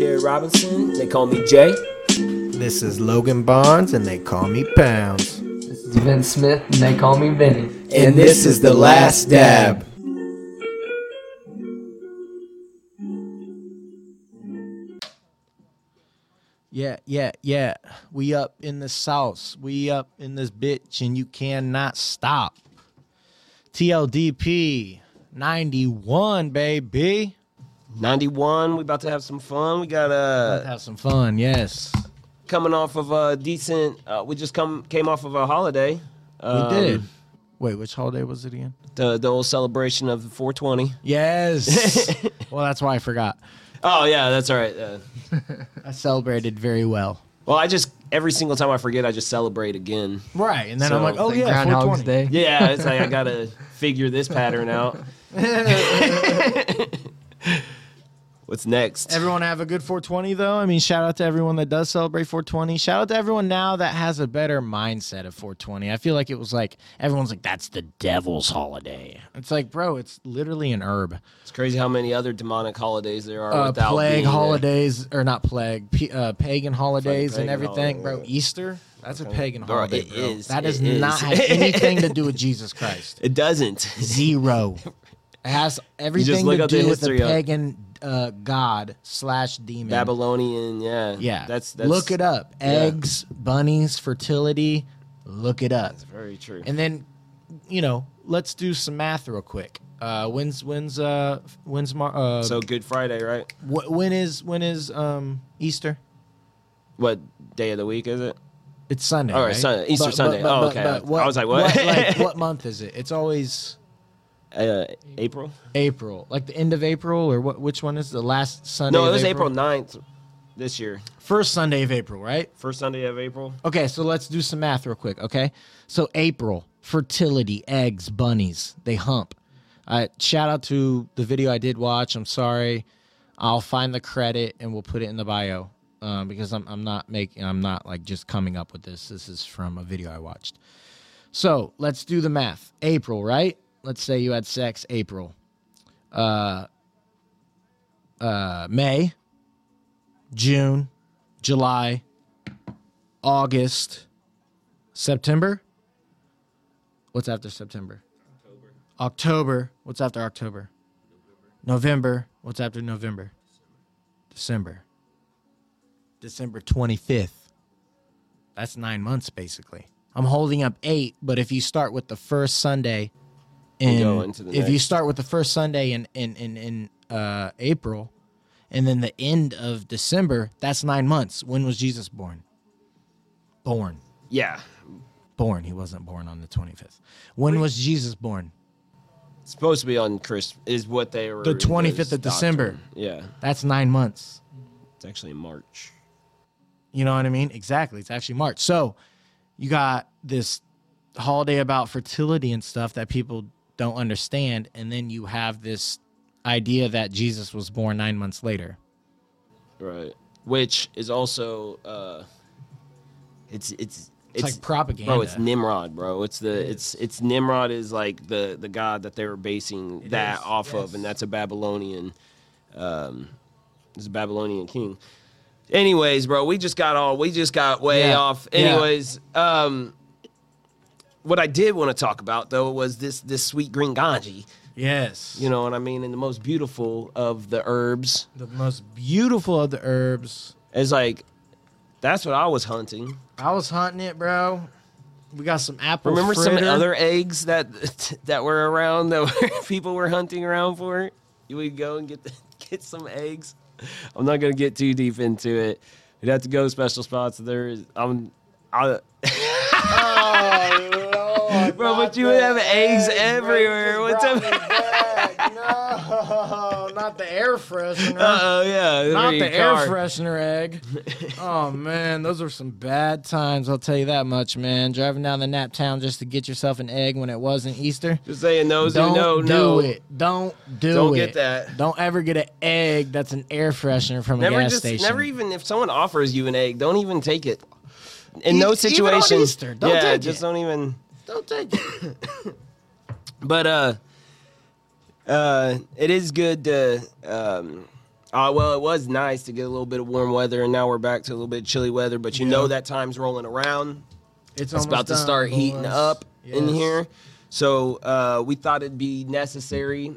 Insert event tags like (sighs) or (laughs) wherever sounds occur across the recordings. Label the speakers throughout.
Speaker 1: Robinson. They call me Jay.
Speaker 2: This is Logan Bonds, and they call me Pounds.
Speaker 3: This is Vin Smith, and they call me Vinny.
Speaker 2: And this is the last dab.
Speaker 4: Yeah, yeah, yeah. We up in the sauce. We up in this bitch, and you cannot stop. TLDP 91, baby.
Speaker 1: 91. We about to have some fun. We got
Speaker 4: Let's
Speaker 1: uh
Speaker 4: have some fun, yes.
Speaker 1: coming off of a decent. Uh, we just come came off of a holiday.
Speaker 4: We
Speaker 1: Um,
Speaker 4: did. Wait, which holiday was it again?
Speaker 1: the the old celebration of 420.
Speaker 4: (laughs) Yes. well, that's why I forgot.
Speaker 1: Oh yeah, that's all right. Uh,
Speaker 4: I celebrated very well.
Speaker 1: well, I just every single time I forget, I just celebrate again.
Speaker 4: Right, and then
Speaker 1: So,
Speaker 4: I'm like, oh
Speaker 3: Like
Speaker 4: yeah,
Speaker 3: Groundhog's
Speaker 4: 420.
Speaker 3: Day.
Speaker 1: Yeah, it's like
Speaker 2: (laughs)
Speaker 1: I gotta figure this pattern out. What's next?
Speaker 4: Everyone have a good 420 though. I mean, shout out to everyone that does celebrate 420. Shout out to everyone now that has a better mindset of 420. I feel like it was like everyone's like that's the devil's holiday. It's like, bro, it's literally an herb.
Speaker 1: it's crazy how many other demonic holidays there are
Speaker 4: Uh,
Speaker 1: without
Speaker 4: plague
Speaker 1: being there.
Speaker 4: holidays or not plague, p- uh, pagan holidays
Speaker 1: pagan
Speaker 4: and everything,
Speaker 1: holiday,
Speaker 4: bro. Easter, that's a pagan
Speaker 1: Bro,
Speaker 4: holiday,
Speaker 1: it
Speaker 4: bro.
Speaker 1: is,
Speaker 4: That
Speaker 1: it
Speaker 4: does not
Speaker 1: is.
Speaker 4: have anything to
Speaker 1: (laughs)
Speaker 4: do with Jesus Christ.
Speaker 1: It doesn't. (laughs)
Speaker 4: Zero. It has everything
Speaker 1: look
Speaker 4: to
Speaker 1: up the
Speaker 4: do with a
Speaker 1: history of-
Speaker 4: pagan uh, god slash demon.
Speaker 1: Babylonian, yeah,
Speaker 4: Yeah.
Speaker 1: That's that's
Speaker 4: look it up.
Speaker 1: yeah.
Speaker 4: Eggs, bunnies, fertility. Look it up.
Speaker 1: Very true.
Speaker 4: And then, you know, let's do some math real quick. Uh, when's when's uh when's Mar- uh
Speaker 1: so Good Friday, right?
Speaker 4: wh- when is when is um Easter?
Speaker 1: What day of the week is it?
Speaker 4: It's Sunday.
Speaker 1: All right,
Speaker 4: right?
Speaker 1: Sunday. Easter Sunday. Oh, okay. I was like, what? (laughs)
Speaker 4: like, what month is it? It's always
Speaker 1: Uh, April?
Speaker 4: April, like the end of April, or what? Which one is the last Sunday?
Speaker 1: No, it
Speaker 4: of
Speaker 1: was April. 9th this year.
Speaker 4: First Sunday of April, right?
Speaker 1: First Sunday of April.
Speaker 4: Okay, so let's do some math real quick, okay? So April, fertility, eggs, bunnies, they hump. Uh, shout out to the video I did watch. I'm sorry. I'll find the credit and we'll put it in the bio um, because I'm, I'm not making, I'm not like just coming up with this. This is from a video I watched. So let's do the math. April, right? Let's say you had sex April. Uh, uh, May, June, July, August, September. What's after September? October. What's after October? November. What's after November? December. December 25th. That's nine months, basically. I'm holding up eight, but if you start with the first Sunday in,
Speaker 1: go into the
Speaker 4: if you
Speaker 1: next.
Speaker 4: start with the first Sunday in, in, in, in uh, April and then the end of December, that's nine months. When was Jesus born? Born.
Speaker 1: Yeah.
Speaker 4: Born. He wasn't born on the 25th. When was Jesus born?
Speaker 1: It's supposed to be on Chris is what they were.
Speaker 4: The 25th of
Speaker 1: doctrine.
Speaker 4: December.
Speaker 1: Yeah.
Speaker 4: That's nine months.
Speaker 1: It's actually March.
Speaker 4: You know what I mean? Exactly. It's actually March. So you got this holiday about fertility and stuff that people don't understand. And then you have this idea that Jesus was born nine months later.
Speaker 1: Right. Which is also uh it's it's
Speaker 4: It's, like propaganda.
Speaker 1: Bro, it's Nimrod, bro. It's the it's it's Nimrod is like the the god that they were basing that
Speaker 4: is,
Speaker 1: off
Speaker 4: yes.
Speaker 1: of, and that's a Babylonian, um, it's a Babylonian king. Anyways, bro, we just got all we just got way
Speaker 4: Yeah,
Speaker 1: off.
Speaker 4: yeah.
Speaker 1: Anyways, um, what I did want to talk about though was this this sweet green ganji.
Speaker 4: yes.
Speaker 1: You know what I mean? And the most beautiful of the herbs
Speaker 4: the most beautiful of the herbs.
Speaker 1: is like that's what I was hunting.
Speaker 4: I was hunting it, bro. We got some apple.
Speaker 1: Remember some
Speaker 4: fritter. (laughs)
Speaker 1: other eggs that (laughs) that were around that were, (laughs) people were hunting around for? You would go and get the, (laughs) get some eggs. I'm not gonna get too deep into it. We'd have to go to special spots. There is I'm I (laughs)
Speaker 4: Oh,
Speaker 1: Bro, but you would have eggs everywhere. What's up? (laughs)
Speaker 4: no, (laughs) not the air freshener.
Speaker 1: Uh oh yeah.
Speaker 4: not
Speaker 1: Your
Speaker 4: the air
Speaker 1: car.
Speaker 4: freshener
Speaker 1: (laughs)
Speaker 4: egg. oh man, those were some bad times. I'll tell you that much, man. Driving down the nap town just to get yourself an egg when it wasn't Easter.
Speaker 1: Just saying those
Speaker 4: Don't
Speaker 1: who know
Speaker 4: do
Speaker 1: know.
Speaker 4: it. Don't do it.
Speaker 1: Don't get that.
Speaker 4: Don't ever get an egg that's an air freshener from a
Speaker 1: Never
Speaker 4: gas
Speaker 1: just
Speaker 4: station.
Speaker 1: never even if someone offers you an egg, don't even take it. In no
Speaker 4: E- even on
Speaker 1: situation.
Speaker 4: Easter, don't
Speaker 1: yeah,
Speaker 4: take
Speaker 1: just
Speaker 4: it.
Speaker 1: don't even
Speaker 4: Don't take it.
Speaker 1: (coughs) But uh, uh, it is good to. Um, Uh, well, it was nice to get a little bit of warm weather, and now we're back to a little bit of chilly weather. But you know that time's rolling around.
Speaker 4: It's,
Speaker 1: It's about to start heating up in here. So uh, we thought it'd be necessary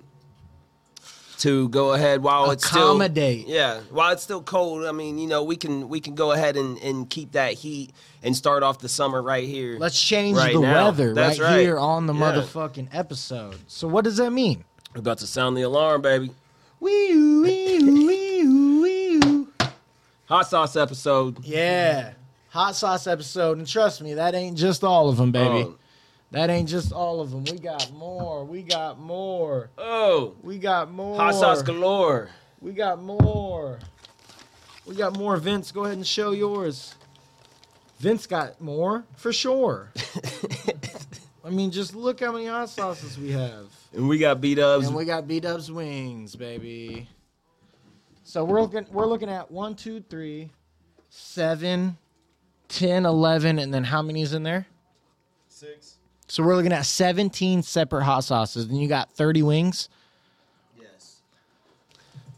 Speaker 1: to go ahead while Oh, it's still
Speaker 4: Accommodate.
Speaker 1: yeah, while it's still cold. I mean, you know, we can we can go ahead and, and keep that heat and start off the summer right here.
Speaker 4: Let's change
Speaker 1: Right
Speaker 4: the
Speaker 1: now.
Speaker 4: weather
Speaker 1: That's
Speaker 4: right,
Speaker 1: right.
Speaker 4: here on the
Speaker 1: Yeah.
Speaker 4: motherfucking episode. So what does that mean?
Speaker 1: We're about to sound the alarm, baby.
Speaker 4: Wee
Speaker 1: (laughs)
Speaker 4: wee wee wee.
Speaker 1: Hot sauce episode.
Speaker 4: Yeah. Hot sauce episode, and trust me, that ain't just all of them, baby.
Speaker 1: Oh.
Speaker 4: That ain't just all of them. We got more. We got more.
Speaker 1: Oh,
Speaker 4: We got more.
Speaker 1: hot sauce galore. (laughs)
Speaker 4: We got more. We got more. Vince, go ahead and show yours. Vince got more for sure. I mean, just look how many hot sauces we have.
Speaker 1: And we got beat ups.
Speaker 4: And we got B Dub's wings, baby. So we're looking we're looking at one, two, three, seven, ten, eleven, and then how many is in there?
Speaker 1: Six.
Speaker 4: So we're looking at 17 separate hot sauces. Then you got 30 wings.
Speaker 1: Yes.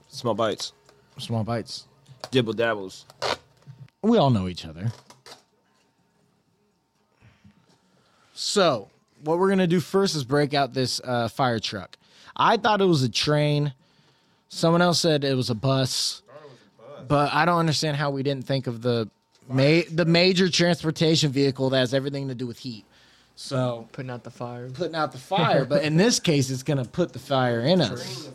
Speaker 1: Small bites.
Speaker 4: Small bites.
Speaker 1: Dibble dabbles.
Speaker 4: We all know each other. So, what we're gonna do first is break out this uh, fire truck. I thought it was a train. Someone else said it was a bus, but I don't understand how we didn't think of the ma- the major transportation vehicle that has everything to do with heat. So
Speaker 5: Putting out the fires.
Speaker 4: putting out the fire, but in this case, it's gonna put the fire in us.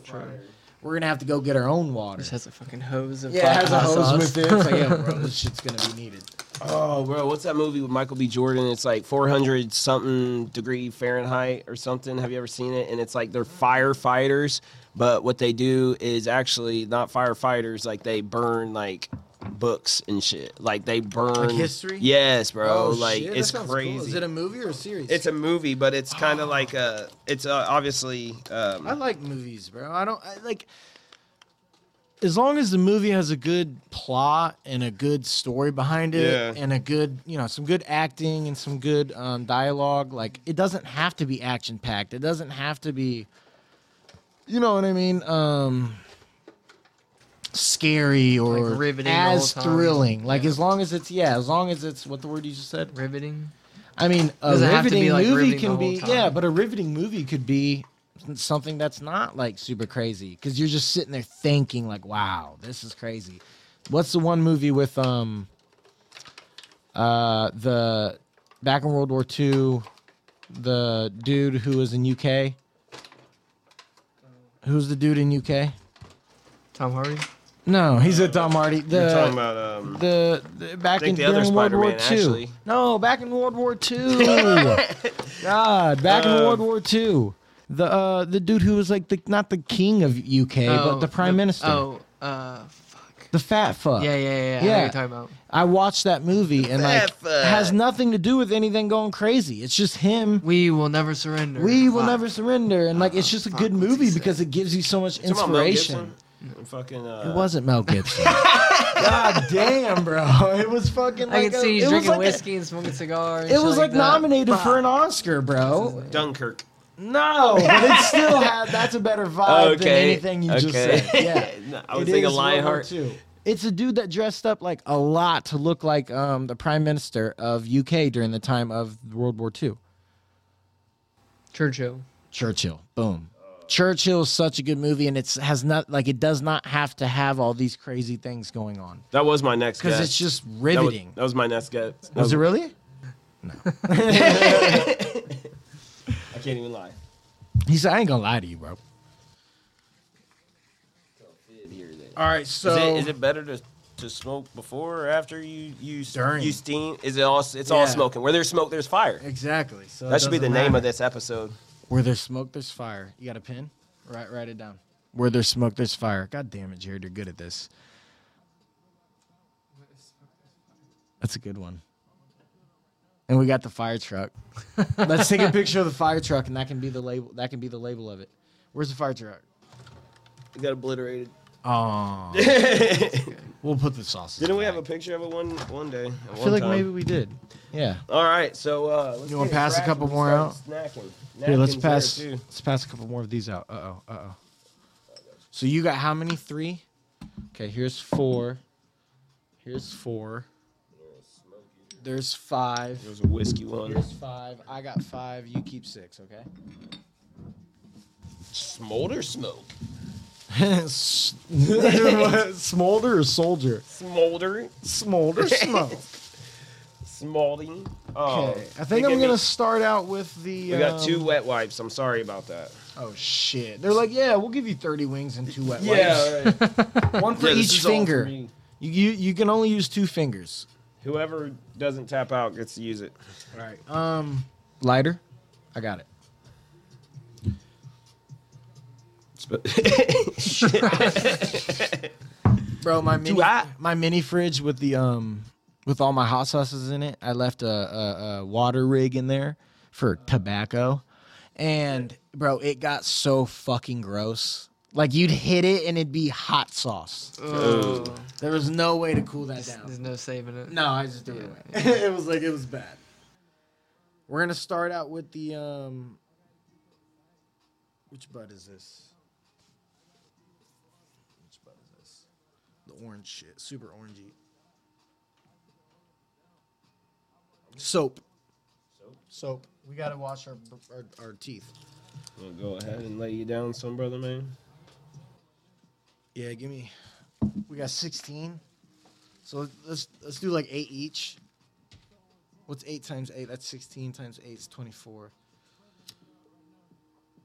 Speaker 4: We're gonna have to go get our own water.
Speaker 5: Just has a fucking hose of
Speaker 4: Yeah, it has a
Speaker 5: hot
Speaker 4: hose
Speaker 5: sauce.
Speaker 4: with it. It's like, yeah, (laughs) bro, this shit's gonna be needed.
Speaker 1: Oh, bro, what's that movie with Michael B. Jordan? It's like 400 something degree Fahrenheit or something. Have you ever seen it? And it's like they're firefighters, but what they do is actually not firefighters. Like they burn like books and shit. Like they burn
Speaker 4: history? Oh,
Speaker 1: Yes, bro. like
Speaker 4: shit, that
Speaker 1: it's
Speaker 4: sounds
Speaker 1: crazy.
Speaker 4: Cool. Is it a movie or a series?
Speaker 1: it's a movie, but it's kind of like a. It's uh, obviously. Um,
Speaker 4: I like movies, bro. I don't I, like. As long as the movie has a good plot and a good story behind it,
Speaker 1: Yeah.
Speaker 4: and a good, you know, some good acting and some good um, dialogue, like it doesn't have to be action packed. It doesn't have to be, you know what I mean, um, scary or
Speaker 5: riveting the
Speaker 4: as
Speaker 5: whole time.
Speaker 4: thrilling. Like as long as it's yeah, as long as it's what the word you just said,
Speaker 5: Riveting.
Speaker 4: I mean, a
Speaker 5: Doesn't have to
Speaker 4: riveting
Speaker 5: be, like,
Speaker 4: movie
Speaker 5: riveting
Speaker 4: can
Speaker 5: the whole
Speaker 4: be
Speaker 5: time.
Speaker 4: yeah, but a riveting movie could be something that's not like super crazy because you're just sitting there thinking like, wow, this is crazy. What's the one movie with um uh the back in World War II, the dude who was in UK? Who's the dude in UK?
Speaker 5: Tom Hardy.
Speaker 4: No, he's a Tom Hardy. The,
Speaker 1: You're talking about um,
Speaker 4: the, the back
Speaker 1: think
Speaker 4: in
Speaker 1: the other
Speaker 4: during World War II.
Speaker 1: Spider-Man, actually.
Speaker 4: No, back in World War II. God, back
Speaker 5: Uh,
Speaker 4: in World War II. The uh, the dude who was like the not the king of UK, but
Speaker 5: Oh,
Speaker 4: the prime minister,
Speaker 5: Oh, uh, fuck.
Speaker 4: the fat fuck.
Speaker 5: Yeah, yeah, yeah. yeah. I know what
Speaker 4: Yeah.
Speaker 5: you're talking about.
Speaker 4: I watched that movie and like
Speaker 1: fat fuck.
Speaker 4: has nothing to do with anything going crazy. It's just him.
Speaker 5: We will never surrender.
Speaker 4: We will
Speaker 5: Fuck.
Speaker 4: never surrender, and like it's just a
Speaker 5: fuck,
Speaker 4: good
Speaker 5: what's he
Speaker 4: movie
Speaker 5: say?
Speaker 4: because it gives you so much
Speaker 1: come on, Mel
Speaker 4: inspiration.
Speaker 1: Gibson? Fucking. Uh,
Speaker 4: It wasn't Mel Gibson.
Speaker 5: (laughs)
Speaker 4: God damn, bro! It was fucking.
Speaker 5: I
Speaker 4: Like
Speaker 5: can
Speaker 4: a-
Speaker 5: see
Speaker 4: it
Speaker 5: you
Speaker 4: was
Speaker 5: drinking
Speaker 4: like a-
Speaker 5: whiskey and smoking cigars. and
Speaker 4: It
Speaker 5: shit
Speaker 4: was like
Speaker 5: that.
Speaker 4: nominated for an Oscar, bro.
Speaker 1: Dunkirk.
Speaker 4: No, (laughs) but it still had that's a better vibe than
Speaker 1: Okay,
Speaker 4: anything you just
Speaker 1: okay. (laughs)
Speaker 4: said. Yeah,
Speaker 1: No, I was
Speaker 4: It
Speaker 1: thinking
Speaker 4: is World War
Speaker 1: Lionheart.
Speaker 4: II. It's a dude that dressed up like a lot to look like um, the prime minister of UK during the time of World War II.
Speaker 5: Churchill.
Speaker 4: Churchill. Boom. Churchill is such a good movie, and it's has not like it does not have to have all these crazy things going on
Speaker 1: That was my next
Speaker 4: because
Speaker 1: guess.
Speaker 4: it's just
Speaker 1: That was-
Speaker 4: riveting.
Speaker 1: That was, my next guess. That
Speaker 4: was it really?
Speaker 1: I can't even lie.
Speaker 4: He said, "I ain't gonna lie to you, bro." All right, so
Speaker 1: is, it, is it better to to smoke before or after you you s-
Speaker 4: During.
Speaker 1: you steam? Is it all? s- It's all
Speaker 4: Yeah.
Speaker 1: smoking. Where there's smoke, there's fire.
Speaker 4: exactly. So
Speaker 1: That should be the name of this episode.
Speaker 4: Where there's smoke, there's fire. You got a pen? Write write it down. Where there's smoke, there's fire. God damn it, Jared, you're good at this. That's a good one. And we got the fire truck. (laughs) Let's take a picture of the fire truck, and that can be the label. That can be the label of it. Where's the fire truck?
Speaker 1: It got (laughs) obliterated.
Speaker 4: Oh,
Speaker 1: (laughs)
Speaker 4: we'll put the sauce.
Speaker 1: Didn't we have a picture of it one one day? at
Speaker 4: I
Speaker 1: one
Speaker 4: feel like
Speaker 1: time?
Speaker 4: maybe we did. Yeah.
Speaker 1: All right, so uh, let's
Speaker 4: You wanna
Speaker 1: get it
Speaker 4: pass a
Speaker 1: cracking.
Speaker 4: couple
Speaker 1: We
Speaker 4: more
Speaker 1: started Snacking.
Speaker 4: Here, let's
Speaker 1: Napkins there,
Speaker 4: pass.
Speaker 1: too.
Speaker 4: Let's pass a couple more of these out. Uh oh. Uh oh. So you got how many? Three. Okay, here's four. Here's four. There's five.
Speaker 1: There's a whiskey one.
Speaker 4: Here's five. I got five. You keep six, okay?
Speaker 1: Smolder smoke.
Speaker 4: (laughs) Smolder or soldier?
Speaker 1: Smolder.
Speaker 4: Smolder smoke.
Speaker 1: Smolding. Oh,
Speaker 4: Okay. I think
Speaker 1: they
Speaker 4: I'm
Speaker 1: gave me-
Speaker 4: gonna start out with the.
Speaker 1: We got two
Speaker 4: um,
Speaker 1: wet wipes. I'm sorry about that.
Speaker 4: Oh shit! They're like, yeah, we'll give you 30 wings and two wet wipes.
Speaker 1: (laughs)
Speaker 4: one for
Speaker 1: Yeah, this
Speaker 4: each
Speaker 1: is all for
Speaker 4: finger.
Speaker 1: me.
Speaker 4: you, you you can only use two fingers.
Speaker 1: Whoever doesn't tap out gets to use it.
Speaker 4: Right. Um, lighter. I got it. (laughs) Bro, my mini,
Speaker 1: I-
Speaker 4: my mini fridge with the um with all my hot sauces in it. I left a, a, a water rig in there for tobacco, and bro, it got so fucking gross. Like you'd hit it and it'd be hot sauce.
Speaker 5: Oh,
Speaker 4: There was no way to cool that down.
Speaker 5: there's no saving it.
Speaker 4: No, I just threw it away. (laughs) it was like it was bad. We're gonna start out with the um. Which bud is this? Which bud is this? The orange shit, super orangey. Soap. Soap. Soap. We gotta wash our our, our teeth.
Speaker 1: We'll go ahead and lay you down, some brother man.
Speaker 4: Yeah, give me. We got sixteen. So let's let's do like eight each. What's eight times eight? That's sixteen times eight is twenty-four.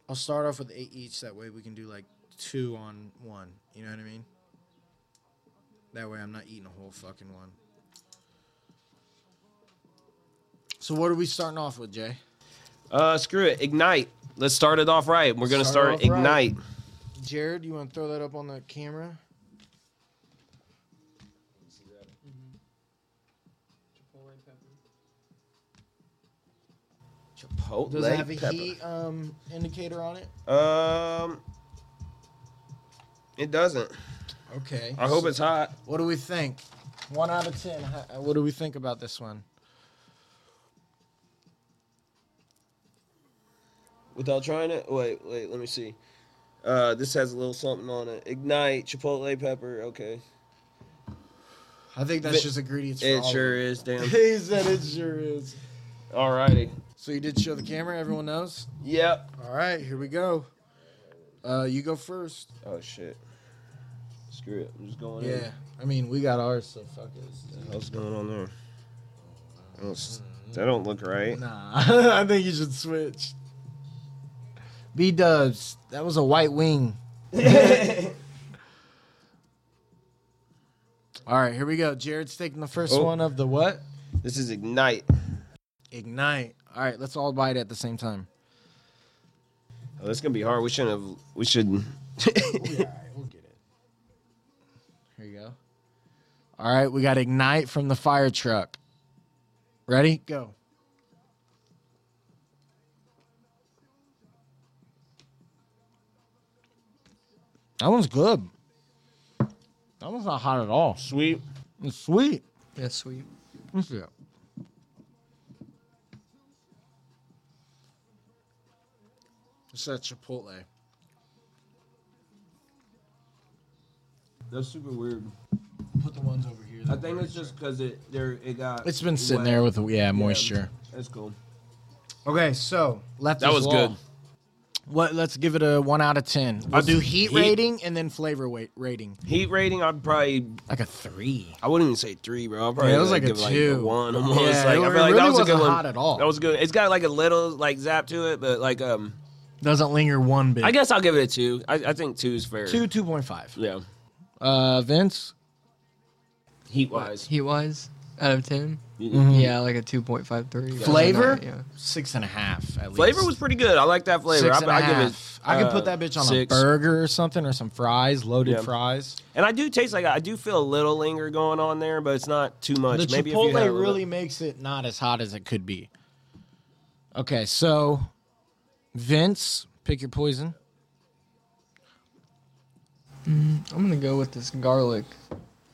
Speaker 4: I'll start off with eight each. That way we can do like two on one. You know what I mean? That way I'm not eating a whole fucking one. So what are we starting off with, Jay?
Speaker 1: Uh, screw it. Ignite. Let's start it off right. We're gonna
Speaker 4: Start
Speaker 1: start,
Speaker 4: it off right.
Speaker 1: ignite.
Speaker 4: Jared, you want to throw that up on the camera?
Speaker 1: Chipotle
Speaker 4: Does it have a
Speaker 1: pepper.
Speaker 4: heat um, indicator on it?
Speaker 1: Um, it doesn't.
Speaker 4: Okay.
Speaker 1: I hope it's hot.
Speaker 4: What do we think? One out of ten. How- What do we think about this one?
Speaker 1: Without trying it. Wait, wait. Let me see. Uh, this has a little something on it. Ignite chipotle pepper. Okay,
Speaker 4: I think that's
Speaker 1: Th-
Speaker 4: just ingredients. For
Speaker 1: it
Speaker 4: all
Speaker 1: sure
Speaker 4: of
Speaker 1: is.
Speaker 4: it.
Speaker 1: Damn. (laughs)
Speaker 4: (laughs) He said it sure is.
Speaker 1: Alrighty.
Speaker 4: So you did show the camera. Everyone knows.
Speaker 1: Yep.
Speaker 4: All right, here we go. Uh, you go first.
Speaker 1: Oh shit. Screw it. I'm just going. in.
Speaker 4: Yeah. I mean, we got ours, so fuck it.
Speaker 1: (laughs) What the hell's going on there? That looks- That don't look right.
Speaker 4: Nah, (laughs) I think you should switch. B Dubs, that was a white (laughs) wing. All right, here we go. Jared's taking the first
Speaker 1: Oh.
Speaker 4: one of the what?
Speaker 1: This is ignite.
Speaker 4: Ignite. All right, let's all bite it at the same time.
Speaker 1: Oh, this is gonna be hard. We shouldn't have. We should.
Speaker 4: Here you go. All right, we got ignite from the fire truck. Ready? Go. That one's good. That one's not hot at all.
Speaker 1: Sweet.
Speaker 4: It's sweet.
Speaker 5: Yeah, sweet.
Speaker 4: Let's see it. It's that chipotle.
Speaker 1: That's super weird.
Speaker 4: Put the ones over here.
Speaker 1: I think it's just because it there it got.
Speaker 4: It's been sitting there with yeah moisture.
Speaker 1: That's cool.
Speaker 4: Okay, so left.
Speaker 1: That
Speaker 4: is
Speaker 1: was
Speaker 4: law.
Speaker 1: good.
Speaker 4: What? Let's give it a one out of ten. I'll do heat,
Speaker 1: heat-
Speaker 4: rating and then flavor weight rating.
Speaker 1: Heat rating, I'd probably.
Speaker 4: Like a three.
Speaker 1: I wouldn't even say three, bro. I'd probably
Speaker 4: Yeah, it was
Speaker 1: like,
Speaker 4: like a
Speaker 1: give like
Speaker 4: two.
Speaker 1: one
Speaker 4: Yeah,
Speaker 1: almost.
Speaker 4: it
Speaker 1: like, I
Speaker 4: really
Speaker 1: feel like that was a
Speaker 4: wasn't
Speaker 1: good one.
Speaker 4: hot at all.
Speaker 1: That was good. It's got like a little like zap to it, but like um,
Speaker 4: Doesn't linger one bit.
Speaker 1: I guess I'll give it a two. I, I think two is fair.
Speaker 4: two two point five.
Speaker 1: Yeah.
Speaker 4: Uh, Vince.
Speaker 1: Heat wise.
Speaker 5: Heat wise, out of 10
Speaker 4: Mm-hmm.
Speaker 5: yeah, like a two point five three.
Speaker 4: Flavor.
Speaker 5: yeah.
Speaker 4: Six and a half. At
Speaker 1: Flavor
Speaker 4: least.
Speaker 1: was pretty good. I like that flavor.
Speaker 4: Six
Speaker 1: I,
Speaker 4: and a
Speaker 1: I give it.
Speaker 4: half. I could put
Speaker 1: uh,
Speaker 4: that bitch on
Speaker 1: six.
Speaker 4: a burger or something or some fries, loaded
Speaker 1: Yeah.
Speaker 4: fries.
Speaker 1: And I do taste like I do feel a little linger going on there, but it's not too much.
Speaker 4: The
Speaker 1: Maybe if you had a
Speaker 4: chipotle
Speaker 1: little-
Speaker 4: really makes it not as hot as it could be. Okay, so Vince, pick your poison.
Speaker 5: I'm gonna go with this garlic.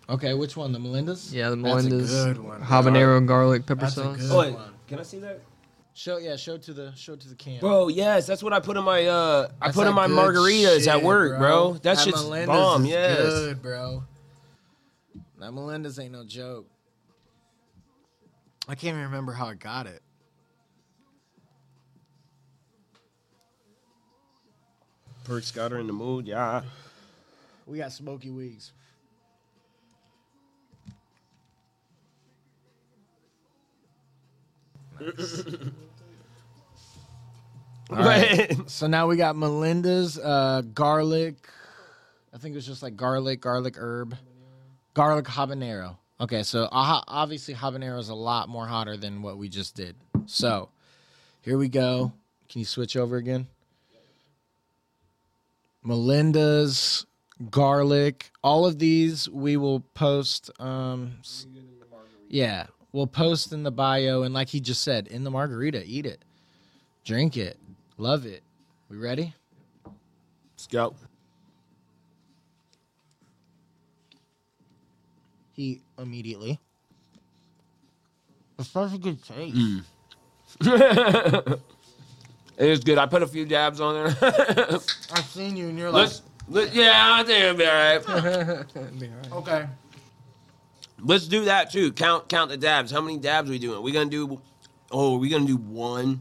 Speaker 4: Okay, which one? The Melinda's?
Speaker 5: Yeah, the
Speaker 4: That's a
Speaker 5: Melinda's
Speaker 4: good one.
Speaker 5: habanero garlic pepper
Speaker 4: That's a
Speaker 5: sauce.
Speaker 4: good-
Speaker 1: Oh, wait, can I see that?
Speaker 4: Show yeah, show to the show to the camera.
Speaker 1: Bro, yes, that's what I put in my uh I
Speaker 4: That's
Speaker 1: put in my
Speaker 4: that good
Speaker 1: margaritas at
Speaker 4: shit,
Speaker 1: work, bro. That shit's
Speaker 4: Melinda's
Speaker 1: bomb,
Speaker 4: is
Speaker 1: yes.
Speaker 4: good, bro. That Melinda's ain't no joke. I can't even remember how I got it.
Speaker 1: Perks got her in the mood, yeah.
Speaker 4: We got Smoky Weeks.
Speaker 1: (laughs)
Speaker 4: So now we got Melinda's uh, garlic. I think it was just like garlic, garlic herb, garlic habanero. Okay, so aha- obviously habanero is a lot more hotter than what we just did. So here we go. Can you switch over again? Melinda's garlic. All of these we will post. Um, s- yeah, we'll post in the bio, and like he just said, in the margarita, eat it, drink it, love it. We ready?
Speaker 1: Let's go.
Speaker 4: He immediately. It's such a good taste.
Speaker 1: it is good. I put a few dabs on there. (laughs)
Speaker 4: I've seen you, and you're
Speaker 1: let's, let yeah, I think it'll be all right.
Speaker 5: (laughs)
Speaker 4: okay.
Speaker 1: Let's do that too. Count count the dabs. How many dabs we doing? We gonna do oh, are we gonna do one?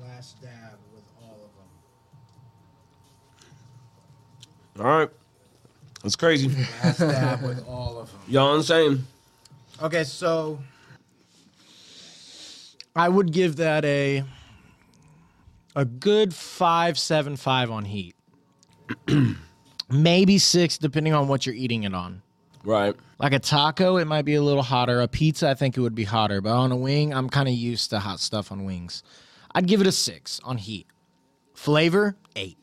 Speaker 6: Last dab with all of them.
Speaker 1: All right. That's crazy.
Speaker 4: (laughs)
Speaker 6: Last dab with all of them.
Speaker 1: Y'all insane.
Speaker 6: Okay, so
Speaker 4: I would give that a a good five seven five on heat, (clears throat) maybe six depending on what you're eating it on.
Speaker 1: Right.
Speaker 4: Like a taco, it might be a little hotter. A pizza, I think it would be hotter. But on a wing, I'm kind of used to hot stuff on wings. I'd give it a six on heat. Flavor eight.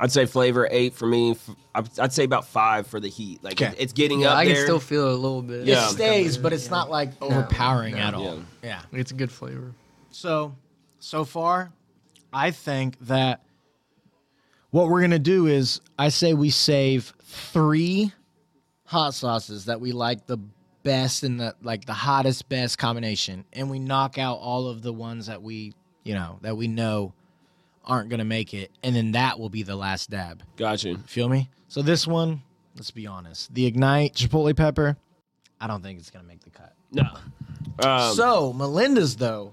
Speaker 1: I'd say flavor eight for me. F- I'd- I'd say about five for the heat. Like
Speaker 4: Okay.
Speaker 1: it- it's getting
Speaker 5: Yeah,
Speaker 1: up
Speaker 5: I can
Speaker 1: there.
Speaker 5: still feel it a little bit.
Speaker 1: Yeah.
Speaker 4: It stays, but it's not like overpowering at all.
Speaker 1: Yeah.
Speaker 4: yeah.
Speaker 5: It's a good flavor.
Speaker 4: So, so far, I think that what we're gonna do is I say we save three hot sauces that we like the best and the like the hottest best combination, and we knock out all of the ones that we you know that we know aren't gonna make it, and then that will be the last dab.
Speaker 1: Gotcha.
Speaker 4: Feel me? So this one, let's be honest, the ignite chipotle pepper, I don't think it's gonna make the cut.
Speaker 1: No. Um,
Speaker 4: so Melinda's though.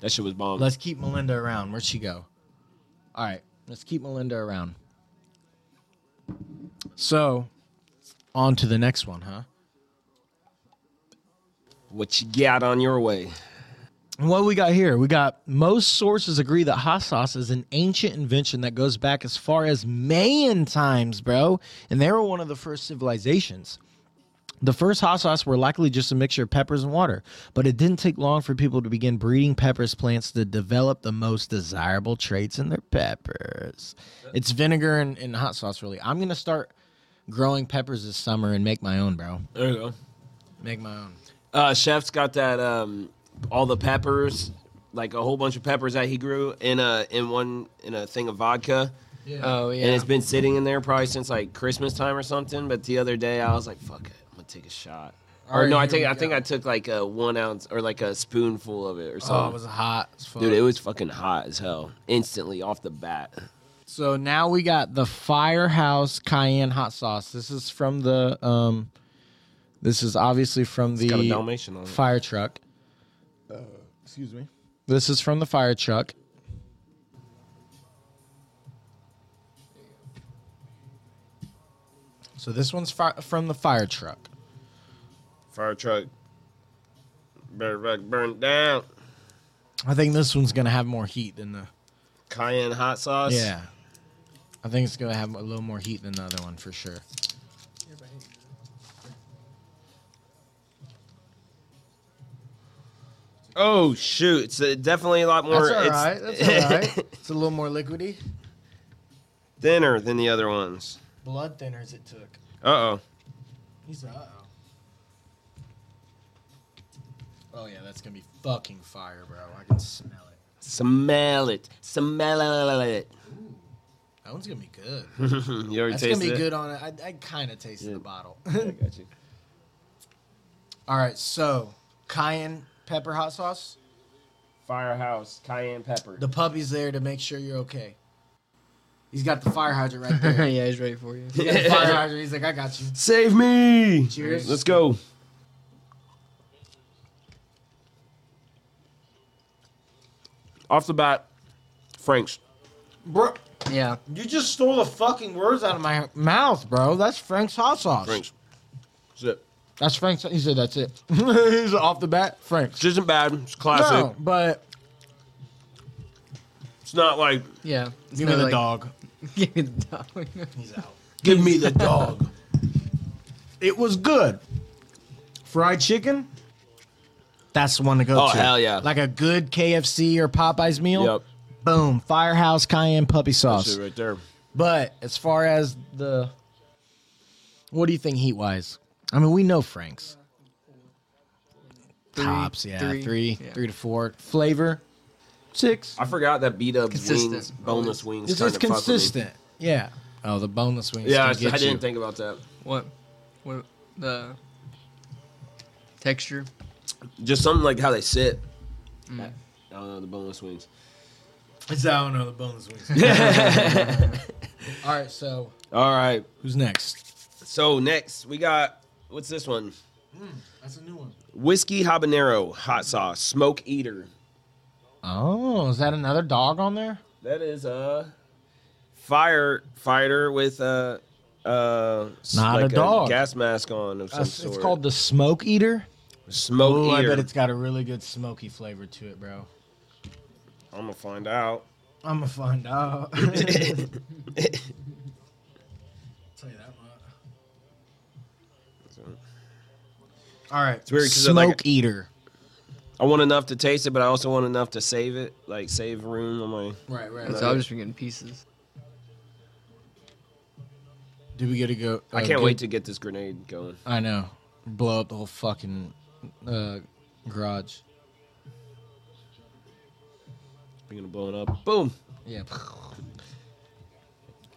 Speaker 1: that shit was bomb.
Speaker 4: Let's keep Melinda around. Where'd she go? All right, let's keep Melinda around. So, on to the next one, huh?
Speaker 1: what you got on your way?
Speaker 4: And what we got here? We got most sources agree that hot sauce is an ancient invention that goes back as far as Mayan times, bro. And they were one of the first civilizations. The first hot sauce were likely just a mixture of peppers and water, but it didn't take long for people to begin breeding peppers plants to develop the most desirable traits in their peppers. It's vinegar and, and hot sauce, really. I'm gonna start growing peppers this summer and make my own, bro.
Speaker 1: There you go.
Speaker 4: Make my own.
Speaker 1: Uh, Chef's got that. Um, all the peppers, like a whole bunch of peppers that he grew in a in one in a thing of vodka,
Speaker 5: Oh yeah.
Speaker 1: and it's been sitting in there probably since like Christmas time or something. But the other day I was like, fuck it, I'm gonna take a shot. Or
Speaker 4: Alright,
Speaker 1: no, I
Speaker 4: here
Speaker 1: think
Speaker 4: we
Speaker 1: I think
Speaker 4: go.
Speaker 1: I took like a one ounce or like a spoonful of it or
Speaker 4: Oh, it
Speaker 1: something.
Speaker 4: was hot. as fuck.
Speaker 1: Dude, it was fucking hot as hell. Instantly off the bat.
Speaker 4: So now we got the Firehouse Cayenne hot sauce. This is from the um this is obviously from
Speaker 1: Got a
Speaker 4: the
Speaker 1: Dalmatian on it.
Speaker 4: fire truck. Uh, excuse me. This is from the fire truck. So this one's fi- from the fire truck.
Speaker 1: Fire truck. Better fuck burn down.
Speaker 4: I think this one's going to have more heat than the
Speaker 1: Cayenne hot sauce.
Speaker 4: Yeah. I think it's going to have a little more heat than the other one for sure.
Speaker 1: Oh shoot! It's uh, definitely a lot more. it's (laughs)
Speaker 4: it's a little more liquidy.
Speaker 1: thinner than the other ones.
Speaker 4: blood thinners it took.
Speaker 1: Uh oh.
Speaker 4: He's uh oh. Oh yeah, that's gonna be fucking fire, bro. I can smell it.
Speaker 1: Smell it. Smell it. (laughs)
Speaker 4: That one's gonna be good.
Speaker 1: you already
Speaker 4: That's gonna
Speaker 1: tasted
Speaker 4: be
Speaker 1: it.
Speaker 4: good on it. I, I kind of tasted the bottle.
Speaker 1: I got
Speaker 4: (laughs)
Speaker 1: you.
Speaker 4: All right, so cayenne pepper hot sauce.
Speaker 1: Firehouse cayenne pepper.
Speaker 4: The puppy's there to make sure you're okay. He's got the fire hydrant right
Speaker 1: (laughs)
Speaker 4: there.
Speaker 5: (laughs) yeah, he's ready
Speaker 4: (laughs)
Speaker 5: for you.
Speaker 4: He's got the fire hydrant. He's like, I got you.
Speaker 1: Save me!
Speaker 4: Cheers.
Speaker 1: Let's go. Off the bat, Frank's.
Speaker 4: Bro,
Speaker 5: Yeah.
Speaker 4: you just stole the fucking words out of my mouth, bro. That's Frank's hot sauce.
Speaker 1: Frank's. Zip.
Speaker 4: That's Frank's. He said, that's it. (laughs) He's off the bat, Frank's.
Speaker 1: This isn't bad. It's classic.
Speaker 4: No, but
Speaker 1: It's not like
Speaker 5: Yeah. It's
Speaker 4: give me
Speaker 5: not
Speaker 4: the
Speaker 5: like-
Speaker 4: dog.
Speaker 5: (laughs) Give me the dog. (laughs)
Speaker 4: Give me the dog. It was good. Fried chicken. That's the one to go
Speaker 1: Oh,
Speaker 4: to.
Speaker 1: hell yeah.
Speaker 4: Like a good KFC or Popeyes
Speaker 1: (laughs)
Speaker 4: meal.
Speaker 1: Yep.
Speaker 4: Boom. Firehouse cayenne puppy
Speaker 1: that's
Speaker 4: sauce.
Speaker 1: it right there.
Speaker 4: But as far as the, what do you think heat wise? I mean, we know Frank's
Speaker 5: Three,
Speaker 4: tops. Yeah, three,
Speaker 5: yeah.
Speaker 4: three to four flavor, six.
Speaker 1: I forgot that beat up
Speaker 5: Consistent.
Speaker 1: wings, boneless wings.
Speaker 4: This
Speaker 1: kinda
Speaker 4: is
Speaker 1: fuck with me.
Speaker 4: consistent. Yeah. Oh, the boneless wings.
Speaker 1: Yeah, I, I
Speaker 4: can get
Speaker 1: didn't
Speaker 4: you.
Speaker 1: think about that.
Speaker 5: What? What? The texture. Mm.
Speaker 1: Just something like how they sit. I don't know the boneless
Speaker 4: (laughs)
Speaker 1: wings.
Speaker 4: It's that one or the boneless wings. (laughs) All right, so
Speaker 1: All right.
Speaker 4: who's next?
Speaker 1: So next we got what's this one?
Speaker 4: That's a new one.
Speaker 1: Whiskey habanero hot sauce smoke eater.
Speaker 4: Oh, is that another dog on there?
Speaker 1: That is a firefighter with a uh s-
Speaker 4: Not a
Speaker 1: like
Speaker 4: dog.
Speaker 1: gas mask on of some
Speaker 4: That's-
Speaker 1: sort.
Speaker 4: it's called the Smoke Eater.
Speaker 1: smoke
Speaker 4: Ooh, I
Speaker 1: eater.
Speaker 4: bet it's got a really good smoky flavor to it, bro.
Speaker 1: I'm gonna find out. (laughs)
Speaker 4: I'm gonna find (laughs) out. Tell you that much. All right, it's
Speaker 1: weird 'cause it,
Speaker 4: Smoke
Speaker 1: like-
Speaker 4: Eater.
Speaker 1: I want enough to taste it, but I also want enough to save it, like save room on my.
Speaker 4: Right, right.
Speaker 5: So I've just been getting pieces.
Speaker 4: Do we get to go?
Speaker 1: I
Speaker 4: uh,
Speaker 1: can't
Speaker 4: good-
Speaker 1: wait to get this grenade going.
Speaker 4: I know. Blow up the whole fucking uh, garage.
Speaker 1: We're gonna blow it up. Boom.
Speaker 4: Yeah.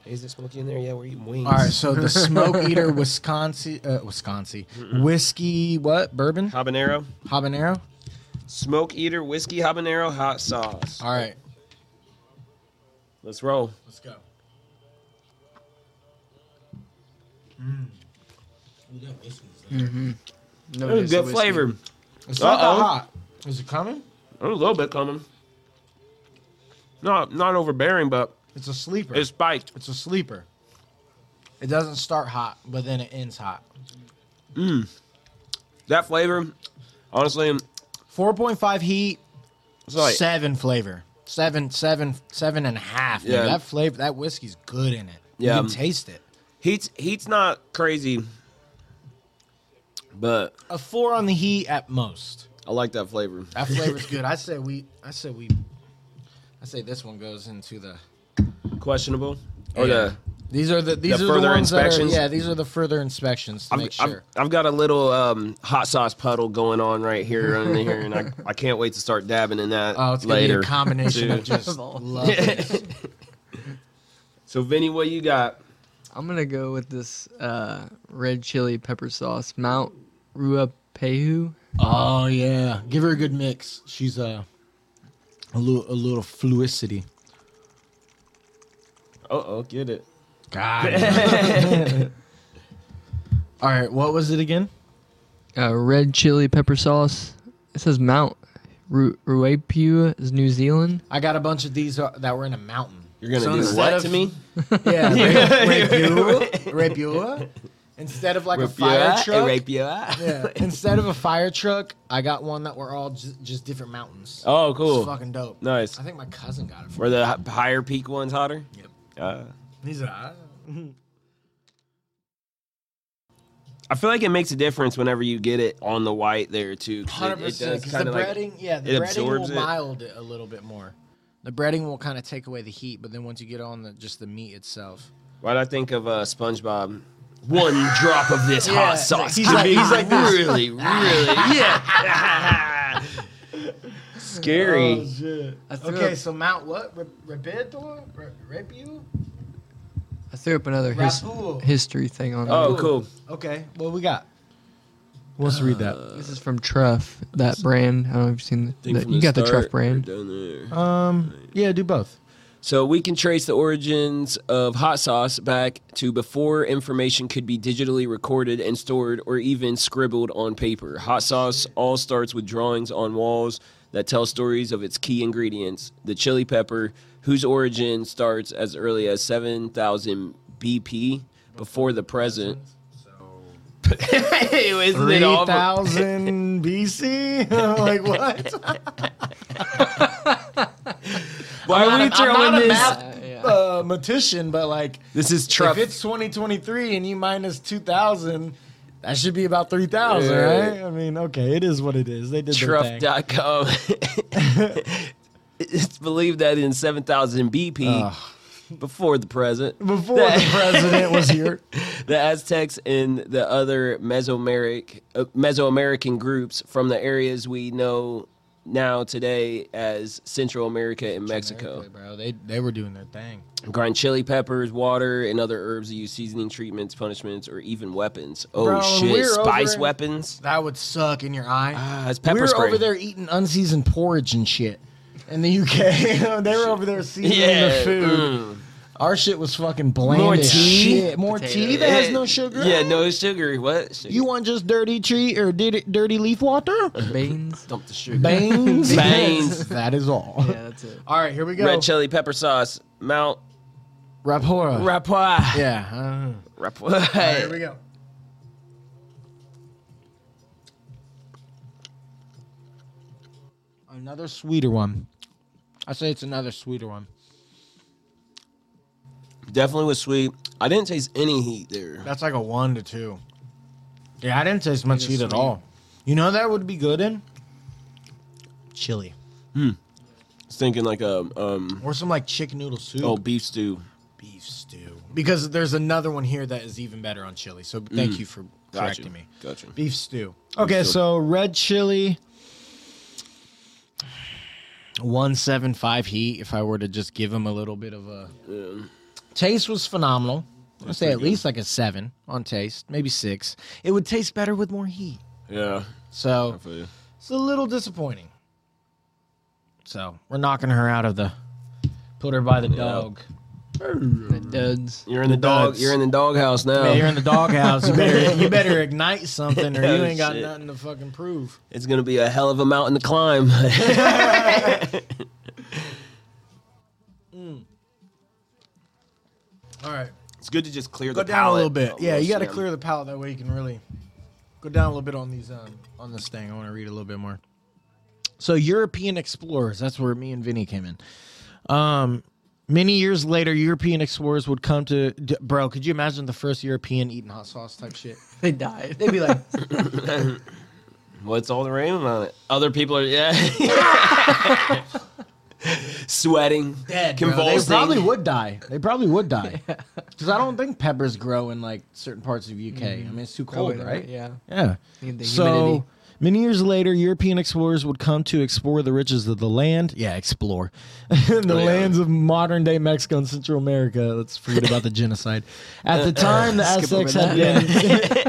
Speaker 1: Is it smoky in there? Yeah, we're eating wings.
Speaker 4: (laughs) All right. So the Smoke (laughs) Eater Wisconsin, uh, Wisconsin whiskey, what bourbon,
Speaker 1: Habanero,
Speaker 4: habanero.
Speaker 1: smoke eater, whiskey habanero hot sauce.
Speaker 4: All right.
Speaker 1: Let's roll.
Speaker 4: Let's go.
Speaker 5: No,
Speaker 1: Ooh,
Speaker 5: just
Speaker 1: good
Speaker 5: whiskey.
Speaker 1: flavor.
Speaker 4: It's not that
Speaker 1: Uh-oh.
Speaker 4: hot. Is it coming?
Speaker 1: A little bit coming. Not not overbearing, but
Speaker 4: It's a sleeper.
Speaker 1: it's
Speaker 4: It's,
Speaker 1: spiked.
Speaker 4: a sleeper. It doesn't start hot, but then it ends hot.
Speaker 1: That flavor, honestly,
Speaker 4: Four point five heat,
Speaker 1: it's like
Speaker 4: seven flavor, seven, seven, seven and a half. Yeah.
Speaker 1: Yeah.
Speaker 4: that flavor, that whiskey's good in it.
Speaker 1: Yeah.
Speaker 4: you can taste it.
Speaker 1: heat's heat's not crazy, but
Speaker 4: A four on the heat at most.
Speaker 1: I like that flavor. (laughs)
Speaker 4: That flavor's good. I say we. I say we. I say this one goes into the.
Speaker 1: Questionable or
Speaker 4: Yeah. These are the these
Speaker 1: The
Speaker 4: are
Speaker 1: further
Speaker 4: the ones
Speaker 1: inspections?
Speaker 4: That are, yeah, these are the further inspections to
Speaker 1: I've,
Speaker 4: make
Speaker 1: I've-
Speaker 4: sure.
Speaker 1: I've, got a little um, hot sauce puddle going on right here under here, and I, I can't wait to start dabbing in that
Speaker 4: oh, it's gonna
Speaker 1: later.
Speaker 4: be a combination
Speaker 1: Dude.
Speaker 4: of just love.
Speaker 1: (laughs) so, Vinny, what you got?
Speaker 5: I'm gonna go with this uh, red chili pepper sauce, Mount Ruapehu.
Speaker 4: oh yeah, give her a good mix. She's uh, a little a little fluidity.
Speaker 1: Uh oh, get it.
Speaker 4: God.
Speaker 1: (laughs)
Speaker 4: All right, what was it again?
Speaker 5: Uh, red chili pepper sauce. It says Mount Ru- Ruapehu is New Zealand.
Speaker 4: I got a bunch of these uh, that were in a mountain.
Speaker 1: You're gonna
Speaker 4: So
Speaker 1: do
Speaker 4: instead
Speaker 1: what
Speaker 4: of-
Speaker 1: to me?
Speaker 4: (laughs) Yeah, rapua, rapua. Instead of like a fire truck, Yeah. Instead of a fire truck, I got one that were all just, just different mountains.
Speaker 1: Oh,
Speaker 4: It's
Speaker 1: cool.
Speaker 4: fucking dope.
Speaker 1: Nice.
Speaker 4: I think my cousin got it for
Speaker 1: Were the hi- higher peak ones hotter?
Speaker 4: Yep.
Speaker 1: Uh,
Speaker 4: These are
Speaker 1: I feel like it makes a difference whenever you get it on the white there too. 'cause
Speaker 4: hundred
Speaker 1: it- It,
Speaker 4: percent.
Speaker 1: does
Speaker 4: The
Speaker 1: kind of like.
Speaker 4: breading, yeah, the
Speaker 1: it
Speaker 4: breading
Speaker 1: absorbs
Speaker 4: will
Speaker 1: it.
Speaker 4: mild it a little bit more. The breading will kind of take away the heat, but then once you get on the just the meat itself,
Speaker 1: Why'd I think of uh, SpongeBob? One drop of this hot sauce.
Speaker 4: he's
Speaker 1: could
Speaker 4: like-
Speaker 1: be
Speaker 4: he's
Speaker 1: (laughs)
Speaker 4: like this.
Speaker 1: really, really, (laughs)
Speaker 4: (laughs)
Speaker 1: yeah. Scary.
Speaker 4: Um,
Speaker 5: I threw,
Speaker 4: Okay,
Speaker 5: up,
Speaker 4: so Mount what? Rapido? Rapiu?
Speaker 5: I threw up another his-
Speaker 4: Rapu.
Speaker 5: history thing on
Speaker 1: Oh,
Speaker 5: there.
Speaker 1: cool.
Speaker 4: Okay, what we got? Let's read
Speaker 1: Uh,
Speaker 4: that.
Speaker 5: This is from Truff, that brand. I don't know if you've seen
Speaker 1: Thing
Speaker 5: that.
Speaker 1: from
Speaker 5: You got the
Speaker 1: start
Speaker 5: Truff
Speaker 1: or
Speaker 5: brand.
Speaker 1: down there?
Speaker 4: Um, yeah, do both.
Speaker 1: So we can trace the origins of hot sauce back to before information could be digitally recorded and stored or even scribbled on paper. Hot sauce all starts with drawings on walls that tell stories of its key ingredients. The chili pepper, whose origin starts as early as 7000 BP before the present. (laughs) Hey, isn't it
Speaker 4: Three
Speaker 1: awful?
Speaker 4: thousand BC. (laughs) like (laughs) what?
Speaker 1: Why are we throwing
Speaker 4: not a
Speaker 1: this? (laughs)
Speaker 4: math uh, mathematician, but like
Speaker 1: This is
Speaker 4: if
Speaker 1: truff.
Speaker 4: it's 2023 and you minus 2000, that should be about 3000,
Speaker 1: Yeah.
Speaker 4: right? I mean, okay, it is what it is. They did their thing.
Speaker 1: Truff.com. (laughs) it's believed that in 7000 BP, before the present,
Speaker 4: before the
Speaker 1: (laughs)
Speaker 4: president was here.
Speaker 1: the Aztecs and the other Mesoameric, uh, Mesoamerican groups from the areas we know now today as Central America and Mexico.
Speaker 4: Bro, they they were doing their thing.
Speaker 1: Grind chili peppers, water, and other herbs to use seasoning treatments, punishments, or even weapons. Oh
Speaker 4: Bro,
Speaker 1: shit,
Speaker 4: we're over
Speaker 1: spice
Speaker 4: in-
Speaker 1: weapons?
Speaker 4: That would suck in your eye.
Speaker 1: Ah, it's
Speaker 4: we
Speaker 1: pepper
Speaker 4: were
Speaker 1: spray.
Speaker 4: over there eating unseasoned porridge and shit in the UK. (laughs) they were over there
Speaker 1: (laughs)
Speaker 4: seasoning
Speaker 1: Yeah,
Speaker 4: the food.
Speaker 1: mm.
Speaker 4: Our shit was fucking bland.
Speaker 1: More
Speaker 4: as
Speaker 1: tea?
Speaker 4: shit. more
Speaker 5: Potato.
Speaker 4: tea that has
Speaker 1: Yeah,
Speaker 4: no sugar.
Speaker 1: Yeah, no sugar. What? Sugar.
Speaker 4: You want just dirty tree or di- dirty
Speaker 1: (laughs)
Speaker 4: leaf water?
Speaker 5: Baines.
Speaker 1: dump the sugar?
Speaker 4: Baines.
Speaker 1: Baines.
Speaker 4: (laughs) that is all.
Speaker 5: Yeah, that's it.
Speaker 4: All right, here we go.
Speaker 1: Red chili pepper sauce. Mount
Speaker 4: Rapora.
Speaker 1: Rapua.
Speaker 4: yeah. uh, here
Speaker 1: Rapua.
Speaker 4: we go. Another sweeter one. I say it's another sweeter one.
Speaker 1: Definitely was sweet. I didn't taste any heat there.
Speaker 4: That's like a one to two. Yeah, I didn't taste much heat at all. You know that would be good in chili
Speaker 1: I was thinking like um um
Speaker 4: or some like chicken noodle soup.
Speaker 1: oh beef stew.
Speaker 4: beef stew. Because there's another one here that is even better on chili. So thank Mm. you for correcting
Speaker 1: Gotcha.
Speaker 4: me.
Speaker 1: Gotcha.
Speaker 4: Beef stew. Okay,
Speaker 1: stew.
Speaker 4: so red chili. 175 heat if I were to just give him a little bit of a taste was phenomenal. I'd say at least like a 7 on taste, maybe 6. It would taste better with more heat.
Speaker 1: Yeah.
Speaker 4: So
Speaker 1: I feel you.
Speaker 4: it's a little disappointing. So, we're knocking her out of the put her by the dog.
Speaker 5: The duds.
Speaker 1: You're in the dog.
Speaker 4: duds.
Speaker 1: You're in the doghouse now.
Speaker 4: Yeah, you're in the doghouse. You better you (laughs) better ignite something, or you
Speaker 1: Oh,
Speaker 4: ain't got
Speaker 1: shit.
Speaker 4: nothing to fucking prove.
Speaker 1: it's gonna be a hell of a mountain to climb. (laughs)
Speaker 4: All right,
Speaker 1: it's good to just clear
Speaker 4: go
Speaker 1: the
Speaker 4: down a little
Speaker 1: palate
Speaker 4: bit. Yeah,
Speaker 1: almost,
Speaker 4: you got to clear the palate that way you can really go down a little bit on these um, on this thing. I want to read a little bit more. So European explorers. That's where me and Vinny came in. Um, many years later, European explorers would come to. d- bro, could you imagine the first European eating hot sauce type shit? (laughs)
Speaker 5: They died. They'd be like,
Speaker 1: (laughs) What's all the rain on it? Other people are
Speaker 4: (laughs)
Speaker 1: yeah. (laughs) Sweating,
Speaker 4: dead. bro. They
Speaker 1: convulsing.
Speaker 4: probably would die. They probably would (laughs) die. Because I don't think peppers grow in like certain parts of UK. I mean, it's too cold, right?
Speaker 5: Yeah.
Speaker 4: Yeah.
Speaker 5: Need the humidity.
Speaker 4: So many years later, European explorers would come to explore the riches of the land. Yeah, explore (laughs) the lands of modern day Mexico and Central America. Let's forget about the genocide. At
Speaker 5: (laughs)
Speaker 4: the time, the
Speaker 5: Skip over
Speaker 4: Aztecs had
Speaker 5: that.
Speaker 4: been.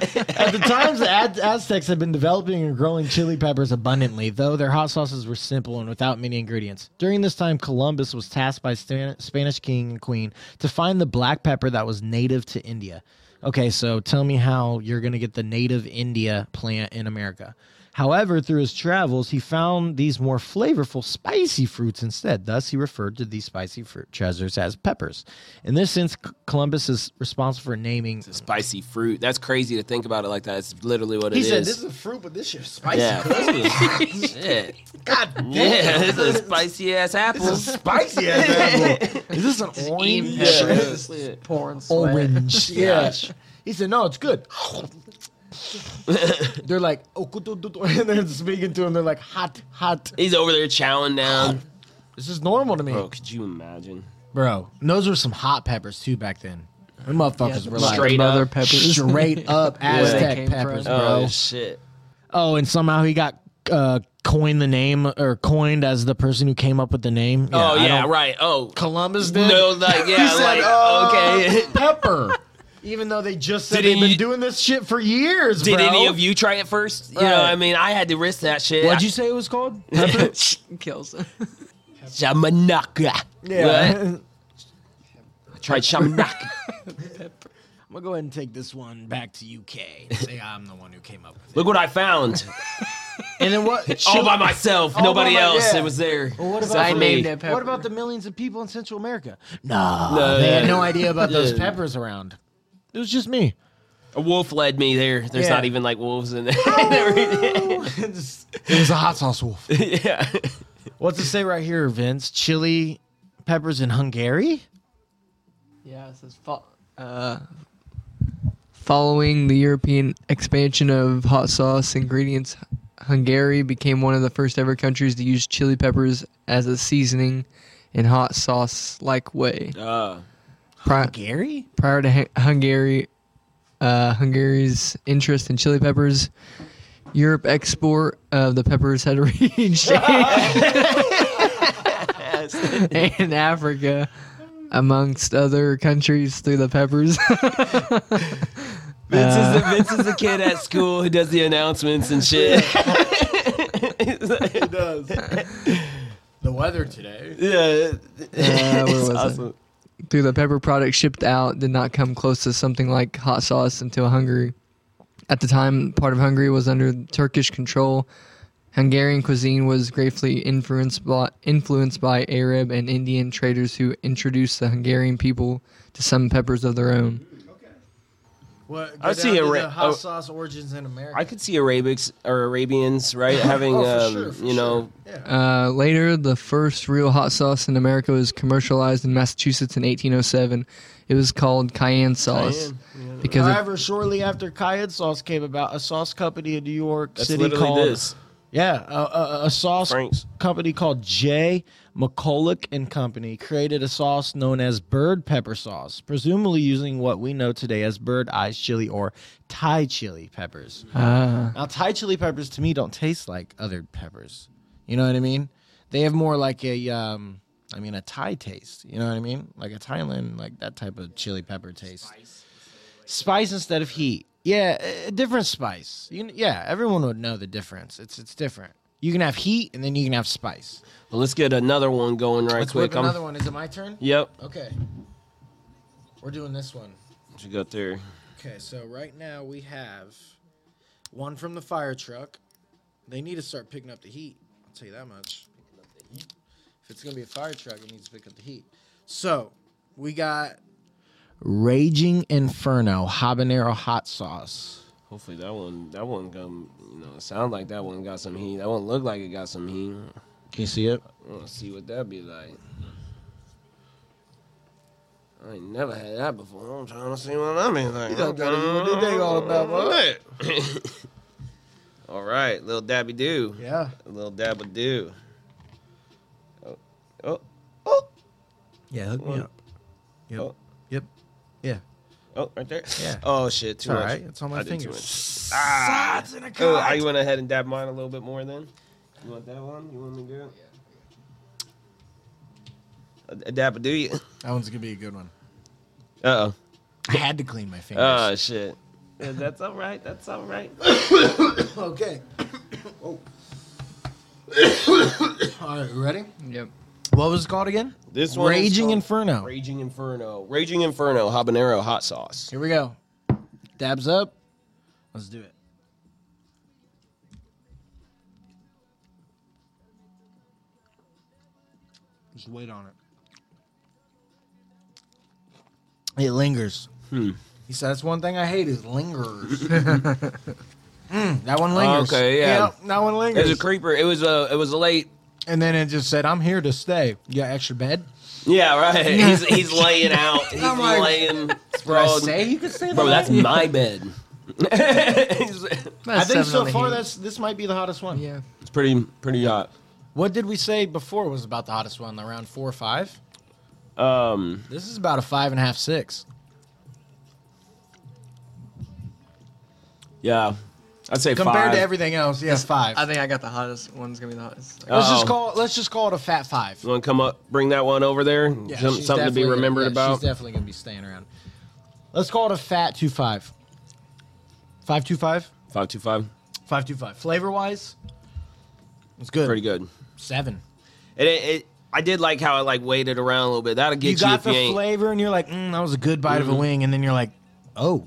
Speaker 4: At the time, the Az- Aztecs had been developing and growing chili peppers abundantly, though their hot sauces were simple and without many ingredients. During this time, Columbus was tasked by Stan- Spanish king and queen to find the black pepper that was native to India. Okay, so tell me how you're going to get the native India plant in America. However, through his travels, he found these more flavorful spicy fruits instead. Thus, he referred to these spicy fruit treasures as peppers. In this sense, C- Columbus is responsible for naming
Speaker 1: spicy fruit. That's crazy to think about it like that. It's literally what it is.
Speaker 4: a fruit, but this shit's spicy.
Speaker 1: yeah. (laughs)
Speaker 4: (laughs)
Speaker 1: Shit. God (laughs) damn. Yeah, this is spicy ass apple. (laughs)
Speaker 4: Spicy as apple. Is this an orange?
Speaker 1: Yeah.
Speaker 5: pouring sweat.
Speaker 4: Orange. Yeah. He said, no,
Speaker 1: (laughs)
Speaker 4: it's good. they're like, oh, good, good, good," (laughs) and they're speaking to him. They're like, hot, hot.
Speaker 1: He's over there chowing down.
Speaker 4: This is normal to me.
Speaker 1: Bro,
Speaker 4: Bro,
Speaker 1: could you imagine?
Speaker 4: and those were some hot peppers too back then. Them motherfuckers were like (laughs)
Speaker 1: straight
Speaker 5: Mother
Speaker 1: up.
Speaker 5: peppers.
Speaker 1: (laughs)
Speaker 4: straight up
Speaker 5: they
Speaker 4: Aztec
Speaker 5: came
Speaker 4: peppers,
Speaker 5: from.
Speaker 4: bro.
Speaker 1: Oh shit.
Speaker 4: Oh, and somehow he got uh, coined the name or coined as the person who came up with the name.
Speaker 1: oh
Speaker 4: I
Speaker 1: yeah,
Speaker 4: don't-
Speaker 1: right. Oh.
Speaker 4: Columbus did. (laughs)
Speaker 1: No, like yeah,
Speaker 4: He said,
Speaker 1: like
Speaker 4: "Uh,
Speaker 1: okay.
Speaker 4: (laughs) pepper. Even though they just said
Speaker 1: Did
Speaker 4: they've been
Speaker 1: any-
Speaker 4: doing this shit for years,
Speaker 1: Did
Speaker 4: bro.
Speaker 1: any of you try it first? You know,
Speaker 4: Right.
Speaker 1: I mean, I had to risk that shit.
Speaker 7: What'd you say it was
Speaker 1: (laughs)
Speaker 7: called?
Speaker 5: (laughs) Kills.
Speaker 1: Shamanaka.
Speaker 4: Yeah.
Speaker 1: What?
Speaker 4: (laughs)
Speaker 1: I tried shamanaka.
Speaker 4: I'm gonna go ahead and take this one back to UK. and Say I'm the one who came up with it.
Speaker 1: Look what I found.
Speaker 4: And then what?
Speaker 1: (laughs) All by myself.
Speaker 4: All by
Speaker 1: Nobody
Speaker 4: my-
Speaker 1: else.
Speaker 4: yeah.
Speaker 1: It was there.
Speaker 4: Well, (laughs) what
Speaker 1: Except
Speaker 4: about
Speaker 5: I
Speaker 1: for
Speaker 5: named
Speaker 1: me.
Speaker 5: it pepper.
Speaker 4: What about the millions of people in Central America? No,
Speaker 1: No,
Speaker 4: they
Speaker 1: yeah.
Speaker 4: had no idea about those
Speaker 1: Yeah.
Speaker 4: peppers around. It was just me.
Speaker 1: A wolf led me there. There's
Speaker 4: Yeah.
Speaker 1: not even like wolves in there.
Speaker 4: It was a hot sauce wolf.
Speaker 1: (laughs) yeah.
Speaker 4: What's it say right here, Vince? Chili peppers in Hungary?
Speaker 5: Yeah, it says fo- uh, following the European expansion of hot sauce ingredients, Hungary became one of the first ever countries to use chili peppers as a seasoning in hot sauce like way.
Speaker 1: Uh,
Speaker 5: Pri-
Speaker 4: Hungary?
Speaker 5: prior to Hu- Hungary, uh, Hungary's interest in chili peppers, Europe export of the peppers had (laughs) reached and Africa, amongst other countries, through the peppers. (laughs)
Speaker 1: Vince, is the, Vince is the kid at school who does the announcements and
Speaker 4: (laughs)
Speaker 1: shit.
Speaker 4: It does. the weather today.
Speaker 1: yeah.
Speaker 4: (laughs)
Speaker 5: Uh, where
Speaker 1: It's
Speaker 5: was it?
Speaker 1: awesome.
Speaker 5: through the pepper product shipped out did not come close to something like hot sauce until Hungary. At the time, part of Hungary was under Turkish control. Hungarian cuisine was greatly influenced by, influenced by Arab and Indian traders who introduced the Hungarian people to some peppers of their own.
Speaker 4: What,
Speaker 1: I see a ra-
Speaker 4: the hot
Speaker 1: oh.
Speaker 4: sauce origins in America.
Speaker 1: I could see Arabics or Arabians, right? Having,
Speaker 4: Oh, for
Speaker 1: um,
Speaker 4: sure, for
Speaker 1: you know,
Speaker 4: sure. Yeah.
Speaker 5: Uh, later, the first real hot sauce in America was commercialized in Massachusetts in 1807. It was called cayenne sauce because it
Speaker 4: However, shortly after cayenne sauce came about, a sauce company in New York
Speaker 1: that's
Speaker 4: City
Speaker 1: literally
Speaker 4: called
Speaker 1: this.
Speaker 4: Yeah, a, a, a sauce
Speaker 1: Frank's.
Speaker 4: company called J. McCulloch and Company created a sauce known as bird pepper sauce, presumably using what we know today as bird eyes chili or Thai chili peppers. Now, Thai chili peppers to me don't taste like other peppers. You know what I mean? They have more like a, um, I mean, a Thai taste. You know what I mean? Like a Thailand, like that type of chili pepper taste. Spice, instead of heat. Yeah, a- a different spice. You, kn- yeah, everyone would know the difference. It's it's different. You can have heat and then you can have spice.
Speaker 1: Well, let's get another one going right
Speaker 4: Let's
Speaker 1: quick.
Speaker 4: whip
Speaker 1: I'm-
Speaker 4: another one. Is it my turn?
Speaker 1: Yep.
Speaker 4: Okay. We're doing this one.
Speaker 1: What you got there?
Speaker 4: Okay, so right now we have one from the fire truck. They need to start picking up the heat. I'll tell you that much. If it's gonna be a fire truck, it needs to pick up the heat. So we got Raging Inferno habanero hot sauce.
Speaker 1: Hopefully that one, that one come, you know, sound like that one got some heat. That one look like it got some heat.
Speaker 4: Can you see it?
Speaker 1: I want to see what that be like. I ain't never had that before. I'm trying to see what that be like. You
Speaker 4: don't gotta know what that thing all about, boy.
Speaker 1: (laughs) all right, little dabby do,
Speaker 4: Yeah.
Speaker 1: little dabba do. Oh, oh,
Speaker 4: Yeah, hook
Speaker 1: me up.
Speaker 4: Yep.
Speaker 1: Oh.
Speaker 4: Yep. Yeah.
Speaker 1: oh, right there.
Speaker 4: Yeah.
Speaker 1: Oh shit,
Speaker 4: It's
Speaker 1: too
Speaker 4: all
Speaker 1: much.
Speaker 4: right. It's on my
Speaker 1: I did too
Speaker 4: fingers.
Speaker 1: much.
Speaker 4: Ah, it's in a
Speaker 1: Oh, I
Speaker 4: cut.
Speaker 1: went ahead and dab mine a little bit more then. You want that one? You want me to do it? A, a dab, do you?
Speaker 4: That one's gonna be a good one.
Speaker 1: Uh
Speaker 4: I had to clean my fingers.
Speaker 1: Oh, shit. Yeah, that's all right. That's all right.
Speaker 4: Okay. oh. All right, you ready?
Speaker 5: yep.
Speaker 4: What was it called again?
Speaker 1: This one. is
Speaker 4: Raging
Speaker 1: called
Speaker 4: Inferno.
Speaker 1: Raging Inferno. Raging Inferno habanero hot sauce.
Speaker 4: Here we go. Dabs up. Let's do it. Just wait on it. It lingers.
Speaker 1: Hmm.
Speaker 4: He said that's one thing I hate
Speaker 1: (laughs)
Speaker 4: is lingers. Mm, that one lingers.
Speaker 1: Okay, yeah.
Speaker 4: Yep, that one
Speaker 1: It
Speaker 4: lingers.
Speaker 1: was a creeper. It was a. It was a late.
Speaker 4: And then it just said, I'm here to stay. You got extra bed?
Speaker 1: Yeah, right. (laughs) He's he's laying
Speaker 4: (laughs)
Speaker 1: out. He's
Speaker 4: I'm like,
Speaker 1: (laughs) laying
Speaker 4: I
Speaker 1: sprawled.
Speaker 4: say you could stay
Speaker 1: Bro,
Speaker 4: the
Speaker 1: that's
Speaker 4: night? (laughs)
Speaker 1: my bed. it's
Speaker 4: I think so far that's this might be the hottest one.
Speaker 5: yeah.
Speaker 1: pretty pretty hot.
Speaker 4: What did we say before was about the hottest one? Around four or five?
Speaker 1: Um,
Speaker 4: This is about a five and a half, six.
Speaker 1: yeah, I'd say
Speaker 4: Compared
Speaker 1: five.
Speaker 4: to everything else, yeah, five.
Speaker 5: I think I got the hottest one's gonna be the hottest.
Speaker 4: let's just
Speaker 1: Uh-oh.
Speaker 4: call let's just call it a fat five.
Speaker 1: You want to come up, bring that one over there?
Speaker 4: Yeah,
Speaker 1: Some-
Speaker 4: she's
Speaker 1: something to be
Speaker 4: definitely-
Speaker 1: remembered
Speaker 4: yeah,
Speaker 1: about.
Speaker 4: She's definitely gonna be staying around. Let's call it a fat two five. Five two five.
Speaker 1: Five two five.
Speaker 4: Five two five. Flavor wise, it's good.
Speaker 1: Pretty good.
Speaker 4: Seven.
Speaker 1: It, it, it I did like how it like waited around a little bit. That'll get
Speaker 4: you
Speaker 1: you,
Speaker 4: got
Speaker 1: if
Speaker 4: the
Speaker 1: you ain't. Mm-hmm.
Speaker 4: flavor, and you're like, mm, that was a good bite of a wing, and then you're like, oh,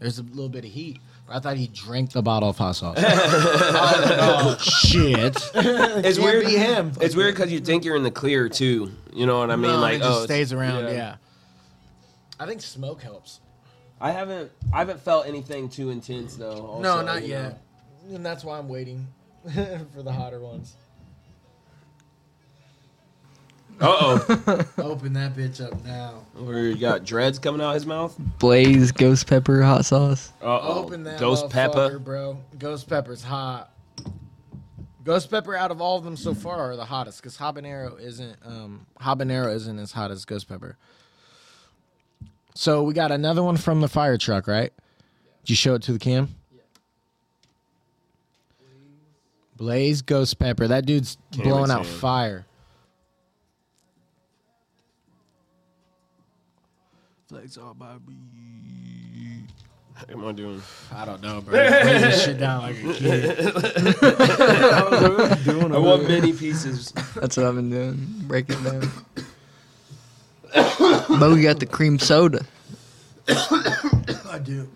Speaker 4: there's a little bit of heat. I thought he drank the bottle of
Speaker 1: (laughs)
Speaker 4: hot sauce. oh, no. shit!
Speaker 1: it's
Speaker 4: Can't
Speaker 1: weird.
Speaker 4: be him.
Speaker 1: (laughs) It's weird because you think you're in the clear too. You know what I mean?
Speaker 4: No,
Speaker 1: like
Speaker 4: it just
Speaker 1: oh, it's-
Speaker 4: stays around.
Speaker 1: yeah.
Speaker 4: Yeah. I think smoke helps.
Speaker 1: I haven't I haven't felt anything too intense though. also,
Speaker 4: no, not
Speaker 1: you
Speaker 4: yet.
Speaker 1: know.
Speaker 4: And that's why I'm waiting (laughs) for the hotter ones. (laughs)
Speaker 1: Uh
Speaker 4: Open that bitch up now.
Speaker 1: oh. we got dreads coming out his mouth.
Speaker 5: Uh, Blaze ghost pepper hot sauce.
Speaker 1: Uh oh.
Speaker 4: Open that
Speaker 1: Ghost pepper.
Speaker 4: motherfucker, bro. Ghost pepper's hot. Ghost pepper out of all of them so far are the hottest because habanero isn't um habanero isn't as hot as ghost pepper. So we got another one from the fire truck, right? Did you show it to the cam? Blaze ghost pepper. That dude's
Speaker 1: Cam
Speaker 4: blowing
Speaker 1: is
Speaker 4: out
Speaker 1: in.
Speaker 4: fire.
Speaker 1: What am I doing?
Speaker 4: I don't know, bro. Lay this shit down like (laughs) a kid.
Speaker 1: I want many pieces.
Speaker 5: That's what I've been doing. Breaking it down. Bo got the cream soda.
Speaker 4: I do.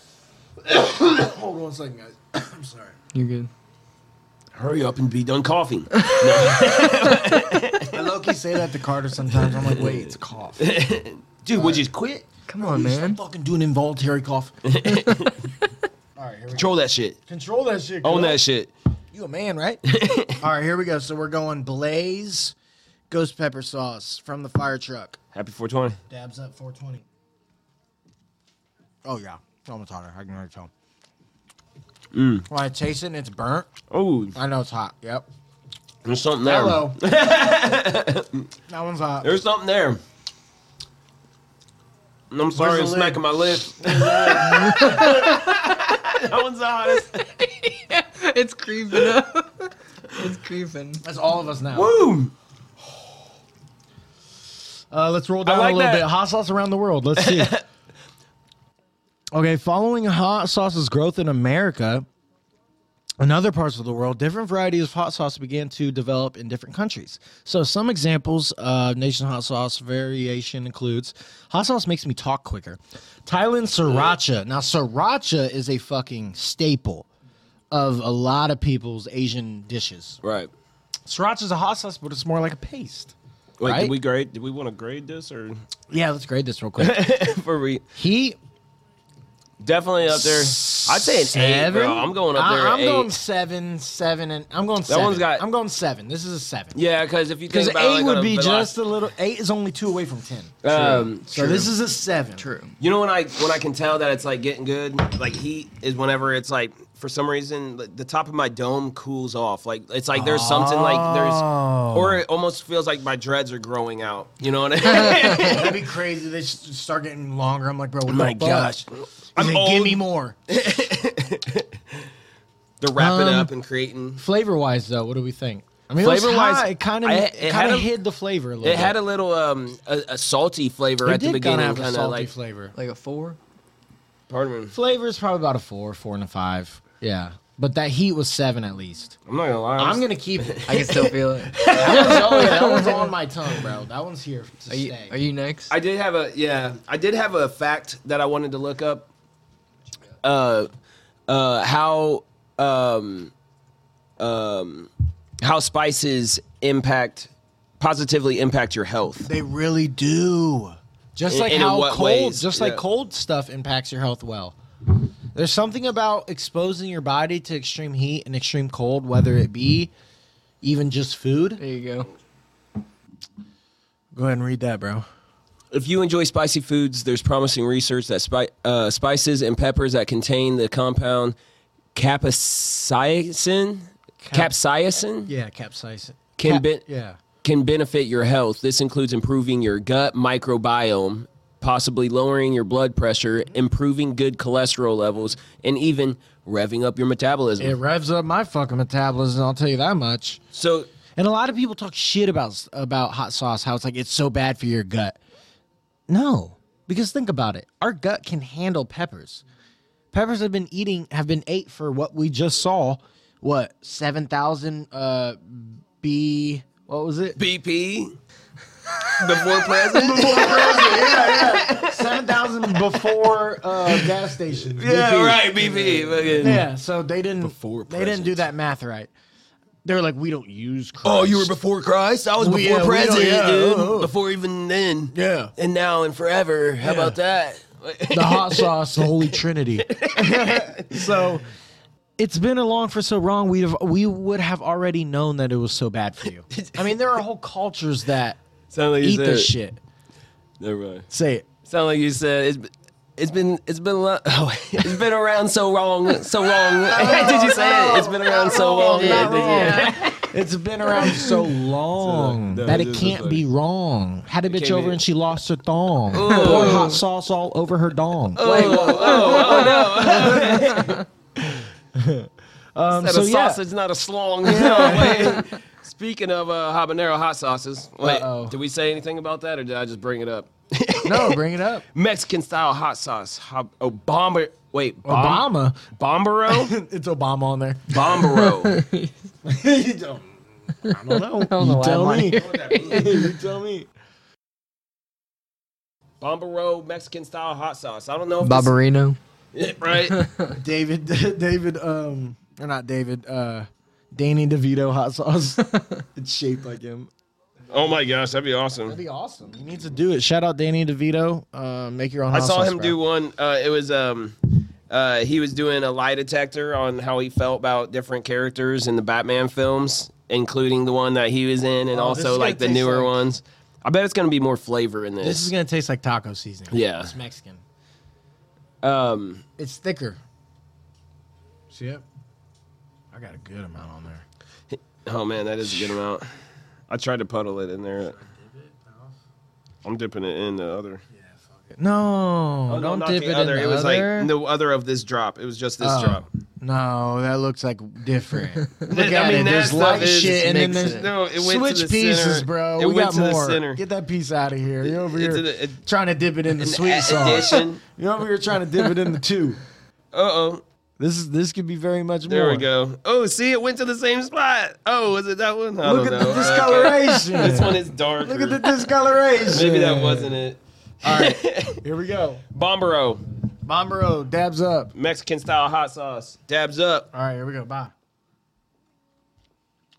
Speaker 4: (coughs) Hold on a second, guys. (coughs) I'm sorry.
Speaker 5: You're good.
Speaker 1: Hurry up and be done coughing.
Speaker 4: I low key say that to Carter sometimes. I'm like, wait, it's a cough.
Speaker 1: Dude, would you just quit?
Speaker 5: Come on,
Speaker 4: I'm
Speaker 5: man.
Speaker 4: fucking doing involuntary cough. All right, here we go.
Speaker 1: Control that shit.
Speaker 4: Control that shit.
Speaker 1: Own
Speaker 4: girl.
Speaker 1: that shit.
Speaker 4: You a man, right? All right, here we go. So we're going blaze ghost pepper sauce from the fire truck.
Speaker 1: Happy 420.
Speaker 4: Dabs up 420. Oh yeah, it's almost hotter. I can already tell. When I taste it and it's burnt,
Speaker 1: Oh,
Speaker 4: I know it's hot. Yep.
Speaker 1: there's something there.
Speaker 4: Hello. that one's hot.
Speaker 1: There's something there. And I'm sorry, I'm
Speaker 4: Where's the
Speaker 1: smacking my lip. (laughs) that one's honest.
Speaker 5: (laughs) it's creeping up. (laughs) it's creeping.
Speaker 4: That's all of us now.
Speaker 1: Boom.
Speaker 4: Uh, let's roll down
Speaker 1: like
Speaker 4: a little
Speaker 1: that.
Speaker 4: bit. Hot sauce around the world. Let's (laughs) see. okay, following hot sauce's growth in America and other parts of the world, different varieties of hot sauce began to develop in different countries. So, some examples of nation hot sauce variation includes hot sauce makes me talk quicker. Thailand sriracha. Now, sriracha is a fucking staple of a lot of people's Asian dishes.
Speaker 1: Right.
Speaker 4: Sriracha is a hot sauce, but it's more like a paste.
Speaker 1: Wait,
Speaker 4: Right?
Speaker 1: did we grade? Did we want to grade this or
Speaker 4: Yeah, let's grade this real quick.
Speaker 1: (laughs)
Speaker 4: (laughs)
Speaker 1: for we
Speaker 4: He
Speaker 1: definitely up there? I'd say an eight, bro. I'm going up
Speaker 4: I-
Speaker 1: there. at
Speaker 4: I'm going
Speaker 1: eight.
Speaker 4: seven, seven, and I'm going. 7
Speaker 1: one's got-
Speaker 4: I'm going seven. This is a seven.
Speaker 1: Yeah, because if you
Speaker 4: because
Speaker 1: think
Speaker 4: eight
Speaker 1: about like, on
Speaker 4: would
Speaker 1: a
Speaker 4: be
Speaker 1: velo-
Speaker 4: just a little. Eight is only two away from ten.
Speaker 1: um,
Speaker 4: So this is a seven.
Speaker 5: True.
Speaker 1: You know when I when I can tell that it's like getting good, like heat is whenever it's like for some reason like, the top of my dome cools off. Like it's like there's something like there's
Speaker 4: Oh.
Speaker 1: or it almost feels like my dreads are growing out. You
Speaker 4: (laughs)
Speaker 1: know what I mean? (laughs)
Speaker 4: That'd be crazy. They should start getting longer. I'm like, bro, what
Speaker 1: my
Speaker 4: the fuck?
Speaker 1: gosh.
Speaker 4: He's
Speaker 1: I'm
Speaker 4: like,
Speaker 1: old.
Speaker 4: Give me more.
Speaker 1: They're wrapping
Speaker 4: Um,
Speaker 1: up and creating.
Speaker 4: Flavor wise, though, what do we think? I mean, flavor
Speaker 1: Flavor-wise,
Speaker 4: wise, it kind of
Speaker 1: I-
Speaker 4: it
Speaker 1: it had
Speaker 4: kind
Speaker 1: a-
Speaker 4: of hid the flavor a little.
Speaker 1: It had a
Speaker 4: bit.
Speaker 1: little um a, a salty flavor
Speaker 4: It
Speaker 1: at the
Speaker 4: did kinda
Speaker 1: beginning,
Speaker 4: have a
Speaker 1: kind of
Speaker 4: salty
Speaker 1: like.
Speaker 4: flavor.
Speaker 5: Like a four?
Speaker 1: Pardon me.
Speaker 4: Flavor is probably about a four, four and a five. Yeah, but that heat was seven at least.
Speaker 1: I'm not gonna lie. I'm,
Speaker 4: I'm gonna keep
Speaker 1: (laughs)
Speaker 4: it.
Speaker 5: I can still feel it.
Speaker 4: That one's, oh yeah, that one's on my tongue, bro. That one's here to
Speaker 5: Are you,
Speaker 4: stay.
Speaker 5: are you next?
Speaker 1: I did have a yeah. I did have a fact that I wanted to look up. Uh, uh, how um, um, how spices impact positively impact your health.
Speaker 4: they really do. Just
Speaker 1: In-
Speaker 4: like
Speaker 1: in
Speaker 4: how
Speaker 1: what
Speaker 4: cold,
Speaker 1: ways?
Speaker 4: just
Speaker 1: Yeah.
Speaker 4: like cold stuff impacts your health well. There's something about exposing your body to extreme heat and extreme cold, whether it be even just food.
Speaker 5: there you go.
Speaker 4: Go ahead and read that, bro.
Speaker 1: If you enjoy spicy foods, there's promising research that spi- uh, spices and peppers that contain the compound capsaicin, capsaicin,
Speaker 4: Yeah, capsaicin.
Speaker 1: Can
Speaker 4: Cap-
Speaker 1: ben-
Speaker 4: yeah.
Speaker 1: can benefit your health. This includes improving your gut microbiome, possibly lowering your blood pressure, improving good cholesterol levels, and even revving up your metabolism.
Speaker 4: It revs up my fucking metabolism, I'll tell you that much.
Speaker 1: so
Speaker 4: And a lot of people talk shit about about hot sauce, how it's like it's so bad for your gut. No, Because think about it, our gut can handle peppers. Peppers have been eating have been ate for what we just saw. What seven thousand uh B? What was it?
Speaker 1: BP before president.
Speaker 4: (laughs) Seven thousand before uh, gas
Speaker 1: (laughs)
Speaker 4: stations.
Speaker 1: yeah, right. BP. Fucking-
Speaker 4: Yeah, so they didn't.
Speaker 1: Before
Speaker 4: they didn't do that math right. They were like, we don't use. Christ.
Speaker 1: Oh, you were before Christ. I was before
Speaker 4: We- yeah, we don't-
Speaker 1: president,
Speaker 4: yeah,
Speaker 1: dude.
Speaker 4: oh, oh.
Speaker 1: Before even then.
Speaker 4: Yeah.
Speaker 1: And now and forever. How about that?
Speaker 4: the hot sauce, the Holy Trinity. (laughs) so it's been along for so long. We have we would have already known that it was so bad for you. (laughs) I mean, there are whole cultures that
Speaker 1: Sound like
Speaker 4: eat this shit.
Speaker 1: Never mind.
Speaker 4: Say it.
Speaker 1: Sound like you said it's. It's been it's been lo- (laughs) oh, it's been around so long so
Speaker 4: (laughs)
Speaker 1: long. (laughs) Did you say it? It's been around so long. Yeah,
Speaker 4: not
Speaker 1: did you-
Speaker 4: Oh,
Speaker 1: (laughs)
Speaker 4: wrong. It's been around so long
Speaker 1: So, no,
Speaker 4: that
Speaker 1: it
Speaker 4: it
Speaker 1: is
Speaker 4: can't
Speaker 1: like-
Speaker 4: be wrong. Had a bitch
Speaker 1: can't
Speaker 4: over
Speaker 1: be-
Speaker 4: and she lost her thong. Poured hot sauce all over her dong. Um,
Speaker 1: That
Speaker 4: so
Speaker 1: a
Speaker 4: yeah,
Speaker 1: sausage, not a slong. No, (laughs) wait. Speaking of uh, habanero hot sauces, wait,
Speaker 4: Uh-oh.
Speaker 1: did we say anything about that, or did I just bring it up? (laughs)
Speaker 4: no, bring it up.
Speaker 1: Mexican style hot sauce. Hab- oh, bomber. Wait, bomb-
Speaker 4: Obama.
Speaker 1: bombero,
Speaker 4: (laughs) It's Obama
Speaker 1: (laughs)
Speaker 4: on there.
Speaker 1: bombero.
Speaker 4: I don't
Speaker 5: know why I'm on
Speaker 4: me. (laughs) you tell me.
Speaker 1: Bombero Mexican style hot sauce. I don't know if this-
Speaker 5: Barbarino.
Speaker 1: right.
Speaker 4: David, (laughs) David, um, or not David, uh, Danny DeVito hot sauce. (laughs) it's shaped like him.
Speaker 1: Oh my gosh, that'd be awesome.
Speaker 4: That'd be awesome. You need to do it. Shout out Danny DeVito. Uh, make your own.
Speaker 1: I
Speaker 4: hot
Speaker 1: saw
Speaker 4: sauce,
Speaker 1: him
Speaker 4: bro.
Speaker 1: do one. Uh, it was um, uh, he was doing a lie detector on how he felt about different characters in the Batman films, including the one that he was in, and
Speaker 4: Oh,
Speaker 1: also
Speaker 4: this is gonna
Speaker 1: like the
Speaker 4: taste
Speaker 1: newer
Speaker 4: like-
Speaker 1: ones. I bet it's gonna be more flavor in this.
Speaker 4: This is gonna taste like taco seasoning.
Speaker 1: Yeah.
Speaker 4: it's Mexican.
Speaker 1: um,
Speaker 4: It's thicker. See it? I got a good amount on there.
Speaker 1: oh man, that is a good amount. I tried to puddle it in there. I'm dipping it in the other.
Speaker 4: No,
Speaker 1: Oh, no,
Speaker 4: don't
Speaker 1: not
Speaker 4: dip
Speaker 1: the
Speaker 4: it
Speaker 1: other.
Speaker 4: in the
Speaker 1: It was
Speaker 4: other.
Speaker 1: like no other of this drop. It was just this
Speaker 4: Oh.
Speaker 1: drop.
Speaker 4: No, that looks like
Speaker 1: (laughs)
Speaker 4: different.
Speaker 1: I
Speaker 4: Look at
Speaker 1: mean,
Speaker 4: it.
Speaker 1: that
Speaker 4: There's
Speaker 1: stuff
Speaker 4: light
Speaker 1: is-
Speaker 4: shit, and then
Speaker 5: makes
Speaker 4: there's
Speaker 5: sense.
Speaker 1: No, it went
Speaker 4: switch
Speaker 1: to the
Speaker 4: pieces,
Speaker 1: center.
Speaker 4: bro.
Speaker 1: It
Speaker 4: we
Speaker 1: went
Speaker 4: got
Speaker 1: to the
Speaker 4: more.
Speaker 1: center.
Speaker 4: Get that piece out of here. You're over
Speaker 1: It- it
Speaker 4: here
Speaker 1: did a-
Speaker 4: trying to dip it in the sweet
Speaker 1: a-
Speaker 4: sauce.
Speaker 1: addition.
Speaker 4: You're over here trying to dip it in the two.
Speaker 1: Uh oh.
Speaker 4: This is this could be very much
Speaker 1: There
Speaker 4: more.
Speaker 1: we go. Oh, see, it went to the same spot. Oh, was it that one? I
Speaker 4: Look
Speaker 1: don't
Speaker 4: at
Speaker 1: know. Okay.
Speaker 4: the discoloration.
Speaker 1: This one is darker.
Speaker 4: Look at the discoloration.
Speaker 1: Maybe that wasn't it. All right.
Speaker 4: Here we go.
Speaker 1: Bombero,
Speaker 4: Bombero dabs up.
Speaker 1: Mexican style hot sauce. Dabs up.
Speaker 4: All right, here we go. Bye.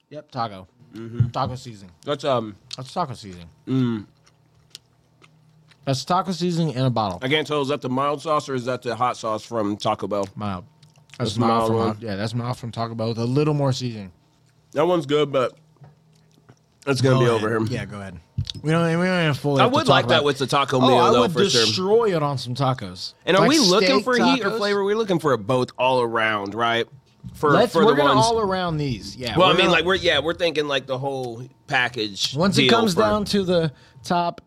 Speaker 4: Yep, taco. Taco seasoning.
Speaker 1: That's um.
Speaker 4: That's taco seasoning.
Speaker 1: Mm-hmm. Mm.
Speaker 4: That's taco seasoning in a bottle.
Speaker 1: I can't tell. Is that the mild sauce or is that the hot sauce from Taco Bell?
Speaker 4: Mild. That's,
Speaker 1: That's
Speaker 4: mild,
Speaker 1: mild one.
Speaker 4: from yeah. That's mild from Taco Bell with a little more seasoning.
Speaker 1: That one's good, but it's gonna be
Speaker 4: Go
Speaker 1: over
Speaker 4: ahead.
Speaker 1: him.
Speaker 4: Yeah, go ahead. We don't. We don't even fully.
Speaker 1: I
Speaker 4: have to
Speaker 1: would
Speaker 4: talk
Speaker 1: like that
Speaker 4: about-
Speaker 1: with the taco
Speaker 4: Oh,
Speaker 1: meal
Speaker 4: I
Speaker 1: though,
Speaker 4: would
Speaker 1: for sure.
Speaker 4: destroy it on some tacos.
Speaker 1: And are
Speaker 4: Like
Speaker 1: we looking
Speaker 4: steak
Speaker 1: for heat or
Speaker 4: tacos?
Speaker 1: flavor? We're looking for a both all around, right? For
Speaker 4: Let's.
Speaker 1: for
Speaker 4: we're
Speaker 1: the
Speaker 4: gonna
Speaker 1: ones.
Speaker 4: all around these. Yeah.
Speaker 1: well, I
Speaker 4: we're
Speaker 1: mean,
Speaker 4: gonna-
Speaker 1: like we're yeah, we're thinking like the whole package.
Speaker 4: once it
Speaker 1: deal
Speaker 4: comes
Speaker 1: for-
Speaker 4: down to the top.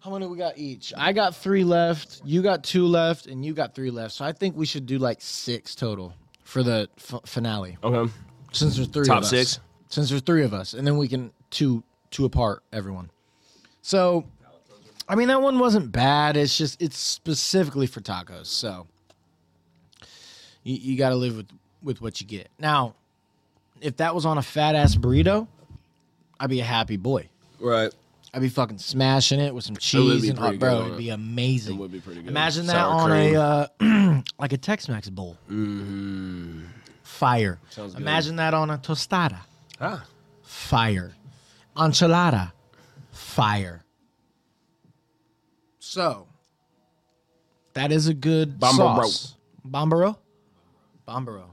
Speaker 4: How many we got each? I got three left. You got two left, and you got three left. So I think we should do like six total for the f- finale.
Speaker 1: okay,
Speaker 4: Since there's three
Speaker 1: Top
Speaker 4: of us.
Speaker 1: six?
Speaker 4: Since there's three of us, and then we can two two apart everyone. So, I mean that one wasn't bad. It's just it's specifically for tacos, so you, you got to live with with what you get. Now, if that was on a fat ass burrito, I'd be a happy boy.
Speaker 1: right?
Speaker 4: I'd be fucking smashing it with some
Speaker 1: would
Speaker 4: cheese
Speaker 1: be
Speaker 4: and
Speaker 1: pretty
Speaker 4: hot bro.
Speaker 1: good
Speaker 4: It'd
Speaker 1: on
Speaker 4: be amazing.
Speaker 1: It would be pretty good.
Speaker 4: Imagine that
Speaker 1: Sour
Speaker 4: on
Speaker 1: cream. Mm-hmm.
Speaker 4: a uh, (clears throat) like a Tex-Mex bowl. Fire.
Speaker 1: Sounds good.
Speaker 4: Imagine that on a tostada.
Speaker 1: Ah.
Speaker 4: Fire. Enchilada. Fire. So that is a good
Speaker 1: Bombero.
Speaker 4: sauce. Bombero. Bombero.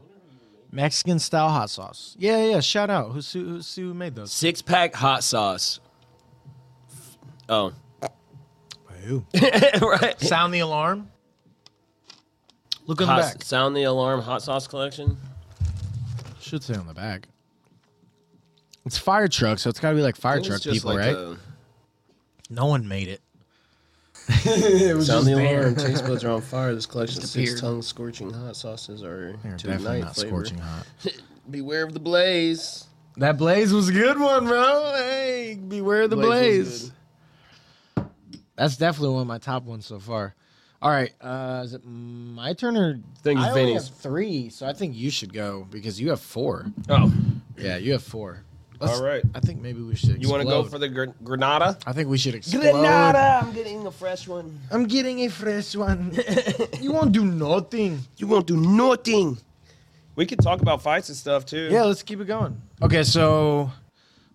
Speaker 4: Mexican style hot sauce. Yeah, yeah. Shout out. Who's who, who's who made those?
Speaker 1: six pack hot sauce. Oh, (laughs) right.
Speaker 4: Sound the alarm. Look on the back.
Speaker 1: Hot, sound the alarm. Hot sauce collection.
Speaker 4: Should say on the back. It's fire truck, so it's got to be like fire truck people, right? No one made it. it was
Speaker 1: Sound the
Speaker 4: just there.
Speaker 1: alarm. (laughs) Taste buds are on fire. This collection of
Speaker 5: appeared.
Speaker 1: six tongue scorching hot sauces are
Speaker 4: They're
Speaker 1: to
Speaker 4: definitely
Speaker 1: ignite
Speaker 4: not
Speaker 1: flavor.
Speaker 4: scorching hot.
Speaker 1: Beware of the blaze.
Speaker 4: That blaze was a good one, bro. Hey, beware of the
Speaker 1: Blaze
Speaker 4: blaze.
Speaker 1: was
Speaker 4: That's definitely one of my top ones so far. All right, uh, is it my turn or
Speaker 1: I think it's
Speaker 4: I only
Speaker 1: Vinny's.
Speaker 4: have three, so I think you should go because you have four.
Speaker 1: Oh,
Speaker 4: Yeah, you have four.
Speaker 1: all right.
Speaker 4: I think maybe we should.
Speaker 1: You want to go for the gr- Granada?
Speaker 4: I think we should explode.
Speaker 1: Granada! I'm getting a fresh one.
Speaker 4: I'm getting a fresh (laughs) one. you won't do nothing.
Speaker 1: You won't do nothing. We could talk about fights and stuff too.
Speaker 4: Yeah, let's keep it going. Okay, so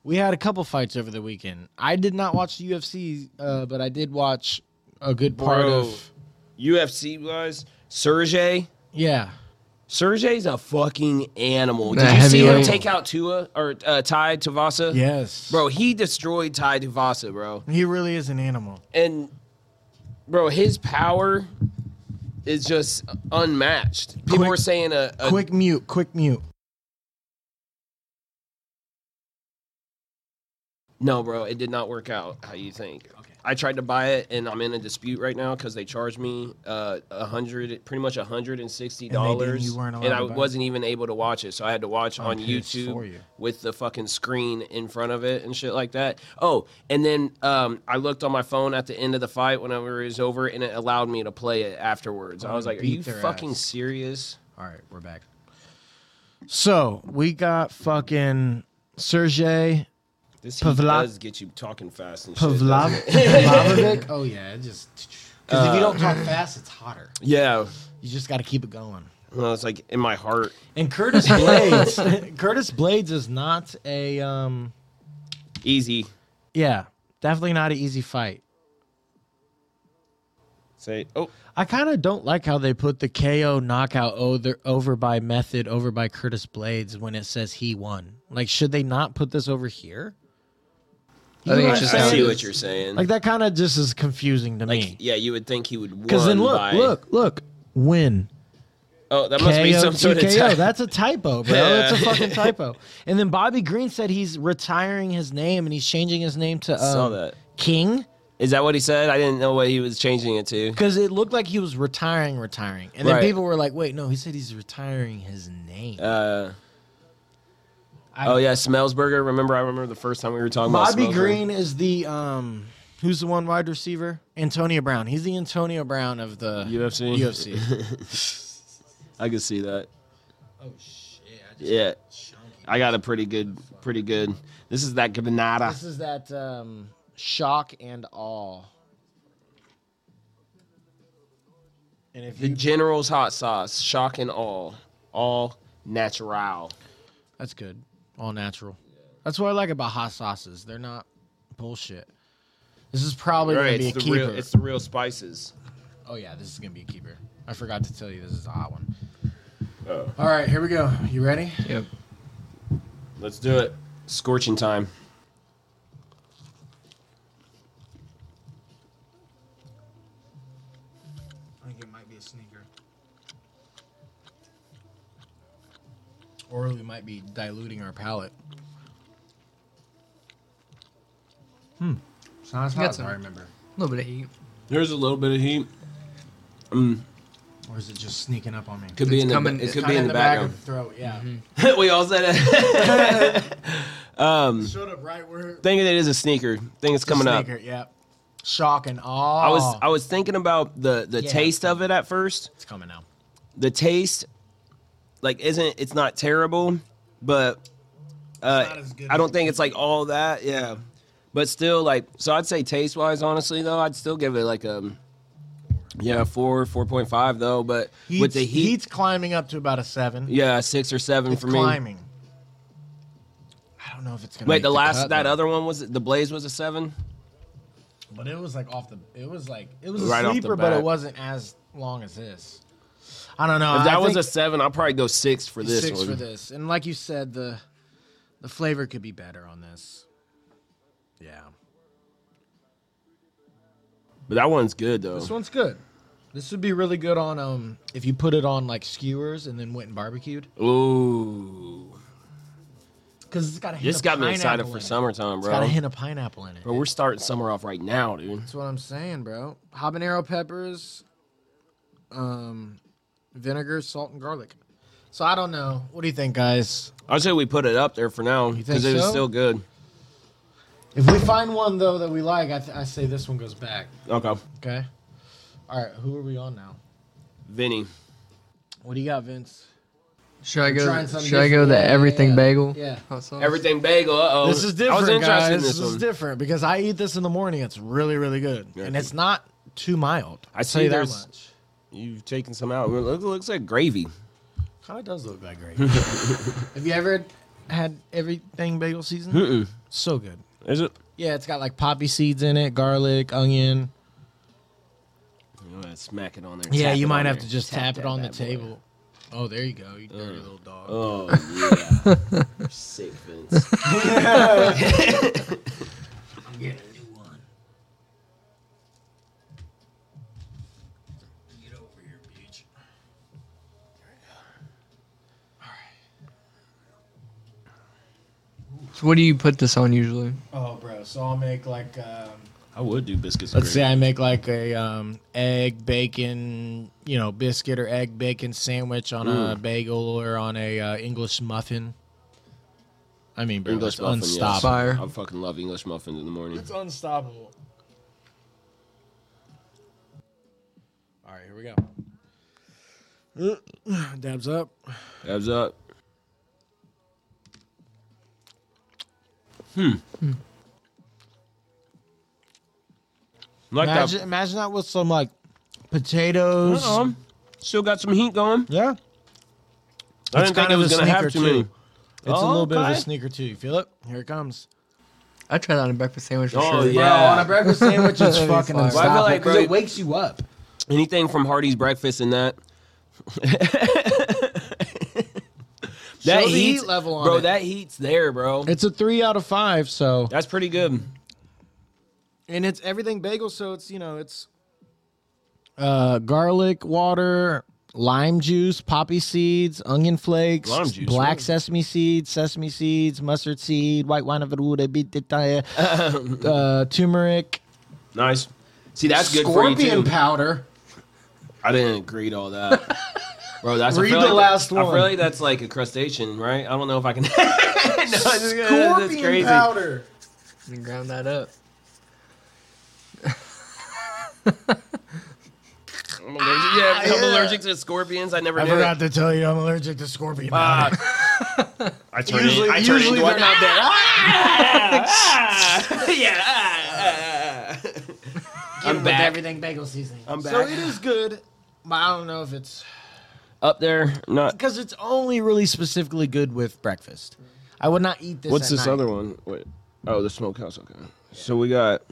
Speaker 4: we had a couple fights over the weekend. I did not watch the UFC, uh, but I did watch a good part
Speaker 1: Bro.
Speaker 4: of.
Speaker 1: UFC wise, Sergey.
Speaker 4: Yeah,
Speaker 1: Sergey's a fucking animal.
Speaker 5: That
Speaker 1: Did you see him
Speaker 5: heavyweight.
Speaker 1: take out Tua or uh, Ty Tavasa?
Speaker 4: yes,
Speaker 1: Bro, he destroyed Ty Tavasa, bro.
Speaker 4: He really is an animal.
Speaker 1: And bro, his power is just unmatched. People
Speaker 4: Quick-
Speaker 1: were saying a, a
Speaker 4: Quick mute, quick mute.
Speaker 1: No, bro, it did not work out how you think. I tried to buy it, and I'm in a dispute right now because they charged me uh, a hundred, pretty much a hundred and sixty dollars,
Speaker 4: you weren't allowed
Speaker 1: and I
Speaker 4: to buy it?
Speaker 1: wasn't even able to watch it. So I had to watch on
Speaker 4: pissed for
Speaker 1: YouTube
Speaker 4: you.
Speaker 1: with the fucking screen in front of it and shit like that. Oh, and then um, I looked on my phone at the end of the fight whenever it was over, and it allowed me to play it afterwards. I was like, "Are
Speaker 4: beat
Speaker 1: you
Speaker 4: their
Speaker 1: fucking
Speaker 4: ass.
Speaker 1: serious?"
Speaker 4: All right, we're back. So we got fucking Sergey
Speaker 1: This heat
Speaker 4: Pavla-
Speaker 1: does get you talking fast and shit.
Speaker 4: (laughs) Pavlov- Pavlovic. Oh yeah, it just because if you don't talk fast, it's hotter.
Speaker 1: Yeah,
Speaker 4: Uh, You just got to keep it going.
Speaker 1: And I was like in my heart.
Speaker 4: And Curtis Blades, Curtis Blades is not a um,
Speaker 1: Easy,
Speaker 4: yeah, definitely not an easy fight.
Speaker 1: say, "Oh."
Speaker 4: I kind of don't like how they put the KO knockout over, over by method over by Curtis Blades when it says he won. Like, should they not put this over here?
Speaker 5: I think it's
Speaker 4: You
Speaker 5: just
Speaker 4: know
Speaker 1: I
Speaker 4: I'm
Speaker 1: see
Speaker 4: saying?
Speaker 1: what you're saying.
Speaker 4: Like that kind of just is confusing to me.
Speaker 1: yeah, you would think he would.
Speaker 4: Because
Speaker 1: Because
Speaker 4: then look,
Speaker 1: by,
Speaker 4: look, look, win.
Speaker 1: Oh, that must be
Speaker 4: KO,
Speaker 1: some sort of.
Speaker 4: TKO.
Speaker 1: type-
Speaker 4: That's a typo, bro.
Speaker 1: Yeah.
Speaker 4: That's a
Speaker 1: (laughs)
Speaker 4: fucking typo. And then Bobby Green said he's retiring his name and he's changing his name to um,
Speaker 1: saw that.
Speaker 4: King
Speaker 1: Is that what he said? I didn't know what he was changing it to.
Speaker 4: because it looked like he was retiring, retiring. And then
Speaker 1: Right.
Speaker 4: people were like, "Wait, no, he said he's retiring his name."
Speaker 1: Uh,
Speaker 4: I-
Speaker 1: oh yeah, Smellsburger. Remember, I remember the first time we were talking
Speaker 4: Bobby
Speaker 1: about Smellsburger.
Speaker 4: Green is the um who's the one wide receiver? Antonio Brown. He's the Antonio Brown of the
Speaker 1: UFC. (laughs)
Speaker 4: UFC.
Speaker 1: I could see that.
Speaker 4: oh shit. I just
Speaker 1: Yeah, I got a pretty good, pretty good. This is that Granada.
Speaker 4: This is that um shock and awe. And if
Speaker 1: The
Speaker 4: you,
Speaker 1: General's hot sauce, shock and all, all natural.
Speaker 4: that's good. All natural. That's what I like about hot sauces. They're not bullshit. This is probably gonna
Speaker 1: Right,
Speaker 4: be a
Speaker 1: it's the
Speaker 4: keeper.
Speaker 1: real, it's the real spices.
Speaker 4: Oh yeah, this is gonna be a keeper. I forgot to tell you this is a hot one. All right, here we go. You ready?
Speaker 5: Yep.
Speaker 1: Let's do it. Scorching time.
Speaker 4: I think it might be a sneaker. Or we might be diluting our palate. Hmm.
Speaker 1: Hmm.
Speaker 4: It's not as hot
Speaker 5: Got
Speaker 4: as
Speaker 5: some.
Speaker 4: I remember.
Speaker 5: A little bit of heat.
Speaker 1: There's a little bit of heat.
Speaker 4: Or is it just sneaking up on me?
Speaker 1: Could be
Speaker 5: It's
Speaker 1: in the
Speaker 5: coming-
Speaker 1: it
Speaker 5: it's
Speaker 1: could
Speaker 4: Kinda
Speaker 1: be in the background.
Speaker 4: of the throat, yeah.
Speaker 1: (laughs) we all said
Speaker 4: (laughs)
Speaker 1: it.
Speaker 4: Showed up right where
Speaker 1: Think it is a sneaker. Think it's coming up.
Speaker 4: sneaker, yeah. Shock and awe.
Speaker 1: I was I was thinking about the the
Speaker 4: Yeah.
Speaker 1: taste of it at first.
Speaker 4: it's coming now.
Speaker 1: The taste, like, isn't it's not terrible, but uh,
Speaker 4: not as good
Speaker 1: I
Speaker 4: as
Speaker 1: don't think it's like all that. Yeah, but still, like, so I'd say taste wise, honestly though, I'd still give it like um, yeah, four four point five though. But
Speaker 4: Heat's,
Speaker 1: with the heat,
Speaker 4: heat's climbing up to about a seven.
Speaker 1: yeah, six or seven
Speaker 4: it's
Speaker 1: for me.
Speaker 4: climbing. I don't know if it's gonna
Speaker 1: Wait,
Speaker 4: make
Speaker 1: the last
Speaker 4: cut,
Speaker 1: that
Speaker 4: though.
Speaker 1: other one was the blaze was a seven.
Speaker 4: But it was like off the. It was like it was a
Speaker 1: Right off the
Speaker 4: sleeper, but it
Speaker 1: bat.
Speaker 4: wasn't as long as this. I don't know.
Speaker 1: If that
Speaker 4: I
Speaker 1: was a
Speaker 4: think
Speaker 1: seven, I'll probably go six for this
Speaker 4: six
Speaker 1: one.
Speaker 4: for this, and like you said, the the flavor could be better on this. Yeah,
Speaker 1: But that one's good though.
Speaker 4: this one's good. This would be really good on um if you put it on like skewers and then went and barbecued
Speaker 1: Ooh,
Speaker 4: because it's got a hint
Speaker 1: this
Speaker 4: of
Speaker 1: got me
Speaker 4: pineapple
Speaker 1: excited
Speaker 4: in
Speaker 1: for
Speaker 4: it.
Speaker 1: summertime,
Speaker 4: It's got a
Speaker 1: bro.
Speaker 4: hint of pineapple in it.
Speaker 1: Bro, we're starting summer off right now, dude.
Speaker 4: That's what I'm saying, bro. Habanero peppers, um, vinegar, salt, and garlic. So I don't know. What do you think, guys?
Speaker 1: I say we put it up there for now
Speaker 4: think
Speaker 1: because it was
Speaker 4: so?
Speaker 1: still good.
Speaker 4: If we find one though that we like, I, th- I say this one goes back.
Speaker 1: Okay.
Speaker 4: Okay. All right. Who are we on now?
Speaker 1: Vinny.
Speaker 4: What do you got, Vince?
Speaker 5: Should I
Speaker 4: trying
Speaker 5: go?
Speaker 4: something
Speaker 5: Should I go
Speaker 4: different.
Speaker 5: the
Speaker 4: Yeah, yeah,
Speaker 5: everything
Speaker 4: yeah.
Speaker 5: bagel?
Speaker 4: Yeah.
Speaker 5: Hot sauce?
Speaker 1: Everything bagel. Uh oh.
Speaker 4: This is different,
Speaker 1: I was interested
Speaker 4: guys.
Speaker 1: in this,
Speaker 4: is
Speaker 1: one.
Speaker 4: different because I eat this in the morning. It's really, really good,
Speaker 1: Yeah.
Speaker 4: and it's not too mild.
Speaker 1: I see
Speaker 4: tell you that
Speaker 1: there's-
Speaker 4: much.
Speaker 1: You've taken some out. It looks, looks like gravy.
Speaker 4: Kind of does look that (laughs) great. Have you ever had everything bagel season?
Speaker 1: Mm-mm.
Speaker 4: So good.
Speaker 1: Is it?
Speaker 4: Yeah, it's got like poppy seeds in it, garlic, onion.
Speaker 1: You know, smack it on there.
Speaker 4: Yeah,
Speaker 1: Tap
Speaker 4: you
Speaker 1: it
Speaker 4: might
Speaker 1: on
Speaker 4: have
Speaker 1: there.
Speaker 4: to just tap, it
Speaker 1: that
Speaker 4: on the
Speaker 1: bad boy.
Speaker 4: table. Oh, there you go, you dirty little dog.
Speaker 1: Oh
Speaker 4: (laughs)
Speaker 1: yeah. Sick Vince.
Speaker 4: Get over here, bitch.
Speaker 5: So what do you put this on usually?
Speaker 4: Oh, bro. So I'll make like um,
Speaker 1: I would do biscuits. and
Speaker 4: let's say I make like a um, egg bacon, you know, biscuit or egg bacon sandwich on a bagel or on a uh, English muffin. I mean, bro,
Speaker 1: English
Speaker 4: it's
Speaker 1: muffin. yes.
Speaker 4: unstoppable.
Speaker 5: Fire.
Speaker 1: I fucking love English muffins in the morning.
Speaker 4: It's unstoppable. All right, here we go. (clears throat) Dabs up.
Speaker 1: Abs up. Hmm. Like
Speaker 4: imagine,
Speaker 1: that.
Speaker 4: imagine that with some like potatoes.
Speaker 1: Uh-oh. Still got some heat going.
Speaker 4: Yeah,
Speaker 1: I
Speaker 4: It's
Speaker 1: didn't think
Speaker 4: kind
Speaker 1: I
Speaker 4: of
Speaker 1: was
Speaker 4: a
Speaker 1: gonna have
Speaker 4: sneaker,
Speaker 1: too many.
Speaker 4: too. it's a little bit of a
Speaker 1: Okay.
Speaker 4: sneaker too. You feel it? Here it comes.
Speaker 5: I try that on a breakfast sandwich for
Speaker 1: Oh,
Speaker 5: sure.
Speaker 1: yeah.
Speaker 4: (laughs) breakfast sandwich, it's fucking
Speaker 5: Well, I feel
Speaker 4: unstoppable
Speaker 1: like, bro,
Speaker 4: 'cause
Speaker 1: you-
Speaker 4: it wakes you up.
Speaker 1: Anything from Hardy's breakfast and
Speaker 4: (laughs)
Speaker 1: that.
Speaker 4: Show the heat
Speaker 1: heat's-
Speaker 4: level on
Speaker 1: bro.
Speaker 4: it.
Speaker 1: That heat's there, bro.
Speaker 4: It's a three out of five. So
Speaker 1: That's pretty good.
Speaker 4: and it's everything bagel. So it's you know it's uh, garlic water, lime juice, poppy seeds, onion flakes,
Speaker 1: Lime juice,
Speaker 4: black
Speaker 1: really?
Speaker 4: sesame seeds, sesame seeds, mustard seed, white wine
Speaker 1: (laughs)
Speaker 4: of it, uh, turmeric,
Speaker 1: Nice. See, that's good for you
Speaker 4: scorpion
Speaker 1: too.
Speaker 4: powder.
Speaker 1: I didn't agree to all
Speaker 4: (laughs)
Speaker 1: that, bro. That's I
Speaker 4: Read
Speaker 1: feel
Speaker 4: the
Speaker 1: like-
Speaker 4: last
Speaker 1: I
Speaker 4: one.
Speaker 1: feel like that's like a crustacean, right? I don't know if I can. (laughs) no, it's just- (laughs) that's crazy.
Speaker 4: powder.
Speaker 5: And ground that up.
Speaker 1: I'm allergic, yeah, I'm allergic to scorpions. I never
Speaker 4: I
Speaker 1: knew.
Speaker 4: forgot
Speaker 1: It.
Speaker 4: to tell you I'm allergic to scorpion powder.
Speaker 1: Ah.
Speaker 4: (laughs)
Speaker 1: I turn
Speaker 4: Usually-
Speaker 1: in, I turn
Speaker 4: usually
Speaker 1: into
Speaker 4: they're
Speaker 1: one
Speaker 4: not
Speaker 1: out there. Ah! (laughs) Ah! yeah.
Speaker 4: (laughs)
Speaker 1: ah, ah. I'm back.
Speaker 4: bagel seasoning.
Speaker 1: I'm
Speaker 4: So
Speaker 1: back.
Speaker 4: it is good, but I don't know if it's
Speaker 1: Up there, not
Speaker 4: because it's only really specifically good with breakfast. I would not eat this.
Speaker 1: What's
Speaker 4: at
Speaker 1: this
Speaker 4: night.
Speaker 1: other one? Wait. Oh, the smokehouse. Okay. So we got.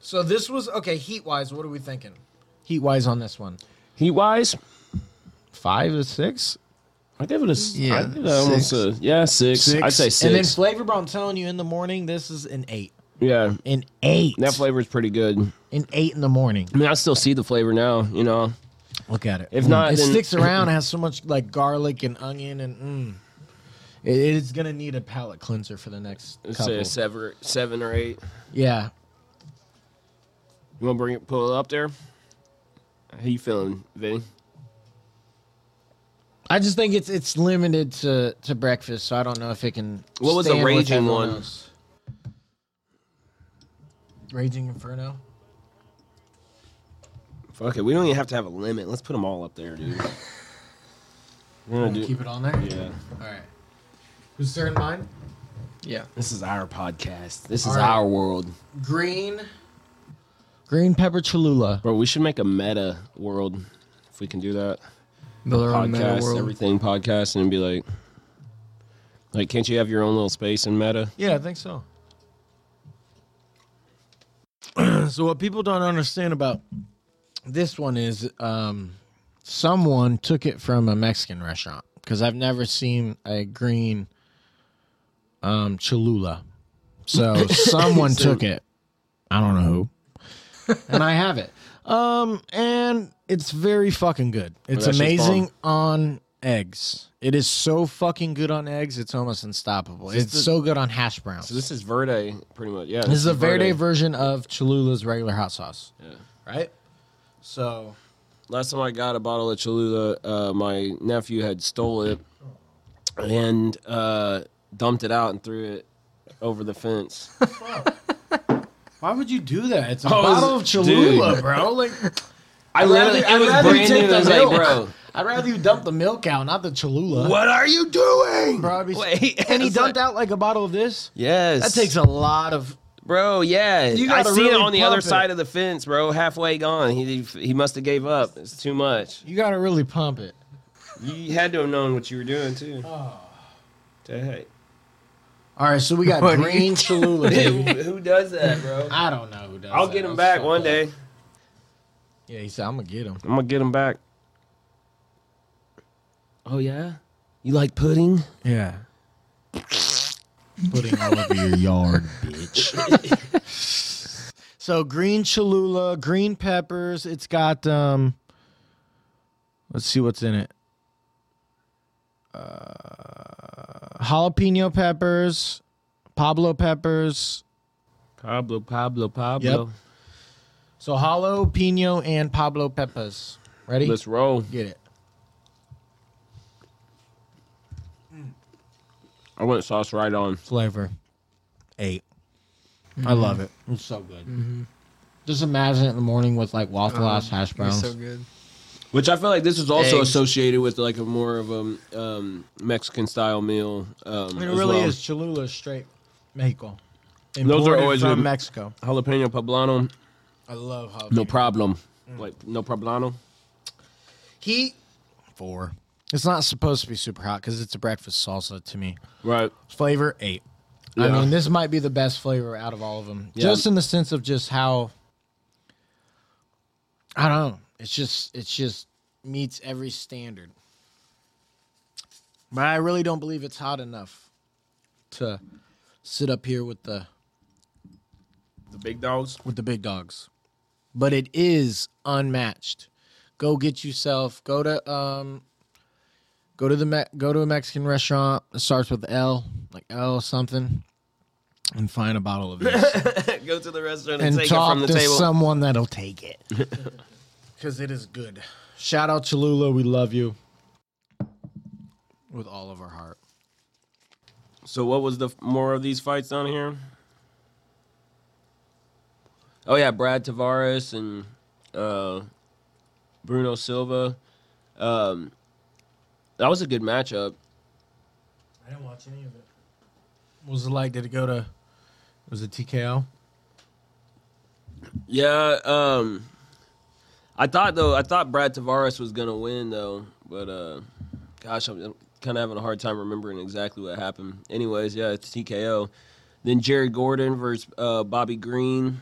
Speaker 4: So this was okay. Heat wise, what are we thinking? Heat wise on this one,
Speaker 1: Heat wise,
Speaker 4: five to six.
Speaker 1: I give it a. s-
Speaker 5: Yeah,
Speaker 1: I give it almost a. Yeah, 6 six. I'd say
Speaker 4: And then
Speaker 1: six.
Speaker 4: flavor, bro. I'm telling you, in the morning, this is an eight.
Speaker 1: yeah,
Speaker 4: An eight.
Speaker 1: that flavor's pretty good.
Speaker 4: An eight in the morning.
Speaker 1: I mean, I still see the flavor now. You know,
Speaker 4: Look at it.
Speaker 1: If not,
Speaker 4: it
Speaker 1: then- (clears throat)
Speaker 4: sticks around. It has so much like garlic and onion, and mm, it, it's gonna need a palate cleanser for the next
Speaker 1: I'd say
Speaker 4: couple.
Speaker 1: a seven, seven or eight.
Speaker 4: Yeah,
Speaker 1: You want to bring it, pull it up there? How you feeling, Vinny?
Speaker 4: I just think it's it's limited to to breakfast, so I don't know if it can.
Speaker 1: What was the
Speaker 4: stand with
Speaker 1: raging
Speaker 4: everyone
Speaker 1: one?
Speaker 4: else. Raging Inferno.
Speaker 1: Fuck it, we don't even have to have a limit. Let's put them all up there, dude. We're gonna do.
Speaker 4: Keep it on there.
Speaker 1: Yeah,
Speaker 4: All right. Who's third in mine?
Speaker 5: Yeah.
Speaker 1: this is our podcast. This is
Speaker 4: All right.
Speaker 1: our world,
Speaker 4: Green. Green pepper Cholula.
Speaker 1: bro. We should make a meta world if we can do that.
Speaker 5: Build our own meta
Speaker 1: podcast,
Speaker 5: world.
Speaker 1: everything podcast, and be like, like, can't you have your own little space in meta?
Speaker 4: Yeah, I think so. (clears throat) so what people don't understand about this one is um, someone took it from a Mexican restaurant because I've never seen a green um, Cholula. (laughs) So someone took it. I don't know who. and I have it. Um, and it's very fucking good. It's
Speaker 1: that shit's
Speaker 4: amazing on eggs. It is so fucking good on eggs. It's almost unstoppable. It's
Speaker 1: the-
Speaker 4: so good on hash browns.
Speaker 1: So this is Verde, pretty much. Yeah,
Speaker 4: This is a Verde version of Cholula's regular hot sauce. Yeah. Right? So,
Speaker 1: Last time I got a bottle of Cholula, uh, my nephew had stole it, and uh, dumped it out and threw it over the fence.
Speaker 4: Why would you do that? It's a
Speaker 1: Oh,
Speaker 4: bottle of
Speaker 1: dude.
Speaker 4: Cholula, bro. Like
Speaker 1: (laughs) I literally,
Speaker 4: rather- I'd
Speaker 1: it was
Speaker 4: rather
Speaker 1: brand new.
Speaker 4: take
Speaker 1: It
Speaker 4: the
Speaker 1: was like,
Speaker 4: milk.
Speaker 1: bro,
Speaker 4: I'd rather you dump the milk out, not the
Speaker 1: (laughs)
Speaker 4: Cholula.
Speaker 1: what are you doing?
Speaker 4: Bro, I'd be-
Speaker 1: Wait, (laughs)
Speaker 4: And he
Speaker 1: it's like-
Speaker 4: dumped out like a bottle of this.
Speaker 1: Yes,
Speaker 4: That takes a lot of.
Speaker 1: bro. Yeah,
Speaker 4: You
Speaker 1: I
Speaker 4: gotta
Speaker 1: seen it
Speaker 4: really
Speaker 1: on the other
Speaker 4: pump it.
Speaker 1: side of the fence, bro. Halfway gone, he he must have gave up. It's too much.
Speaker 4: You gotta really pump it.
Speaker 1: You had to have known what you were doing too.
Speaker 4: Ah.
Speaker 1: The heck?
Speaker 4: All right, so we got
Speaker 5: What do you
Speaker 1: (laughs)
Speaker 4: green Cholula.
Speaker 1: Who
Speaker 4: Dude.
Speaker 1: who does that,
Speaker 4: (laughs)
Speaker 1: bro?
Speaker 4: I don't know who does.
Speaker 1: I'll
Speaker 4: that.
Speaker 1: get him
Speaker 4: That's
Speaker 1: back one
Speaker 4: fucked
Speaker 1: day.
Speaker 4: up. Yeah, he said I'm gonna get him.
Speaker 1: I'm gonna get him back. Oh yeah, you like pudding?
Speaker 4: Yeah. Putting all over your yard, bitch. so green Cholula, green peppers. It's got um. Let's see what's in it. Uh, jalapeno peppers, Pablo peppers.
Speaker 1: Pablo, Pablo,
Speaker 4: Pablo. So jalapeno and Pablo peppers. Ready?
Speaker 1: Let's roll.
Speaker 4: get it.
Speaker 1: I went sauce right on.
Speaker 4: flavor. 8 I love it. It's so good. Just imagine it in the morning with like waffle house hash
Speaker 5: It'd be
Speaker 4: browns.
Speaker 5: so good.
Speaker 1: Which I feel like this is also
Speaker 5: Eggs.
Speaker 1: associated with like a more of a um, Mexican style meal. Um,
Speaker 4: It
Speaker 1: as
Speaker 4: really
Speaker 1: well.
Speaker 4: is Cholula straight Mexico.
Speaker 1: are
Speaker 4: Imported
Speaker 1: always
Speaker 4: from
Speaker 1: good.
Speaker 4: Mexico.
Speaker 1: Jalapeno poblano,
Speaker 4: I love how
Speaker 1: no problem. Like no poblano.
Speaker 4: he four. It's not supposed to be super hot because it's a breakfast salsa to me.
Speaker 1: Right.
Speaker 4: Flavor eight. I
Speaker 1: Yeah.
Speaker 4: mean, this might be the best flavor out of all of them,
Speaker 1: Yeah.
Speaker 4: just in the sense of just how I don't know. It's just it's just meets every standard. But I really don't believe it's hot enough to sit up here with the
Speaker 1: The big dogs. (laughs)
Speaker 4: with the big dogs. But it is unmatched. Go get yourself. Go to um. Go to the Me- go to a Mexican restaurant. It starts with L, like L something, and find a
Speaker 1: (laughs)
Speaker 4: bottle of this
Speaker 1: Go to the restaurant and,
Speaker 4: and
Speaker 1: take it
Speaker 4: talk
Speaker 1: from the
Speaker 4: to
Speaker 1: table.
Speaker 4: someone that'll
Speaker 1: (laughs)
Speaker 4: take it because it is good. Shout out Cholula, we love you with all of our heart.
Speaker 1: so what was the f- more of these fights on here? Oh yeah, Brad Tavares and uh, Bruno Silva. Um, that was a good matchup.
Speaker 4: I didn't watch any of it. What was it like? Did it go to? Was it TKO?
Speaker 1: Yeah, um I thought though I thought Brad Tavares was gonna win though, but uh gosh, I'm, kind of having a hard time remembering exactly what happened. Anyways, yeah, it's TKO. Then Jerry Gordon versus uh, Bobby Green.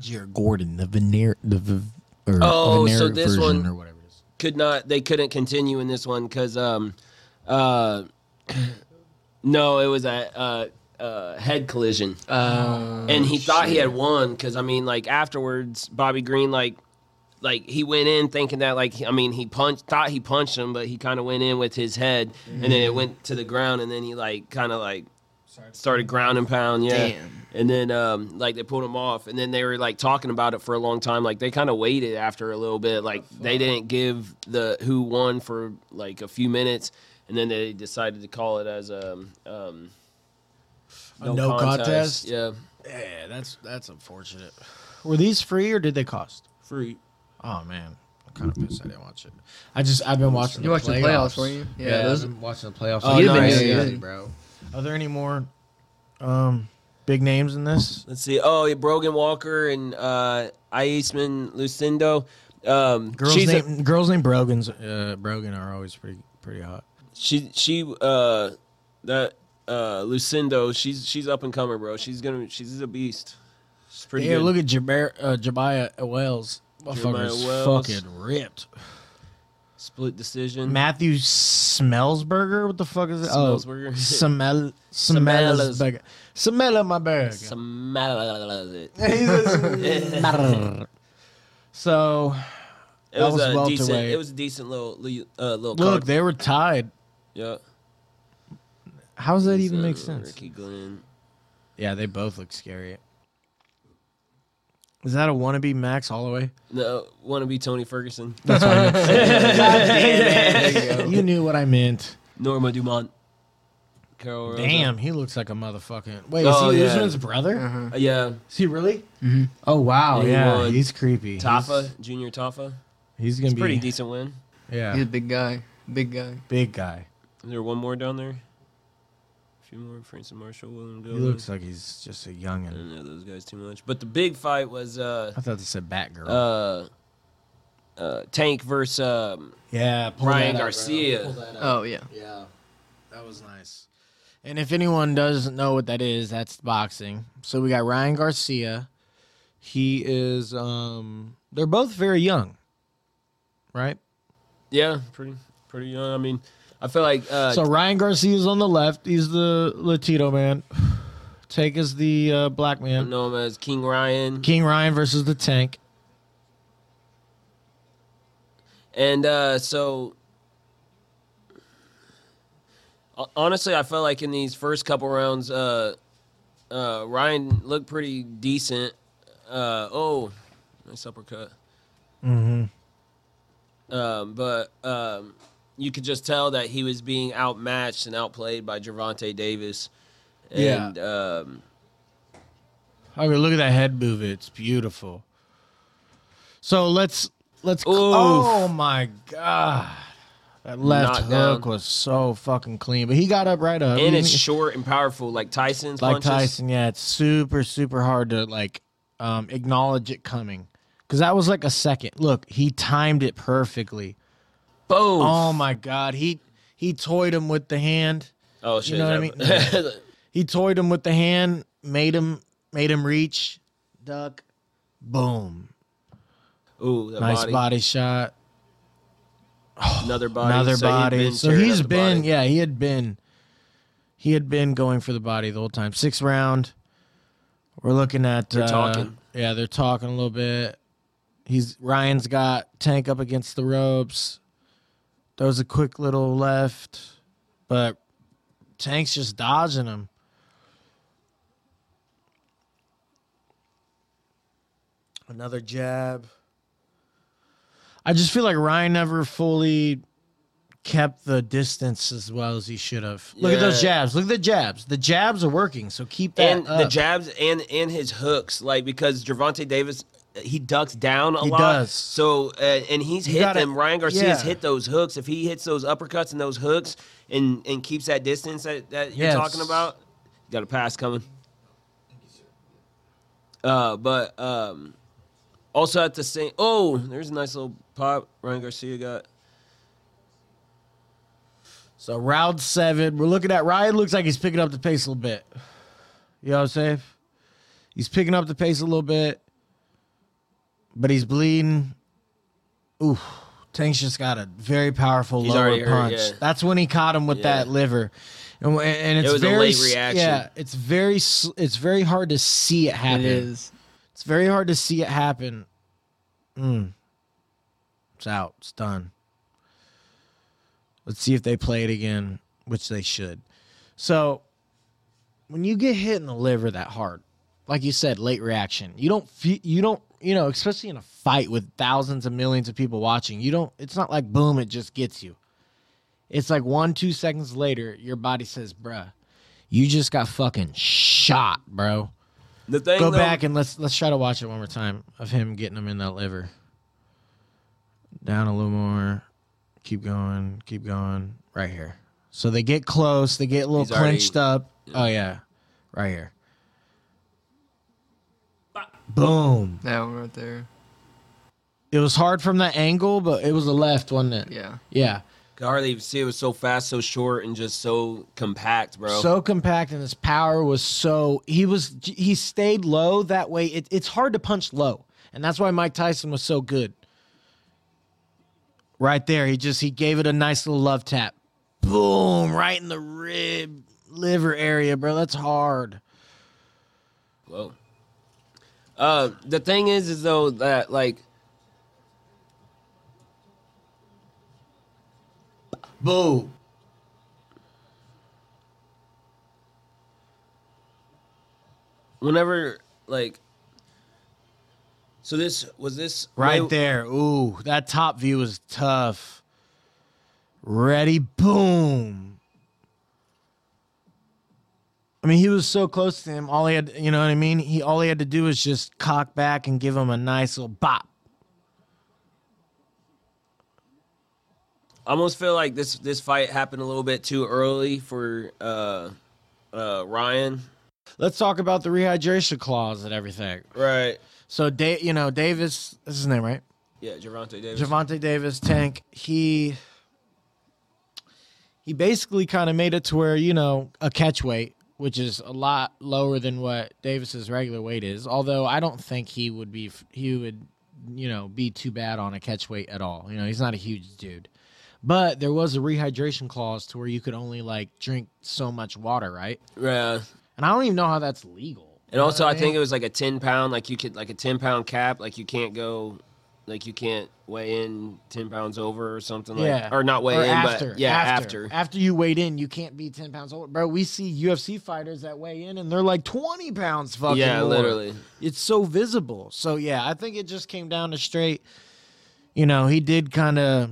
Speaker 4: Jared Gordon, the veneer, the v- or
Speaker 1: Oh,
Speaker 4: veneer
Speaker 1: so this
Speaker 4: version
Speaker 1: one-
Speaker 4: or whatever it is.
Speaker 1: Could not they couldn't continue in this one because um uh (clears throat) no it was a uh, uh head collision.
Speaker 5: Uh,
Speaker 1: and he thought he had won because I mean, like afterwards, Bobby Green like like he went in thinking that like I mean he punched thought he punched him, but he kind of went in with his head, and then it went to the ground, and then he like kind of like started ground and pound, yeah.
Speaker 5: Damn.
Speaker 1: And then um like they pulled him off, and then they were like talking about it for a long time. Like they kind of waited after a little bit, like they didn't give the who won for like a few minutes. And then they decided to call it as um, um,
Speaker 4: A no contest?
Speaker 1: Yeah,
Speaker 4: Yeah, that's that's unfortunate. Were these free or did they cost?
Speaker 1: free.
Speaker 4: Oh man, I'm kind of pissed I didn't watch it. I just I've been watching.
Speaker 5: You
Speaker 4: the
Speaker 5: watched the
Speaker 4: playoffs,
Speaker 5: playoffs, weren't you?
Speaker 4: Yeah,
Speaker 5: Yeah, those-
Speaker 4: I've been watching the playoffs.
Speaker 1: Oh,
Speaker 4: Like,
Speaker 1: you've been
Speaker 4: nice.
Speaker 1: doing
Speaker 4: yeah,
Speaker 5: good.
Speaker 4: bro. Are there any more um big names in this?
Speaker 1: Let's see. Oh, yeah, Brogan Walker and uh, Iceman Lucindo. Um,
Speaker 4: Girls
Speaker 1: she's a-
Speaker 4: name girls named Brogan's uh, Brogan are always pretty pretty hot.
Speaker 1: she she uh, that uh, Lucindo. She's she's up and coming, bro. She's gonna she's a beast. She's pretty
Speaker 4: Yeah,
Speaker 1: good.
Speaker 4: look at Jaber, uh, Jabiah Wells.
Speaker 1: Motherfucker's
Speaker 4: Motherfucker's
Speaker 1: Wells.
Speaker 4: fucking ripped.
Speaker 1: Split decision.
Speaker 4: Matthew Smellsberger. What the fuck is it? Oh,
Speaker 1: Smellsberger.
Speaker 4: Smell
Speaker 1: Smellas.
Speaker 4: Smellsberger. Smella my burger. (laughs)
Speaker 1: Smell (laughs) it.
Speaker 4: He's a smell- so
Speaker 1: It
Speaker 4: That
Speaker 1: was,
Speaker 4: was
Speaker 1: a decent.
Speaker 4: welterweight.
Speaker 1: It was a decent little li- uh, little
Speaker 4: look,
Speaker 1: card.
Speaker 4: they were tied.
Speaker 1: yeah.
Speaker 4: How does that even
Speaker 1: So,
Speaker 4: make sense?
Speaker 1: Ricky Glenn.
Speaker 4: Yeah, they both look scary. Is that a wannabe Max Holloway?
Speaker 1: No, wanna be Tony Ferguson.
Speaker 4: That's what I meant. you knew what I meant.
Speaker 1: Norma Dumont. Carl Rosa.
Speaker 4: Damn, he looks like a motherfucking. Wait,
Speaker 1: Oh,
Speaker 4: is he
Speaker 1: yeah.
Speaker 4: Usman's brother?
Speaker 1: Uh, yeah,
Speaker 4: Is he really? Oh wow,
Speaker 1: Yeah, he
Speaker 4: yeah,
Speaker 1: won.
Speaker 4: he's creepy.
Speaker 1: Tafa, Junior Tafa.
Speaker 4: He's, he's gonna
Speaker 1: It's a
Speaker 4: be
Speaker 1: pretty decent win.
Speaker 4: Yeah,
Speaker 5: He's a big guy. Big guy.
Speaker 4: big guy.
Speaker 1: Is there one more down there? A few more. Francis Marshall, William
Speaker 4: He
Speaker 1: Goldman.
Speaker 4: looks like he's just a
Speaker 1: I
Speaker 4: youngin.
Speaker 1: don't know those guys too much. But the big fight was uh
Speaker 4: I thought they said Batgirl.
Speaker 1: uh, uh Tank versus um,
Speaker 4: yeah, pull
Speaker 1: Ryan
Speaker 4: that up,
Speaker 1: Garcia.
Speaker 4: bro. Pull that up.
Speaker 5: Oh yeah.
Speaker 4: Yeah, that was nice. And if anyone doesn't know what that is, that's boxing. So we got Ryan Garcia. He is. um They're both very young, right?
Speaker 1: Yeah, pretty pretty young. I mean, I feel like uh
Speaker 4: so Ryan Garcia's on the left. He's the Latino man. (sighs) Tank is the uh, black
Speaker 1: I
Speaker 4: man.
Speaker 1: know him as King Ryan.
Speaker 4: King Ryan versus the Tank.
Speaker 1: And uh so Ho- honestly, I felt like in these first couple rounds uh uh Ryan looked pretty decent. Uh oh, nice uppercut.
Speaker 4: Mm-hmm.
Speaker 1: Um, but um, you could just tell that he was being outmatched and outplayed by Javante Davis.
Speaker 4: Yeah.
Speaker 1: And um,
Speaker 4: I mean, look at that head move. It's beautiful. So let's let's. Oh my god, that left hook
Speaker 1: Knockdown.
Speaker 4: was so fucking clean. But he got up right up.
Speaker 1: and
Speaker 4: He-
Speaker 1: it's short and powerful, like Tyson's
Speaker 4: like
Speaker 1: punches.
Speaker 4: Tyson. Yeah, it's super super hard to like um, acknowledge it coming because that was like a second. Look, he timed it perfectly.
Speaker 1: Boom.
Speaker 4: Oh my god, he he toyed him with the hand.
Speaker 1: oh shit.
Speaker 4: you know what I mean?
Speaker 1: that-
Speaker 4: He toyed him with the hand, made him made him reach, duck, boom.
Speaker 1: (laughs) Ooh, that
Speaker 4: nice
Speaker 1: body.
Speaker 4: body, shot.
Speaker 1: Another body.
Speaker 4: Another
Speaker 1: So he'd
Speaker 4: body.
Speaker 1: been
Speaker 4: so
Speaker 1: tearing
Speaker 4: he's
Speaker 1: up the
Speaker 4: been,
Speaker 1: body.
Speaker 4: yeah, he had been, he had been going for the body the whole time. Sixth round. We're looking at.
Speaker 1: They're
Speaker 4: uh,
Speaker 1: talking.
Speaker 4: Yeah, they're talking a little bit. He's Ryan's got Tank up against the ropes. Throws a quick little left, but Tank's just dodging him. Another jab. I just feel like Ryan never fully kept the distance as well as he should have. Look at those
Speaker 1: Yeah.
Speaker 4: jabs. Look at the jabs. The jabs are working, so keep that uh,
Speaker 1: And the
Speaker 4: up.
Speaker 1: jabs and and his hooks, like because Javante Davis. He ducks down a
Speaker 4: He
Speaker 1: lot,
Speaker 4: does.
Speaker 1: so uh, and he's
Speaker 4: You
Speaker 1: hit
Speaker 4: gotta-
Speaker 1: them. Ryan Garcia's
Speaker 4: yeah.
Speaker 1: hit those hooks. If he hits those uppercuts and those hooks, and and keeps that distance that, that
Speaker 4: Yes.
Speaker 1: you're talking about, you got a pass coming. Uh, but um, also at the same. Oh, there's a nice little pop Ryan Garcia got.
Speaker 4: So round seven, we're looking at Ryan. Looks like he's picking up the pace a little bit. You know what I'm saying? He's picking up the pace a little bit, but he's bleeding. Ooh, Tank's just got a very powerful
Speaker 1: He's
Speaker 4: lower
Speaker 1: already
Speaker 4: punch.
Speaker 1: hurt, yeah.
Speaker 4: That's when he caught him with
Speaker 1: Yeah.
Speaker 4: that liver, and, wh- and it's
Speaker 1: It was a
Speaker 4: very
Speaker 1: late
Speaker 4: s-
Speaker 1: reaction.
Speaker 4: Yeah, it's very s- it's very hard to see it
Speaker 5: It
Speaker 4: happen.
Speaker 5: is.
Speaker 4: It's very hard to see it happen. Mm. It's out. It's done. Let's see if they play it again, which they should. So, when you get hit in the liver that hard, like you said, late reaction. You don't. fe- You don't. You know, especially in a fight with thousands and millions of people watching, you don't. It's not like boom, it just gets you. It's like one, two seconds later, your body says, "Bruh, you just got fucking shot, bro."
Speaker 1: The thing
Speaker 4: go
Speaker 1: though-
Speaker 4: back and let's let's try to watch it one more time of him getting him in that liver. Down a little more. Keep going. Keep going. Right here. So they get close. They get a little
Speaker 1: He's already-
Speaker 4: clenched up. Oh yeah, right here. Boom.
Speaker 5: That one right there.
Speaker 4: It was hard from that angle, but it was the left, wasn't it?
Speaker 5: Yeah.
Speaker 4: Yeah.
Speaker 1: Could hardly even see it was so fast, so short, and just so compact, bro.
Speaker 4: So compact, and his power was so he was he stayed low. That way, it, it's hard to punch low, and that's why Mike Tyson was so good. Right there, he just he gave it a nice little love tap, boom, right in the rib liver area, bro. That's hard.
Speaker 1: Whoa. Uh, the thing is, is though that like
Speaker 4: Boo.
Speaker 1: whenever like, so this was this
Speaker 4: Right
Speaker 1: May-
Speaker 4: there. Ooh, that top view was tough. Ready, boom. I mean, he was so close to him. All he had, you know what I mean? He all he had to do was just cock back and give him a nice little bop.
Speaker 1: almost feel like this this fight happened a little bit too early for uh uh Ryan.
Speaker 4: Let's talk about the rehydration clause and everything.
Speaker 1: Right.
Speaker 4: So, da- you know, Davis, that's his name, right?
Speaker 1: Yeah, Javante Davis.
Speaker 4: Javante Davis Tank, he he basically kind of made it to where you know a catch weight, which is a lot lower than what Davis's regular weight is. Although I don't think he would be he would you know be too bad on a catch weight at all. You know he's not a huge dude, but there was a rehydration clause to where you could only like drink so much water, right?
Speaker 1: yeah.
Speaker 4: And I don't even know how that's legal.
Speaker 1: And also I think it was like a ten pound, like you could like a ten pound cap, like you can't go like you can't weigh in ten pounds over or something
Speaker 4: Yeah.
Speaker 1: like or not weigh
Speaker 4: Or
Speaker 1: in,
Speaker 4: after,
Speaker 1: but yeah,
Speaker 4: after.
Speaker 1: after.
Speaker 4: After you weighed in, you can't be 10 pounds over. Bro, we see UFC fighters that weigh in and they're like 20 pounds fucking
Speaker 1: Yeah,
Speaker 4: more.
Speaker 1: literally.
Speaker 4: It's so visible. So, yeah, I think it just came down to straight, you know, he did kind of.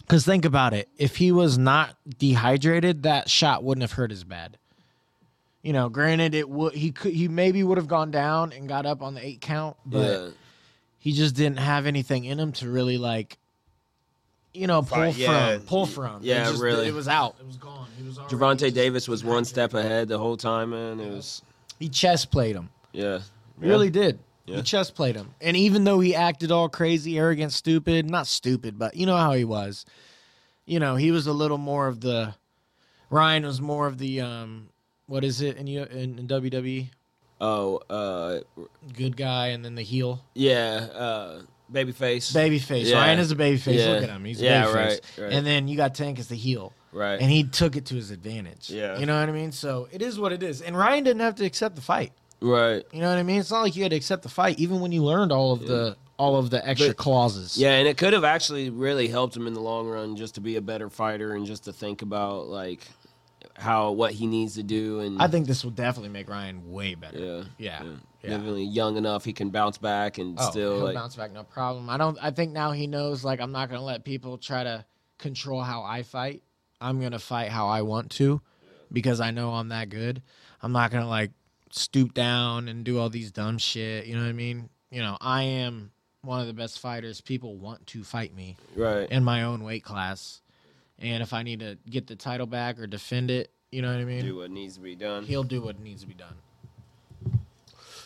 Speaker 4: Because think about it. If he was not dehydrated, that shot wouldn't have hurt as bad. You know, granted, it would. He could. He maybe would have gone down and got up on the eight count, but
Speaker 1: yeah.
Speaker 4: he just didn't have anything in him to really like you know pull
Speaker 1: Fight, yeah.
Speaker 4: from pull from
Speaker 1: Yeah,
Speaker 4: It just-
Speaker 1: really.
Speaker 4: it was out it was gone he was already
Speaker 1: Javante
Speaker 4: just-
Speaker 1: Davis was one step ahead the whole time, man. It was
Speaker 4: he chess played him
Speaker 1: yeah.
Speaker 4: He really did
Speaker 1: Yeah.
Speaker 4: he chess played him and even though he acted all crazy arrogant stupid not stupid but you know how he was you know he was a little more of the Ryan was more of the um what is it in you in, in WWE
Speaker 1: Oh, uh
Speaker 4: good guy and then the heel
Speaker 1: yeah, uh babyface.
Speaker 4: babyface
Speaker 1: Yeah.
Speaker 4: Ryan is a babyface
Speaker 1: Yeah.
Speaker 4: look at him he's a
Speaker 1: Yeah,
Speaker 4: babyface
Speaker 1: right, right.
Speaker 4: and then you got Tank as the heel
Speaker 1: right.
Speaker 4: and he took it to his advantage.
Speaker 1: Yeah.
Speaker 4: You know what I mean? So it is what it is. And Ryan didn't have to accept the fight.
Speaker 1: right.
Speaker 4: You know what I mean? It's not like you had to accept the fight even when you learned all of the all of the extra
Speaker 1: But-
Speaker 4: clauses.
Speaker 1: Yeah, and it could have actually really helped him in the long run just to be a better fighter and just to think about like how what he needs to do and
Speaker 4: I think this will definitely make Ryan way better.
Speaker 1: yeah,
Speaker 4: Yeah. Yeah.
Speaker 1: definitely young enough he can bounce back and
Speaker 4: Oh,
Speaker 1: still
Speaker 4: he'll
Speaker 1: like
Speaker 4: bounce back no problem. I don't I think now he knows like I'm not going to let people try to control how I fight. I'm going to fight how I want to because I know I'm that good. I'm not going to like stoop down and do all these dumb shit, you know what I mean? You know, I am one of the best fighters. People want to fight me
Speaker 1: right
Speaker 4: in my own weight class. And if I need to get the title back or defend it, you know what I mean?
Speaker 1: do what needs to be done.
Speaker 4: He'll do what needs to be done.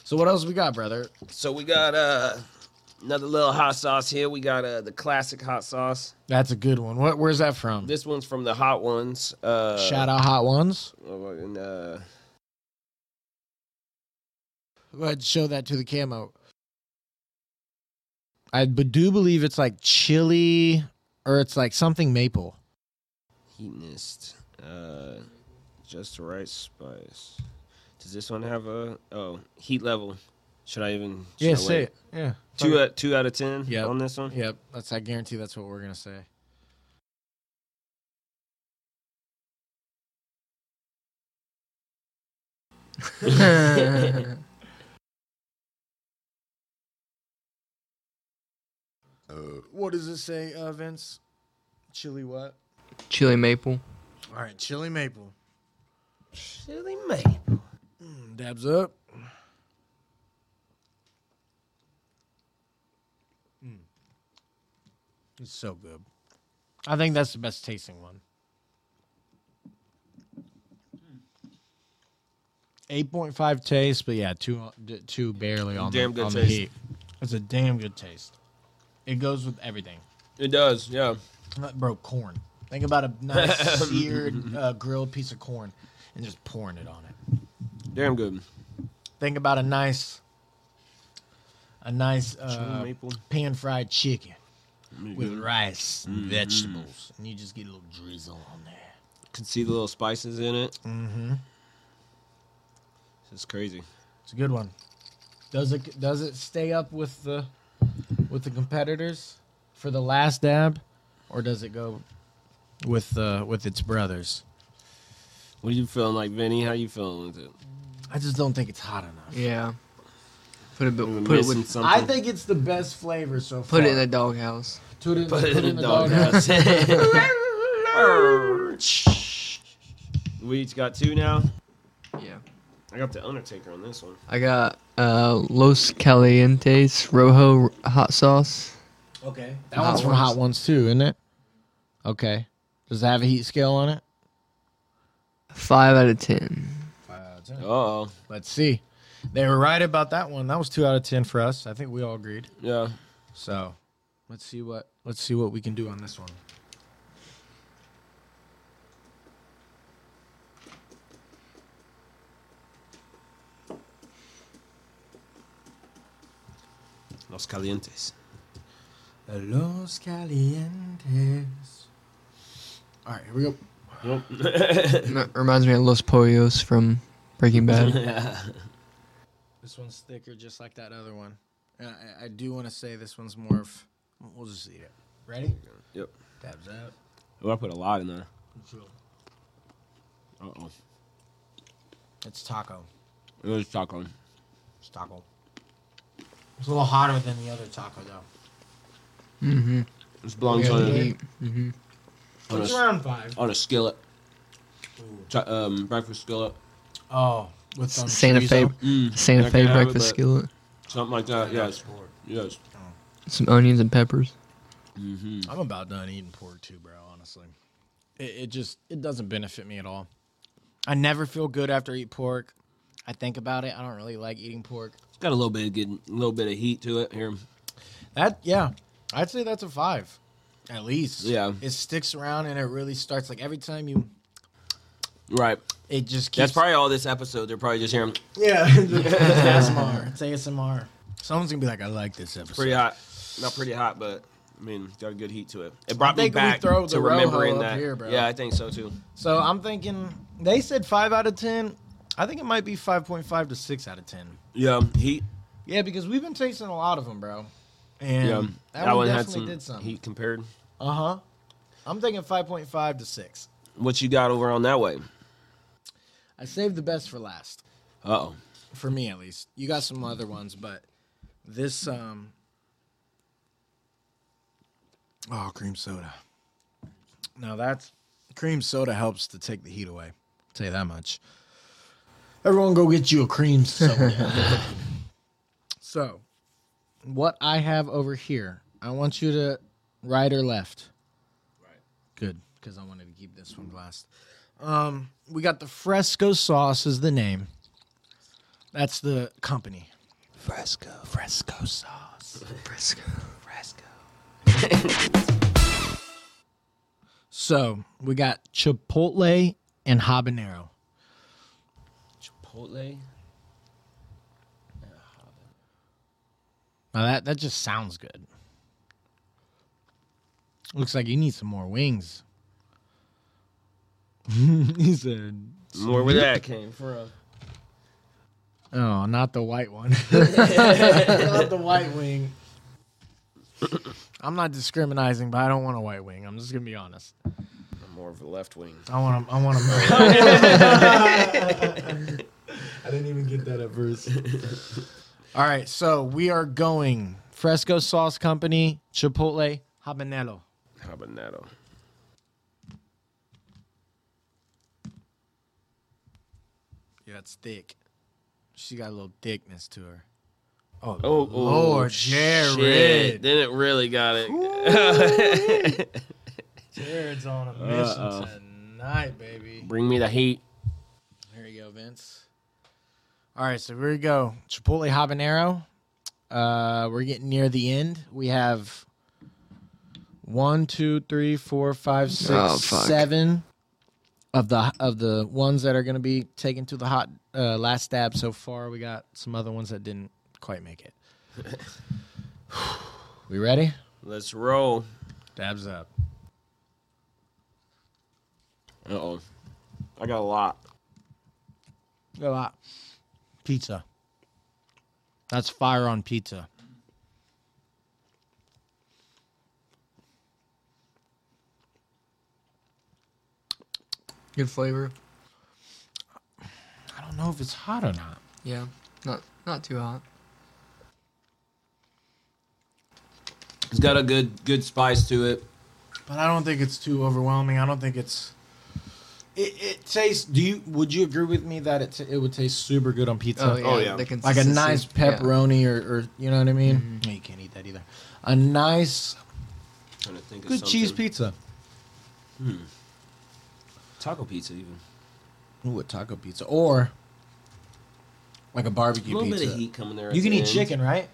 Speaker 4: So what else we got, brother?
Speaker 1: So we got uh another little hot sauce here. We got uh the classic hot sauce.
Speaker 4: That's a good one. What where's that from?
Speaker 1: This one's from the Hot Ones. Uh
Speaker 4: Shout out Hot Ones.
Speaker 1: oh, and, uh,
Speaker 4: Go ahead, show that to the camo. I b- do believe it's like chili or it's like something maple.
Speaker 1: Heatonist. Uh, just the right spice. Does this one have a oh heat level? Should I even? should I wait?
Speaker 4: Yeah.
Speaker 1: Two out two out of ten.
Speaker 4: Yep.
Speaker 1: on this one.
Speaker 4: Yep. That's I guarantee that's what we're gonna (laughs) say. Uh, What does it say, uh, Vince? Chili what?
Speaker 5: Chili maple.
Speaker 4: All right, chili maple.
Speaker 1: Chili maple.
Speaker 4: Mm, dabs up. Mm. It's so good. I think that's the best tasting one. 8.5 taste, but yeah, two, d- two barely on,
Speaker 1: Damn
Speaker 4: the,
Speaker 1: good
Speaker 4: on
Speaker 1: taste.
Speaker 4: the heat. It's a damn good taste. It goes with everything.
Speaker 1: It does. Yeah.
Speaker 4: Uh, Bro, corn. Think about a nice seared, uh, grilled piece of corn and just pouring it on it.
Speaker 1: Damn good.
Speaker 4: Think about a nice, a nice uh,
Speaker 1: maple.
Speaker 4: pan fried chicken with rice and vegetables, and you just get a little drizzle on there.
Speaker 1: Can see the little spices in it. Mm-hmm. It's crazy.
Speaker 4: It's a good one. Does it does it stay up with the with the competitors for the last dab, or does it go with uh, with its brothers?
Speaker 1: What are you feeling like, Vinny? How you feeling with it?
Speaker 4: I just don't think it's hot enough.
Speaker 5: Yeah. Put a bit.
Speaker 1: We're
Speaker 5: Put it
Speaker 1: missing
Speaker 5: with.
Speaker 1: something.
Speaker 4: I think it's the best flavor so far.
Speaker 5: Put it in the doghouse.
Speaker 4: Put it,
Speaker 1: Put it in the (laughs)
Speaker 4: doghouse.
Speaker 1: doghouse. We each got two now.
Speaker 5: Yeah.
Speaker 1: I got the Undertaker on this one.
Speaker 5: I got uh, Los Calientes Rojo hot sauce.
Speaker 7: Okay.
Speaker 4: That one's from Hot Ones too, isn't it? Okay. Does it have a heat scale on it?
Speaker 5: Five out of ten.
Speaker 1: Oh,
Speaker 4: Let's see. They were right about that one. That was two out of ten for us. I think we all agreed.
Speaker 1: yeah.
Speaker 4: So let's see what let's see what we can do on this one.
Speaker 1: Los Calientes.
Speaker 4: Los Calientes. All right, here we go.
Speaker 1: (laughs)
Speaker 5: That reminds me of Los Pollos from Breaking Bad.
Speaker 4: This one's thicker, just like that other one. And I, I do want to say this one's more of. We'll just eat it. Ready?
Speaker 1: Yep.
Speaker 4: Dabs up.
Speaker 1: Oh, I put a lot in there. Uh oh.
Speaker 4: It's taco.
Speaker 1: It was taco.
Speaker 4: It's taco. It's a little hotter than the other taco though.
Speaker 1: This belongs on a,
Speaker 5: Heat. Mhm.
Speaker 1: on,
Speaker 4: It's
Speaker 1: a,
Speaker 4: around five.
Speaker 1: on a skillet.
Speaker 4: Ooh.
Speaker 1: Ta- um, breakfast skillet.
Speaker 4: Oh, with some
Speaker 5: Santa
Speaker 4: chorizo.
Speaker 5: Fe,
Speaker 1: Mm,
Speaker 5: Santa
Speaker 1: I can
Speaker 5: Fe
Speaker 1: have it,
Speaker 5: breakfast
Speaker 1: but
Speaker 5: skillet.
Speaker 1: Something like that. Yes.
Speaker 4: Pork.
Speaker 1: Yes.
Speaker 5: Some onions and peppers.
Speaker 1: Mm-hmm.
Speaker 4: I'm about done eating pork too, bro. Honestly, it, it just it doesn't benefit me at all. I never feel good after I eat pork. I think about it. I don't really like eating pork.
Speaker 1: It's got a little bit of good, a little bit of heat to it here.
Speaker 4: That yeah, I'd say that's a five, at least.
Speaker 1: Yeah.
Speaker 4: it sticks around and it really starts. Like every time you,
Speaker 1: Right.
Speaker 4: it just keeps.
Speaker 1: That's probably all this episode. They're probably just hearing
Speaker 4: yeah. (laughs) it's ASMR. It's ASMR. Someone's gonna be like, I like this episode.
Speaker 1: pretty hot. Not pretty hot, but I mean, got good heat to it. It brought me
Speaker 4: think we
Speaker 1: back
Speaker 4: throw the
Speaker 1: to remembering
Speaker 4: Rojo up
Speaker 1: that.
Speaker 4: here, bro.
Speaker 1: Yeah, I think so too.
Speaker 4: So I'm thinking they said five out of ten. I think it might be five point five to six out of ten.
Speaker 1: Yeah, heat.
Speaker 4: Yeah, because we've been tasting a lot of them, bro. And
Speaker 1: yeah,
Speaker 4: that, one, definitely did something.
Speaker 1: heat compared.
Speaker 4: Uh huh. I'm thinking 5.5 to 6.
Speaker 1: What you got over on that way?
Speaker 4: I saved the best for last,
Speaker 1: Uh oh.
Speaker 4: for me at least. You got some other ones, but this um. Oh, cream soda. Now that's cream soda helps to take the heat away. I'll tell you that much. Everyone, go get you a cream soda. (laughs) so, what I have over here, I want you to right or left. Right. Good, because I wanted to keep this one last. Um, we got the Fresco sauce is the name. That's the company. Fresco. Fresco sauce.
Speaker 5: Fresco.
Speaker 4: So we got chipotle and habanero.
Speaker 1: Chipotle.
Speaker 4: Now that that just sounds good. Looks like you need some more wings. (laughs) he said,
Speaker 1: More where that came from.
Speaker 4: "Oh, not the white one. not the white wing." I'm not discriminating, but I don't want a white wing. I'm just gonna be honest.
Speaker 1: I'm more of a left wing.
Speaker 4: I want. A, I want a. I didn't even get that at first. All right, so we are going Fresco Sauce Company, Chipotle, Habanero.
Speaker 1: Habanero.
Speaker 4: Yeah, it's thick. She got a little thickness to her. Oh,
Speaker 1: Oh, oh
Speaker 4: Lord,
Speaker 1: shit.
Speaker 4: Jared.
Speaker 1: Then it really got it.
Speaker 4: Jared's on a mission tonight, baby.
Speaker 1: (laughs) Bring me the heat.
Speaker 4: Here you go, Vince. All right, so here we go. Chipotle habanero. Uh, we're getting near the end. We have one, two, three, four, five, six, seven
Speaker 5: Oh, fuck.
Speaker 4: of the of the ones that are going to be taken to the hot uh, last stab so far. We got some other ones that didn't quite make
Speaker 5: (laughs)
Speaker 4: it. we ready?
Speaker 1: Let's roll.
Speaker 4: Dabs up.
Speaker 1: Uh oh. I got a lot.
Speaker 4: Got a lot. Pizza. That's fire on pizza.
Speaker 5: Good flavor.
Speaker 4: I don't know if it's hot or not.
Speaker 5: Yeah. Not not too hot.
Speaker 1: It's got a good good spice to it.
Speaker 4: But I don't think it's too overwhelming. I don't think it's It, it tastes. Do you? Would you agree with me that it t- it would taste super good on pizza?
Speaker 8: Oh, yeah.
Speaker 5: the
Speaker 4: like a
Speaker 5: consistency,
Speaker 4: nice
Speaker 5: yeah.
Speaker 4: pepperoni or, or you know what I mean.
Speaker 1: Mm-hmm.
Speaker 4: No, You can't eat that either. A nice
Speaker 1: Trying to think of
Speaker 4: good cheese
Speaker 1: something.
Speaker 4: pizza.
Speaker 1: Taco pizza, even.
Speaker 4: Ooh, a taco pizza or like a
Speaker 1: A
Speaker 4: barbecue
Speaker 1: little
Speaker 4: pizza.
Speaker 1: bit of heat coming there. at
Speaker 4: You can
Speaker 1: the
Speaker 4: eat
Speaker 1: end.
Speaker 4: chicken, right?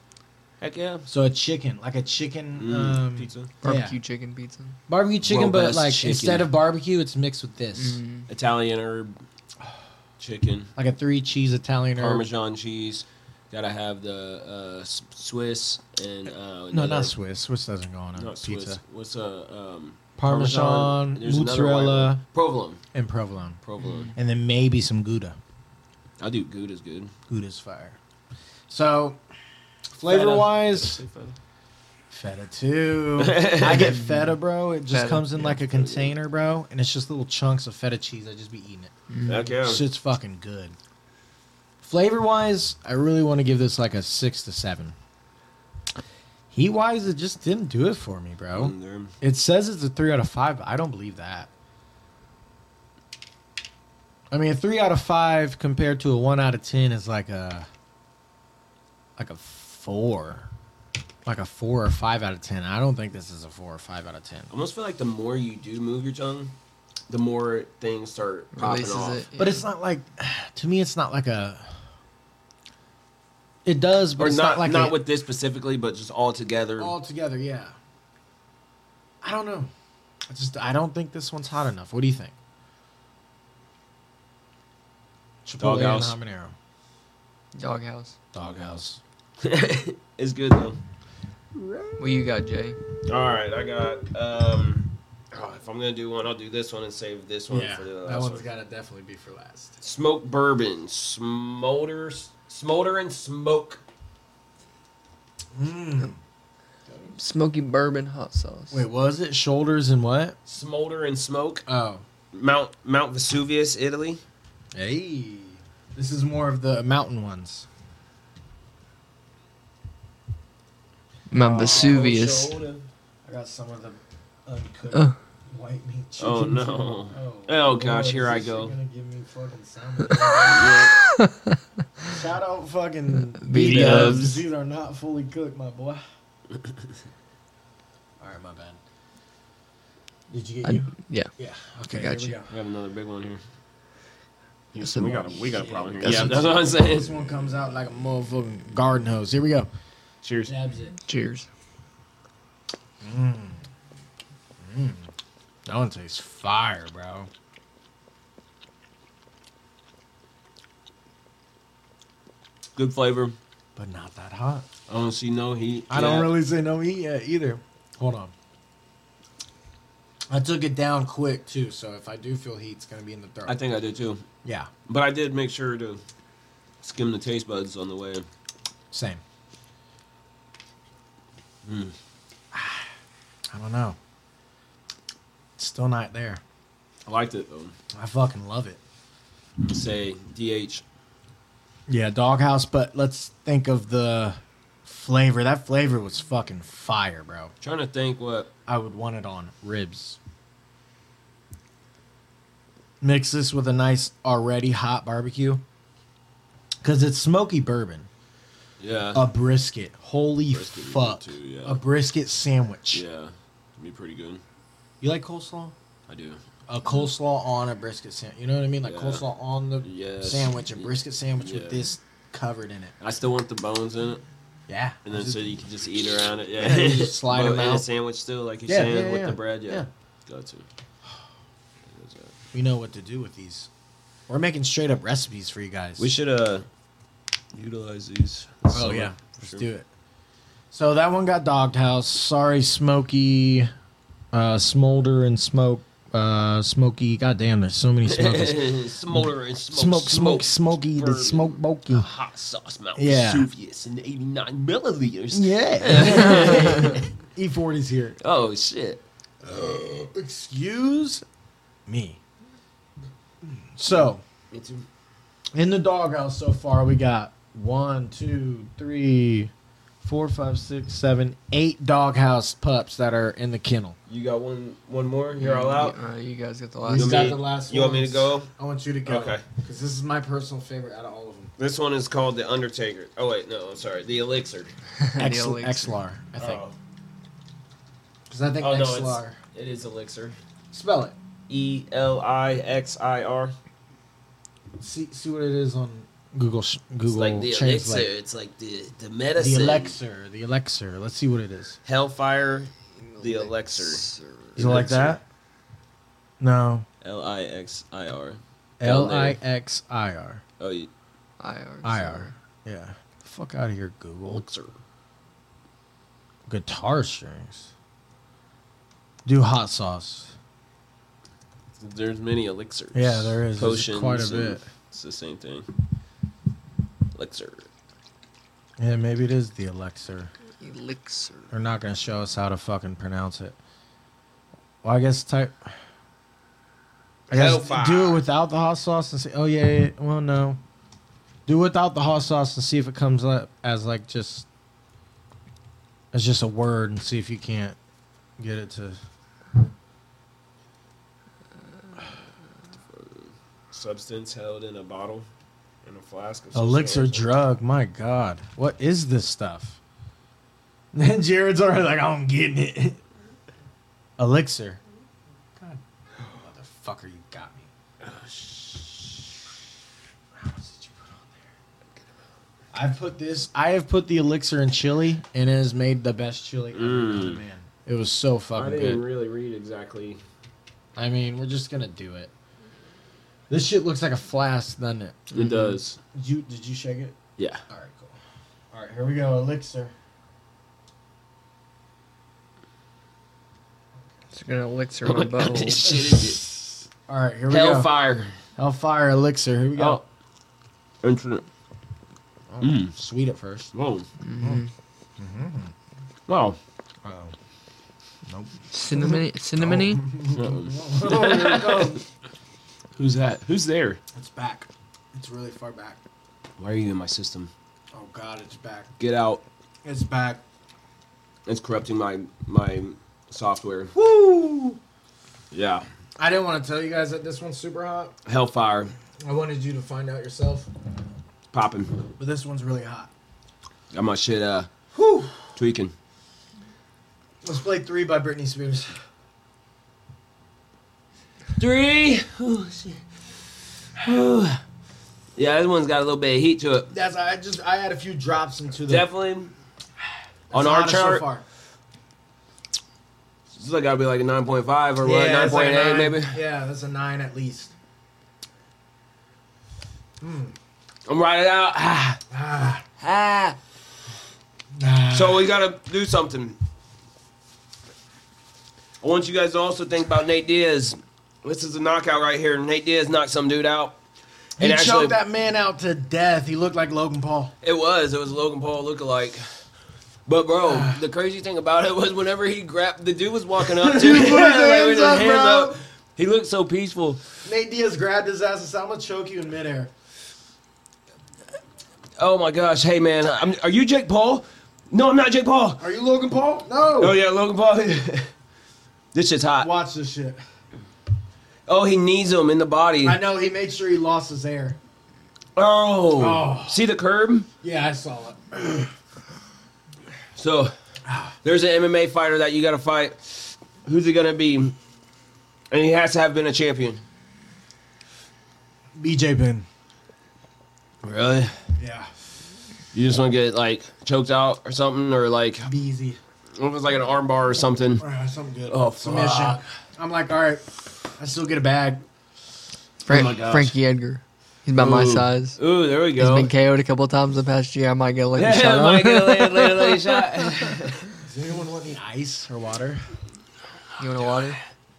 Speaker 1: Heck yeah.
Speaker 4: So a chicken, like a chicken
Speaker 1: Mm,
Speaker 4: um,
Speaker 1: pizza.
Speaker 5: Barbecue
Speaker 4: yeah.
Speaker 5: chicken pizza.
Speaker 1: Mm-hmm.
Speaker 4: barbecue chicken, but
Speaker 1: Robust
Speaker 4: like
Speaker 1: chicken. Mm-hmm.
Speaker 4: instead of barbecue, it's mixed with this,
Speaker 5: Mm.
Speaker 1: Italian herb chicken.
Speaker 4: like a three cheese Italian herb.
Speaker 1: Parmesan cheese. Gotta have the uh, s- Swiss and uh,
Speaker 4: No,
Speaker 1: another-
Speaker 4: not Swiss. Swiss doesn't go on a
Speaker 1: Not
Speaker 4: pizza.
Speaker 1: Swiss. What's uh, um,
Speaker 4: Parmesan,
Speaker 1: and there's another white
Speaker 4: mozzarella,
Speaker 1: one. provolone,
Speaker 4: and provolone,
Speaker 1: provolone.
Speaker 4: and then maybe some gouda. Mm.
Speaker 1: I do Gouda's good.
Speaker 4: Gouda's fire. So, flavor wise, feta
Speaker 1: (laughs)
Speaker 4: too. I get feta, bro. It just
Speaker 5: Feta,
Speaker 4: comes in like a container, bro, and it's just little chunks of feta cheese. I just be eating it.
Speaker 1: Heck yeah.
Speaker 4: Shit's fucking good. Flavor wise, I really want to give this like a six to seven. Heat wise, it just didn't do it for me, bro.
Speaker 1: Mm, they're-
Speaker 4: It says it's a three out of five, but I don't believe that. I mean, a three out of five compared to a one out of ten is like a like a four, like a four or five out of ten. I don't think this is a four or five out of ten.
Speaker 1: I almost feel like the more you do move your tongue, the more things start popping
Speaker 5: Releases
Speaker 1: off.
Speaker 5: it.
Speaker 4: But it's not like, (sighs) to me, it's not like a. It does, but
Speaker 1: Or
Speaker 4: it's
Speaker 1: not,
Speaker 4: not,
Speaker 1: not,
Speaker 4: like a,
Speaker 1: with this specifically, but just all together.
Speaker 4: all together. Yeah, I don't know. I just I don't think this one's hot enough. What do you think? Chipotle and
Speaker 1: Doghouse.
Speaker 4: habanero.
Speaker 5: Doghouse.
Speaker 4: Doghouse.
Speaker 1: (laughs) it's good though.
Speaker 5: What you got, Jay?
Speaker 1: All right, I got. Um, oh, if I'm gonna do one, I'll do this one and save this one
Speaker 4: Yeah,
Speaker 1: for the
Speaker 4: that
Speaker 1: last
Speaker 4: one's
Speaker 1: one.
Speaker 4: got to definitely be for last.
Speaker 1: Smoke bourbon, smolder, smolder and smoke. (laughs)
Speaker 5: Smoky bourbon hot sauce.
Speaker 4: Mm. Wait, was it shoulders and what?
Speaker 1: Smolder and smoke.
Speaker 4: Oh,
Speaker 1: Mount Mount Vesuvius, Italy.
Speaker 4: hey, this is more of the mountain ones. uh,
Speaker 5: Mount Vesuvius.
Speaker 4: Oh, I got some of the uncooked
Speaker 5: Uh.
Speaker 4: white meat. Chicken
Speaker 1: Oh, no.
Speaker 4: (laughs)
Speaker 1: Oh, gosh, here I go.
Speaker 4: Gonna give me fucking salmon.
Speaker 1: (laughs)
Speaker 4: (laughs) Shout out
Speaker 5: (laughs)
Speaker 4: fucking
Speaker 5: B-dubs.
Speaker 4: B-dubs. These are not fully cooked, my
Speaker 1: (laughs)
Speaker 4: boy. All right, my bad. Did you get
Speaker 5: I-
Speaker 4: you?
Speaker 5: yeah.
Speaker 4: Yeah. Okay.
Speaker 5: got
Speaker 4: here
Speaker 5: you.
Speaker 4: We
Speaker 1: We have another big one here.
Speaker 5: That's a-
Speaker 1: a we got a problem here. (laughs)
Speaker 5: That's
Speaker 1: yeah,
Speaker 5: a-
Speaker 1: that's what I'm
Speaker 4: go. This
Speaker 1: saying.
Speaker 4: one comes out like a motherfucking garden hose. Here we go.
Speaker 1: Cheers.
Speaker 4: Jabs it.
Speaker 5: Cheers.
Speaker 4: That one tastes fire, bro.
Speaker 1: Good flavor.
Speaker 4: But not that hot.
Speaker 1: I don't see no heat.
Speaker 4: I don't
Speaker 1: yet.
Speaker 4: really say no eat yet either. Hold on. I took it down quick too, so if I do feel heat, it's gonna be in the throat.
Speaker 1: I think I did too,
Speaker 4: yeah,
Speaker 1: but I did make sure to skim the taste buds on the way.
Speaker 4: same.
Speaker 1: Hmm.
Speaker 4: (sighs) I don't know. It's still not there.
Speaker 1: I liked it though.
Speaker 4: I fucking love it.
Speaker 1: Say DH.
Speaker 4: Yeah, doghouse, but let's think of the flavor. That flavor was fucking fire, bro.
Speaker 1: Trying to think what
Speaker 4: I would want it on ribs. Mix this with a nice already hot barbecue. Cause it's smoky bourbon.
Speaker 1: Yeah.
Speaker 4: A brisket. Holy
Speaker 1: Brisket would be
Speaker 4: fuck.
Speaker 1: too, yeah.
Speaker 4: A brisket sandwich.
Speaker 1: yeah. It'd be pretty good.
Speaker 4: You like coleslaw?
Speaker 1: I do.
Speaker 4: A coleslaw on a brisket sandwich. You know what I mean? Like
Speaker 1: Yeah.
Speaker 4: coleslaw on the
Speaker 1: Yes.
Speaker 4: sandwich, a brisket sandwich
Speaker 1: Yeah.
Speaker 4: with this covered in it.
Speaker 1: I still want the bones in it,
Speaker 4: Yeah.
Speaker 1: and then
Speaker 4: Just-
Speaker 1: so you can just eat around it.
Speaker 4: (laughs)
Speaker 1: Yeah.
Speaker 4: you just slide
Speaker 1: (laughs) But
Speaker 4: 'em
Speaker 1: in a
Speaker 4: out.
Speaker 1: sandwich still, like you're
Speaker 4: Yeah,
Speaker 1: saying,
Speaker 4: yeah,
Speaker 1: with
Speaker 4: yeah.
Speaker 1: the bread. Yeah.
Speaker 4: Yeah.
Speaker 1: Got to.
Speaker 4: we know what to do with these. We're making straight up recipes for you guys.
Speaker 1: We should uh utilize these.
Speaker 4: Oh yeah, let's do it. So that one got dogged house. Sorry, Smoky, uh, Smolder and Smoke, uh, Smoky. Goddamn, there's so many (laughs) Smokies.
Speaker 1: Smolder and
Speaker 4: smoke,
Speaker 1: smoke,
Speaker 4: smoke, Smoky, the
Speaker 1: bourbon,
Speaker 4: Smoke Bokey.
Speaker 1: Hot sauce, Mount
Speaker 4: Yeah.
Speaker 1: Vesuvius, and 89 milliliters.
Speaker 4: (laughs) Yeah. (laughs) E40's E here.
Speaker 1: Oh shit.
Speaker 4: Excuse me. So
Speaker 1: Me too.
Speaker 4: in the doghouse so far, we got one, two, three, four, five, six, seven, eight doghouse pups that are in the kennel.
Speaker 1: You got one one more? You're all out?
Speaker 5: All right, you guys get the
Speaker 4: He's
Speaker 1: You
Speaker 5: last.
Speaker 1: want
Speaker 4: got
Speaker 1: me-
Speaker 4: the last
Speaker 1: You want me to
Speaker 4: ones.
Speaker 1: go?
Speaker 4: I want you to go.
Speaker 1: Okay.
Speaker 4: Because this is my personal favorite out of all of them.
Speaker 1: This one is called The Undertaker. Oh, wait, no, I'm sorry. The Elixir.
Speaker 4: X-
Speaker 5: (laughs) The elixir.
Speaker 4: Xlar, I think.
Speaker 1: Oh,
Speaker 4: Because I think
Speaker 1: Oh, no, it's-
Speaker 4: Xlar.
Speaker 1: it is Elixir.
Speaker 4: Spell it.
Speaker 1: E L I X I R.
Speaker 4: See see what it is on Google sh- Google
Speaker 1: It's like the elixir.
Speaker 4: Translate.
Speaker 1: It's like the the
Speaker 4: The
Speaker 1: medicine.
Speaker 4: elixir. The elixir. Let's see what it is.
Speaker 1: Hellfire. The elixir.
Speaker 4: Is it like that? No.
Speaker 1: L I X I R. Down
Speaker 4: L
Speaker 1: there.
Speaker 4: I X I R.
Speaker 1: Oh, you-
Speaker 5: IR.
Speaker 4: I R. Yeah. Fuck out of here, Google.
Speaker 1: elixir.
Speaker 4: Guitar strings. Do hot sauce.
Speaker 1: There's many elixirs.
Speaker 4: Yeah, there is. There's
Speaker 1: Potions.
Speaker 4: quite a
Speaker 1: and
Speaker 4: bit.
Speaker 1: It's the same thing. Elixir.
Speaker 4: Yeah, maybe it is the elixir.
Speaker 5: Elixir.
Speaker 4: They're not gonna show us how to fucking pronounce it. Well, I guess type. I guess
Speaker 1: Hellfire.
Speaker 4: do it without the hot sauce and see. Oh yeah, yeah, well no. Do it without the hot sauce and see if it comes up as like just as just a word and see if you can't get it to.
Speaker 1: Substance held in a bottle, in a flask. Of some
Speaker 4: Elixir
Speaker 1: sort.
Speaker 4: drug. My God, what is this stuff? (laughs) And Jared's already like, I'm getting it. (laughs) Elixir. God, motherfucker, you got me. How much did you put on there? I've put this. I have put the elixir in chili, and it has made the best chili. ever.
Speaker 1: Mm.
Speaker 4: Man, it was so
Speaker 1: I
Speaker 4: fucking
Speaker 1: didn't
Speaker 4: good.
Speaker 1: really read exactly.
Speaker 4: I mean, we're just gonna do it. This shit looks like a flask, doesn't it?
Speaker 1: It does.
Speaker 4: Did you did you shake it?
Speaker 1: Mm-hmm. Yeah.
Speaker 4: All right, cool. All right, here we go. Elixir.
Speaker 5: It's gonna elixir my
Speaker 1: (laughs)
Speaker 5: butthole.
Speaker 1: Shit is
Speaker 4: All right, here
Speaker 1: it.
Speaker 4: we go.
Speaker 1: Hellfire.
Speaker 4: Hellfire elixir. Here we go.
Speaker 1: Oh. Infinite. Mm.
Speaker 4: Sweet at first.
Speaker 1: Whoa.
Speaker 4: Mm-hmm.
Speaker 1: Wow.
Speaker 4: Oh,
Speaker 5: Cinnamon, cinnamony.
Speaker 1: Oh Who's that? Who's there?
Speaker 4: it's back. It's really far back.
Speaker 1: Why are you in my system?
Speaker 4: Oh God, it's back.
Speaker 1: Get out.
Speaker 4: It's back.
Speaker 1: It's corrupting my my software.
Speaker 4: Woo!
Speaker 1: Yeah.
Speaker 4: I didn't want to tell you guys that this one's super hot.
Speaker 1: Hellfire
Speaker 4: I wanted you to find out yourself,
Speaker 1: popping.
Speaker 4: but this one's really hot.
Speaker 1: Got my shit uh
Speaker 4: Whew.
Speaker 1: tweaking.
Speaker 4: Let's play three by Britney Spears.
Speaker 1: Three. Ooh, shit. Ooh. (sighs) Yeah, this one's got a little bit of heat to it.
Speaker 4: That's I just I had a few drops into the
Speaker 1: Definitely.
Speaker 4: It's
Speaker 1: On our
Speaker 4: hottest so
Speaker 1: chart,
Speaker 4: far.
Speaker 1: this has got to be like a 9.5 or what,
Speaker 4: Yeah, it's like a
Speaker 1: 9.8
Speaker 4: nine.
Speaker 1: maybe.
Speaker 4: Yeah, that's a nine at least.
Speaker 1: I'm riding out. (sighs) Ah.
Speaker 4: Ah.
Speaker 1: Ah. So we gotta do something. I want you guys to also think about Nate Diaz. This is a knockout right here. Nate Diaz knocked some dude out.
Speaker 4: He
Speaker 1: And actually-
Speaker 4: choked that man out to death. He looked like Logan Paul.
Speaker 1: It was. It was a Logan Paul lookalike. But
Speaker 4: (sighs)
Speaker 1: bro, the crazy thing about it was whenever he grabbed the dude was walking
Speaker 4: (laughs)
Speaker 1: up to him,
Speaker 4: put his
Speaker 1: (laughs) like,
Speaker 4: hands
Speaker 1: with his
Speaker 4: up,
Speaker 1: hands
Speaker 4: bro.
Speaker 1: up. He looked so peaceful.
Speaker 4: Nate Diaz grabbed his ass and said, "I'm gonna choke you in midair."
Speaker 1: Oh my gosh! Hey man, I'm, are you Jake Paul? No, I'm not Jake Paul.
Speaker 4: Are you Logan Paul? No.
Speaker 1: Oh yeah, Logan Paul. (laughs) this shit's hot.
Speaker 4: Watch this shit.
Speaker 1: Oh, he needs him in the body.
Speaker 4: I know he made sure he lost his hair.
Speaker 1: Oh.
Speaker 4: Oh.
Speaker 1: See the curb?
Speaker 4: Yeah, I saw it.
Speaker 1: So there's an MMA fighter that you got to fight. Who's it going to be? And he has to have been a champion.
Speaker 4: BJ Penn.
Speaker 1: Really?
Speaker 4: Yeah.
Speaker 1: You just want to get like choked out or something or like
Speaker 4: Be easy.
Speaker 1: it was like an armbar or something.
Speaker 4: Alright, something good.
Speaker 1: Oh,
Speaker 4: submission.
Speaker 1: fuck.
Speaker 4: I'm like, all right, I still get a bag.
Speaker 1: Oh my
Speaker 5: Frank,
Speaker 1: gosh.
Speaker 5: Frankie Edgar. He's about my
Speaker 1: Ooh.
Speaker 5: size.
Speaker 1: Ooh, there we
Speaker 5: He's
Speaker 1: go.
Speaker 5: been
Speaker 1: (laughs)
Speaker 5: KO'd a couple times the past year. I might get a lucky shot.
Speaker 1: Yeah, (laughs)
Speaker 5: on
Speaker 1: might
Speaker 5: him.
Speaker 1: get a late, late, late shot.
Speaker 4: Does anyone want any ice or water?
Speaker 5: You want a water?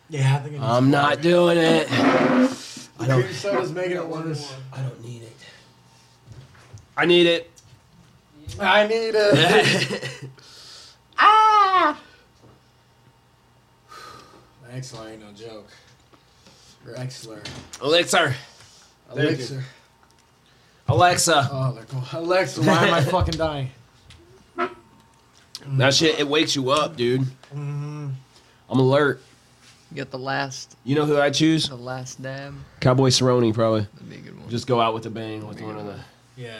Speaker 4: Yeah, I think I need
Speaker 1: I'm not doing it.
Speaker 4: some. Cream soda's making it worse.
Speaker 1: I don't need it. I need (laughs) it.
Speaker 4: I need a.
Speaker 1: (laughs)
Speaker 4: Excellent, ain't no joke. Or Exler.
Speaker 1: Elixir. you.
Speaker 4: Elixir.
Speaker 1: Alexa. (laughs)
Speaker 4: Oh, they're cool. Alexa, why am I fucking dying?
Speaker 1: That shit, it wakes you up, dude.
Speaker 4: Mm-hmm.
Speaker 1: I'm alert.
Speaker 5: You got the last,
Speaker 1: You know who I choose?
Speaker 5: the last dab.
Speaker 1: Cowboy Cerrone, probably.
Speaker 5: That'd be a good one.
Speaker 1: Just go out with a bang with one of the.
Speaker 4: Yeah.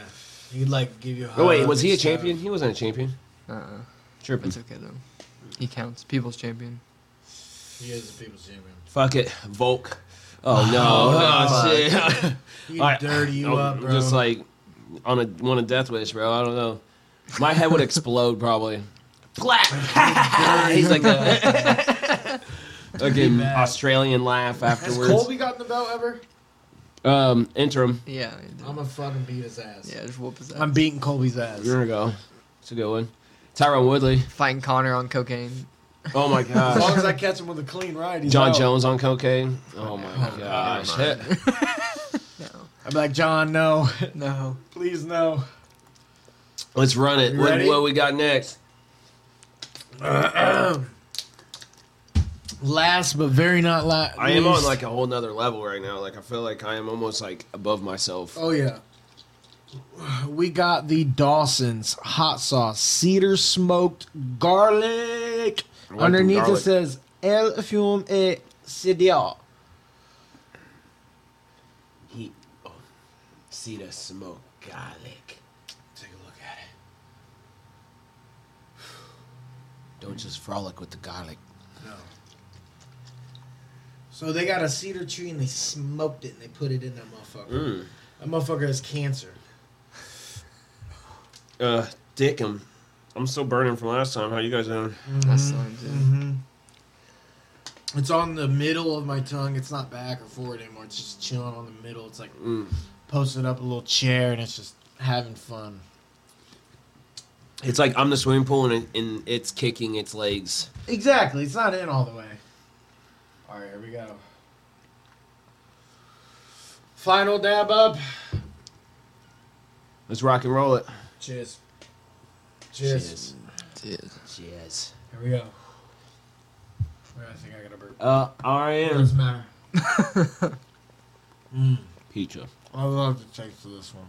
Speaker 4: He'd like give you a
Speaker 1: Oh wait,
Speaker 4: hug
Speaker 1: was he a
Speaker 4: and stuff.
Speaker 1: champion? He wasn't a champion. Mm.
Speaker 5: Uh-uh.
Speaker 1: Tripping.
Speaker 5: It's okay though. He counts. People's champion.
Speaker 4: He is a people's champion.
Speaker 1: Fuck it, Volk. (laughs) Oh no! Oh, shit! (laughs)
Speaker 4: He
Speaker 1: I-
Speaker 4: dirty you
Speaker 1: I'm
Speaker 4: up, bro.
Speaker 1: Just like on a one of death wish, bro. I don't know. My head would explode probably. Flat. (laughs) He's like a (laughs) fucking Australian laugh
Speaker 4: Has
Speaker 1: afterwards.
Speaker 4: Colby gotten the belt ever?
Speaker 1: Um, interim.
Speaker 5: Yeah. he did.
Speaker 4: I'm gonna fucking beat his ass.
Speaker 5: yeah. Just whoop his ass.
Speaker 4: I'm beating Colby's ass.
Speaker 1: There we go. It's a good one. Tyron Woodley.
Speaker 5: fighting Connor on cocaine.
Speaker 1: Oh (laughs) my
Speaker 4: As long
Speaker 1: gosh.
Speaker 4: as I catch him with a clean ride, he's
Speaker 1: John
Speaker 4: out.
Speaker 1: Jones on cocaine. Oh my gosh.
Speaker 4: I'm like John, no, (laughs)
Speaker 5: No.
Speaker 4: please no.
Speaker 1: Let's run it.
Speaker 4: You
Speaker 1: What,
Speaker 4: ready?
Speaker 1: what we got next?
Speaker 4: Last but very not last.
Speaker 1: I am on like a whole nother level right now. Like I feel like I am almost like above myself.
Speaker 4: Oh yeah. We got the Dawson's hot sauce, cedar smoked garlic.
Speaker 1: like the
Speaker 4: Underneath
Speaker 1: garlic.
Speaker 4: it says El fume et cedar.
Speaker 1: He oh, see the smoke garlic. Take a look at it. Don't just frolic with the garlic.
Speaker 4: So they got a cedar tree and they smoked it and they put it in that motherfucker.
Speaker 1: Mm.
Speaker 4: That motherfucker has cancer.
Speaker 1: Uh, Dick, I'm, I'm still burning from last time. How you guys doing?
Speaker 5: That's something. dude.
Speaker 4: Mm-hmm. It's on the middle of my tongue. It's not back or forward anymore. It's just chilling on the middle. It's like
Speaker 1: Mm.
Speaker 4: posted up a little chair and it's just having fun.
Speaker 1: It's like I'm the swimming pool and, it- and it's kicking its legs.
Speaker 4: Exactly. It's not in all the way. All right, here we go. Final dab up.
Speaker 1: Let's rock and roll it.
Speaker 4: Cheers. Cheers.
Speaker 5: Dude.
Speaker 4: (laughs)
Speaker 1: Cheers.
Speaker 4: Here we go. Wait, I think I got a burp.
Speaker 1: Uh, I
Speaker 4: It
Speaker 1: am
Speaker 4: doesn't matter.
Speaker 1: pizza.
Speaker 4: I love the taste of this one.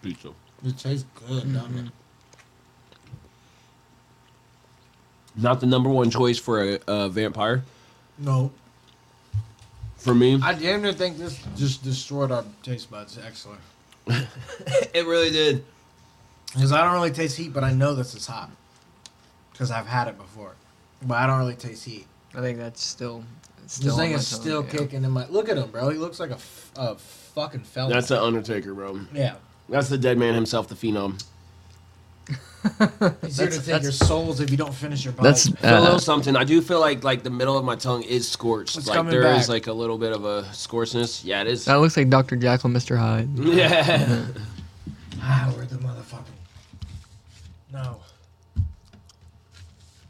Speaker 1: Pizza.
Speaker 4: It tastes good, doesn't it?
Speaker 1: Not the number one choice for a, a vampire
Speaker 4: No.
Speaker 1: for me.
Speaker 4: I damn near think this just destroyed our taste buds. Excellent.
Speaker 1: it really did.
Speaker 4: Because I don't really taste heat, but I know this is hot. Because I've had it before. But I don't really taste heat.
Speaker 5: I think that's still. it's
Speaker 4: This
Speaker 5: still
Speaker 4: thing
Speaker 5: on my
Speaker 4: is
Speaker 5: tongue,
Speaker 4: still
Speaker 5: yeah.
Speaker 4: kicking in my. Look at him, bro. He looks like a, f- a fucking fella.
Speaker 1: That's the Undertaker, bro.
Speaker 4: yeah.
Speaker 1: That's the dead man himself, the
Speaker 5: Uh-huh.
Speaker 1: Phenom.
Speaker 4: He's here to take your souls if you don't finish your bite.
Speaker 5: That's
Speaker 1: I feel a little
Speaker 5: uh,
Speaker 1: something. I do feel like like the middle of my tongue is scorched.
Speaker 4: It's
Speaker 1: like
Speaker 4: coming
Speaker 1: there is
Speaker 4: back.
Speaker 1: like a little bit of a scorchness. Yeah, it is.
Speaker 5: that looks like Dr. Jackal, Mr. Hyde.
Speaker 1: (laughs) Yeah.
Speaker 4: ah, we're the motherfucking. No.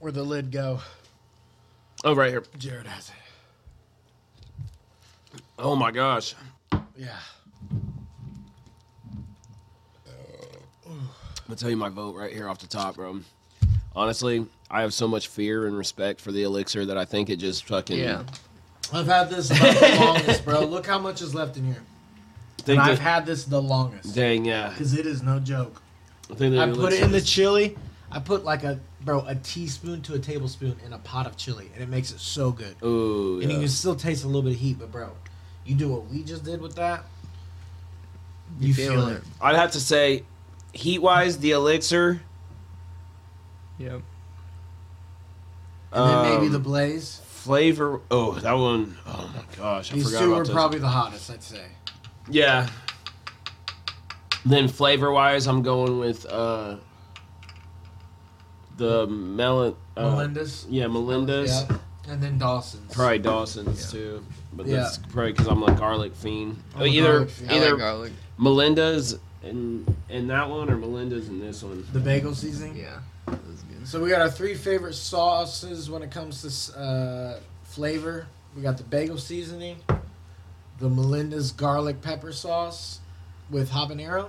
Speaker 4: Where the lid go?
Speaker 1: Oh, right here.
Speaker 4: Jared has it.
Speaker 1: Oh my gosh.
Speaker 4: Yeah.
Speaker 1: I'm gonna tell you my vote right here off the top, bro. Honestly, I have so much fear and respect for the elixir that I think it just fucking.
Speaker 5: Yeah.
Speaker 4: I've had this
Speaker 1: (laughs)
Speaker 4: about the longest, bro. Look how much is left in here.
Speaker 1: Think
Speaker 4: and
Speaker 1: that-
Speaker 4: I've had this the longest.
Speaker 1: dang, yeah.
Speaker 4: Because it is no joke.
Speaker 1: I, think that
Speaker 4: I put it
Speaker 1: elixir-
Speaker 4: in the chili. I put like a bro a teaspoon to a tablespoon in a pot of chili, and it makes it so good.
Speaker 1: Ooh,
Speaker 4: And you
Speaker 1: Oh, yeah.
Speaker 4: can still taste a little bit of heat, but bro, you do what we just did with that. You, feel,
Speaker 5: feel
Speaker 4: it.
Speaker 5: it.
Speaker 1: I'd have to say, heat wise, the elixir.
Speaker 5: Yep.
Speaker 4: And then maybe
Speaker 1: um,
Speaker 4: the blaze.
Speaker 1: flavor. Oh, that one. Oh my gosh, I
Speaker 4: These
Speaker 1: forgot
Speaker 4: two
Speaker 1: about
Speaker 4: were
Speaker 1: those.
Speaker 4: probably the hottest, I'd say.
Speaker 1: Yeah. Then flavor wise, I'm going with uh the melon. Uh,
Speaker 4: Melinda's.
Speaker 1: Yeah, Melinda's.
Speaker 4: Yeah. And then Dawson's.
Speaker 1: Probably Dawson's too, but
Speaker 4: Yeah.
Speaker 1: that's probably because I'm like garlic fiend.
Speaker 4: I'm a
Speaker 1: either
Speaker 4: garlic fiend. I uh,
Speaker 1: either
Speaker 5: garlic.
Speaker 1: Melinda's and and that one, or Melinda's and this one.
Speaker 4: The bagel seasoning.
Speaker 5: Yeah. That was good.
Speaker 4: So we got our three favorite sauces when it comes to uh, flavor. We got the bagel seasoning, the Melinda's garlic pepper sauce with habanero,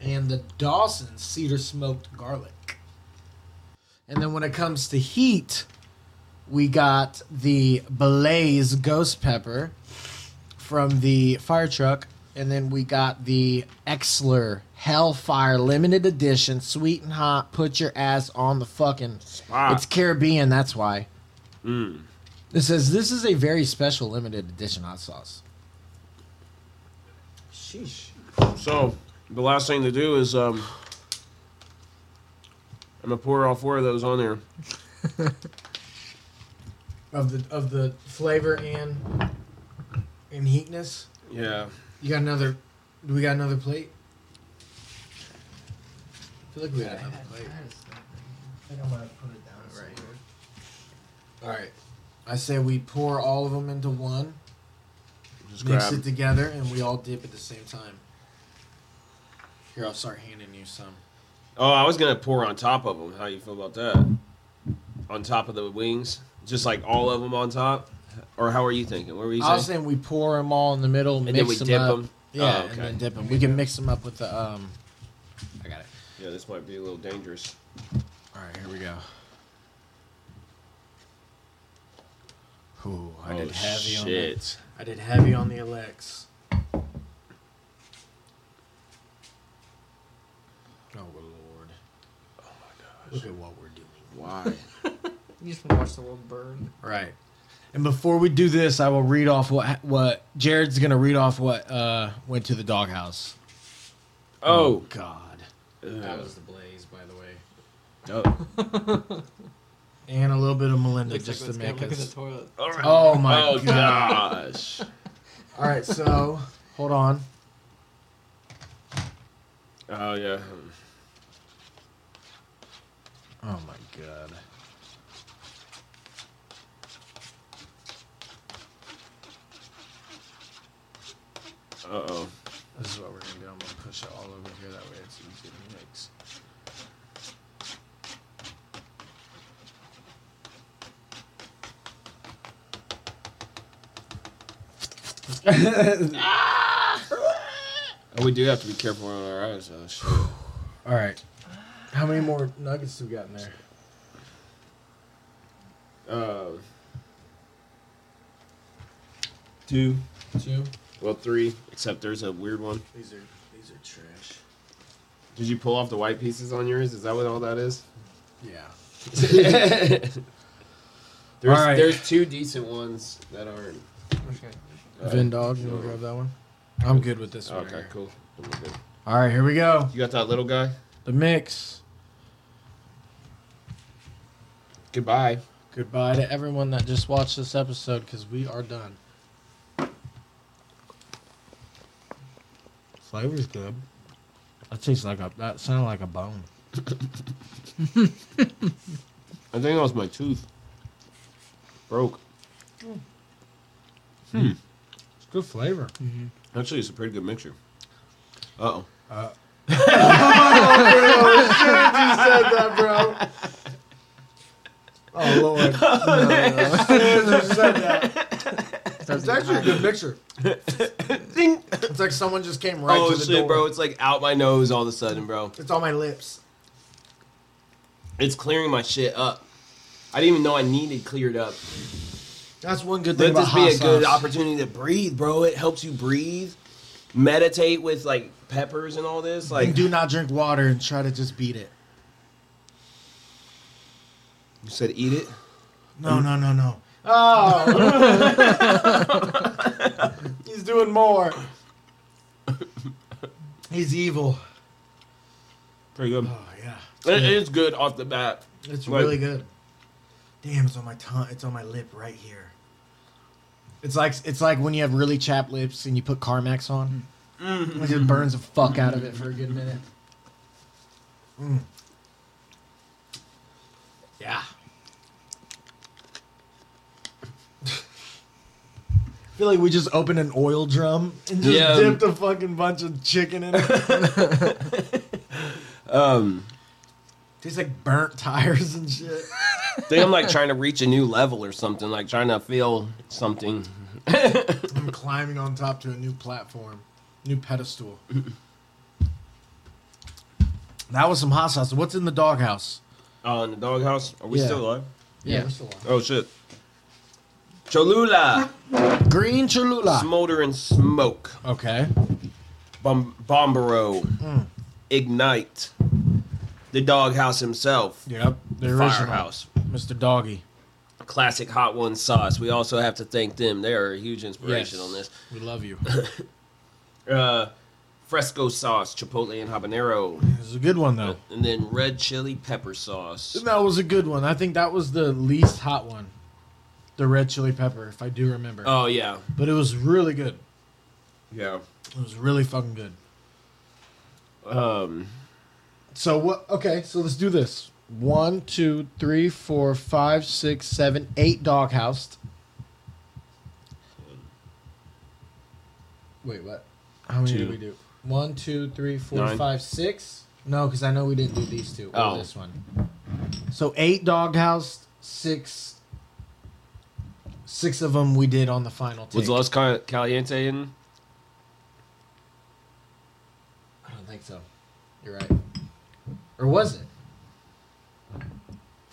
Speaker 4: and the Dawson's cedar smoked garlic. And then when it comes to heat, we got the Belays ghost pepper from the fire truck, and then we got the Exler Hellfire limited edition, sweet and hot. Put your ass on the fucking. It's Caribbean, that's why. It says this is a very special limited edition hot sauce. Sheesh.
Speaker 1: So the last thing to do is um, I'm gonna pour all four of those on there.
Speaker 4: Of the of the flavor and and heatness.
Speaker 1: Yeah.
Speaker 4: You got another? Do we got another plate? I feel like we got another plate. All right. I say we pour all of them into one,
Speaker 1: Just
Speaker 4: mix
Speaker 1: grab.
Speaker 4: it together, and we all dip at the same time. Here, I'll start handing you some.
Speaker 1: Oh, I was gonna pour on top of them. How you feel about that? On top of the wings, just like all of them on top, or how are you thinking? What were you
Speaker 4: I
Speaker 1: saying?
Speaker 4: was saying we pour them all in the middle,
Speaker 1: and
Speaker 4: mix
Speaker 1: then we
Speaker 4: them
Speaker 1: dip
Speaker 4: up.
Speaker 1: them.
Speaker 4: Yeah,
Speaker 1: Oh, okay.
Speaker 4: and then dip them. We can mix them up with the um. I got it.
Speaker 1: Yeah, this might be a little dangerous.
Speaker 4: All right, here we go. Ooh, I
Speaker 1: oh
Speaker 4: did heavy on that.
Speaker 1: shit!
Speaker 4: I did heavy on the Alex. Oh lord. Oh my gosh. Look at what we're doing. (laughs)
Speaker 1: Why?
Speaker 5: You just want to watch the world burn.
Speaker 4: Right. And before we do this, I will read off what what Jared's gonna read off what uh went to the doghouse.
Speaker 1: Oh,
Speaker 4: God.
Speaker 1: Ugh.
Speaker 4: the blaze, by the way. (laughs)
Speaker 1: Oh.
Speaker 4: And a little bit of Melinda
Speaker 5: Looks
Speaker 4: just
Speaker 5: like
Speaker 4: to make
Speaker 5: look at the
Speaker 4: us.
Speaker 5: toilet.
Speaker 4: Oh my
Speaker 1: Oh
Speaker 4: god.
Speaker 1: gosh!
Speaker 4: All right, so hold on.
Speaker 1: Oh yeah.
Speaker 4: Oh my god.
Speaker 1: Uh oh.
Speaker 4: This is what we're gonna do. I'm gonna push it all over here. That way it's easy to mix. (laughs)
Speaker 1: Oh, we do have to be careful on our eyes. Oh shit!
Speaker 4: All right. How many more nuggets do we got in there?
Speaker 1: Uh, two.
Speaker 4: Two.
Speaker 1: Well, three. Except there's a weird one.
Speaker 4: These are these are trash.
Speaker 1: Did you pull off the white pieces on yours? Is that what all that is?
Speaker 4: Yeah.
Speaker 1: (laughs) there's
Speaker 4: All right.
Speaker 1: there's two decent ones that aren't. Uh,
Speaker 4: Vin dog, you wanna grab that one? I'm good with this one.
Speaker 1: Okay,
Speaker 4: right here.
Speaker 1: cool. I'm good.
Speaker 4: All right, here we go.
Speaker 1: You got that little guy?
Speaker 4: The mix.
Speaker 1: Goodbye.
Speaker 4: Goodbye to everyone that just watched this episode because we are done. Flavor's good. That tastes like a that sounded like a bone.
Speaker 1: I think that was my tooth. Broke.
Speaker 4: It's good flavor.
Speaker 1: Actually, it's a pretty good mixture. Uh oh.
Speaker 4: (laughs) Oh lord.
Speaker 5: That's
Speaker 4: good mixture. It's like someone just came right
Speaker 1: oh
Speaker 4: to the
Speaker 1: shit,
Speaker 4: door.
Speaker 1: bro! It's like out my nose all of a sudden, bro.
Speaker 4: It's on my lips.
Speaker 1: It's clearing my shit up. I didn't even know I needed cleared up.
Speaker 4: That's one good thing
Speaker 1: Let
Speaker 4: about
Speaker 1: this be a
Speaker 4: hot
Speaker 1: good
Speaker 4: sauce.
Speaker 1: opportunity to breathe, bro. It helps you breathe, meditate with like peppers and all this. Like
Speaker 4: And do not drink water and try to just beat it.
Speaker 1: you said, eat it.
Speaker 4: No, no, no, no. Oh. (laughs) He's doing more. He's evil.
Speaker 1: Pretty good.
Speaker 4: Oh yeah.
Speaker 1: It is good off the bat.
Speaker 4: It's
Speaker 1: Like-
Speaker 4: really good. Damn, it's on my tongue. It's on my lip right here. It's like it's like when you have really chapped lips and you put Carmex on. It just burns the fuck out of it for a good minute. Mm. Yeah. I (laughs) feel like we just opened an oil drum and just
Speaker 1: Yeah.
Speaker 4: dipped a fucking bunch of chicken in it.
Speaker 1: Um,
Speaker 4: Tastes like burnt tires and shit.
Speaker 1: I think I'm like trying to reach a new level or something. Like trying to feel something.
Speaker 4: I'm climbing on top to a new platform, new pedestal. that was some hot sauce. What's in the doghouse?
Speaker 1: Oh, in the doghouse. Are we
Speaker 4: Yeah.
Speaker 1: still alive?
Speaker 4: (laughs)
Speaker 5: Yeah.
Speaker 1: Oh shit. Cholula,
Speaker 4: Green Cholula.
Speaker 1: smolder and smoke.
Speaker 4: Okay. Hmm.
Speaker 1: Bom- Bombero. Ignite, the doghouse himself,
Speaker 4: Yep. The original.
Speaker 1: Firehouse.
Speaker 4: Mr. Doggy.
Speaker 1: Classic Hot One sauce. We also have to thank them. They are a huge inspiration on this.
Speaker 4: We love (laughs) you.
Speaker 1: Uh, fresco sauce, chipotle and habanero,
Speaker 4: This is a good one though.
Speaker 1: and then red chili pepper sauce.
Speaker 4: That was a good one. I think that was the least hot one. The red chili pepper, if I do remember.
Speaker 1: Oh yeah,
Speaker 4: but it was really good.
Speaker 1: yeah.
Speaker 4: It was really fucking good.
Speaker 1: Um,
Speaker 4: So what? Okay, so let's do this. One, two, three, four, five, six, seven, eight doghouse. Wait, what? How many
Speaker 1: Two.
Speaker 4: did we do? One, two, three, four, five,
Speaker 1: Nine.
Speaker 4: six. No, because I know we didn't do these two or
Speaker 1: Oh.
Speaker 4: this one. So eight doghouse, six. Six of them we did on the final take.
Speaker 1: was Los Cal- Caliente in?
Speaker 4: I don't think so. You're right. Or was it?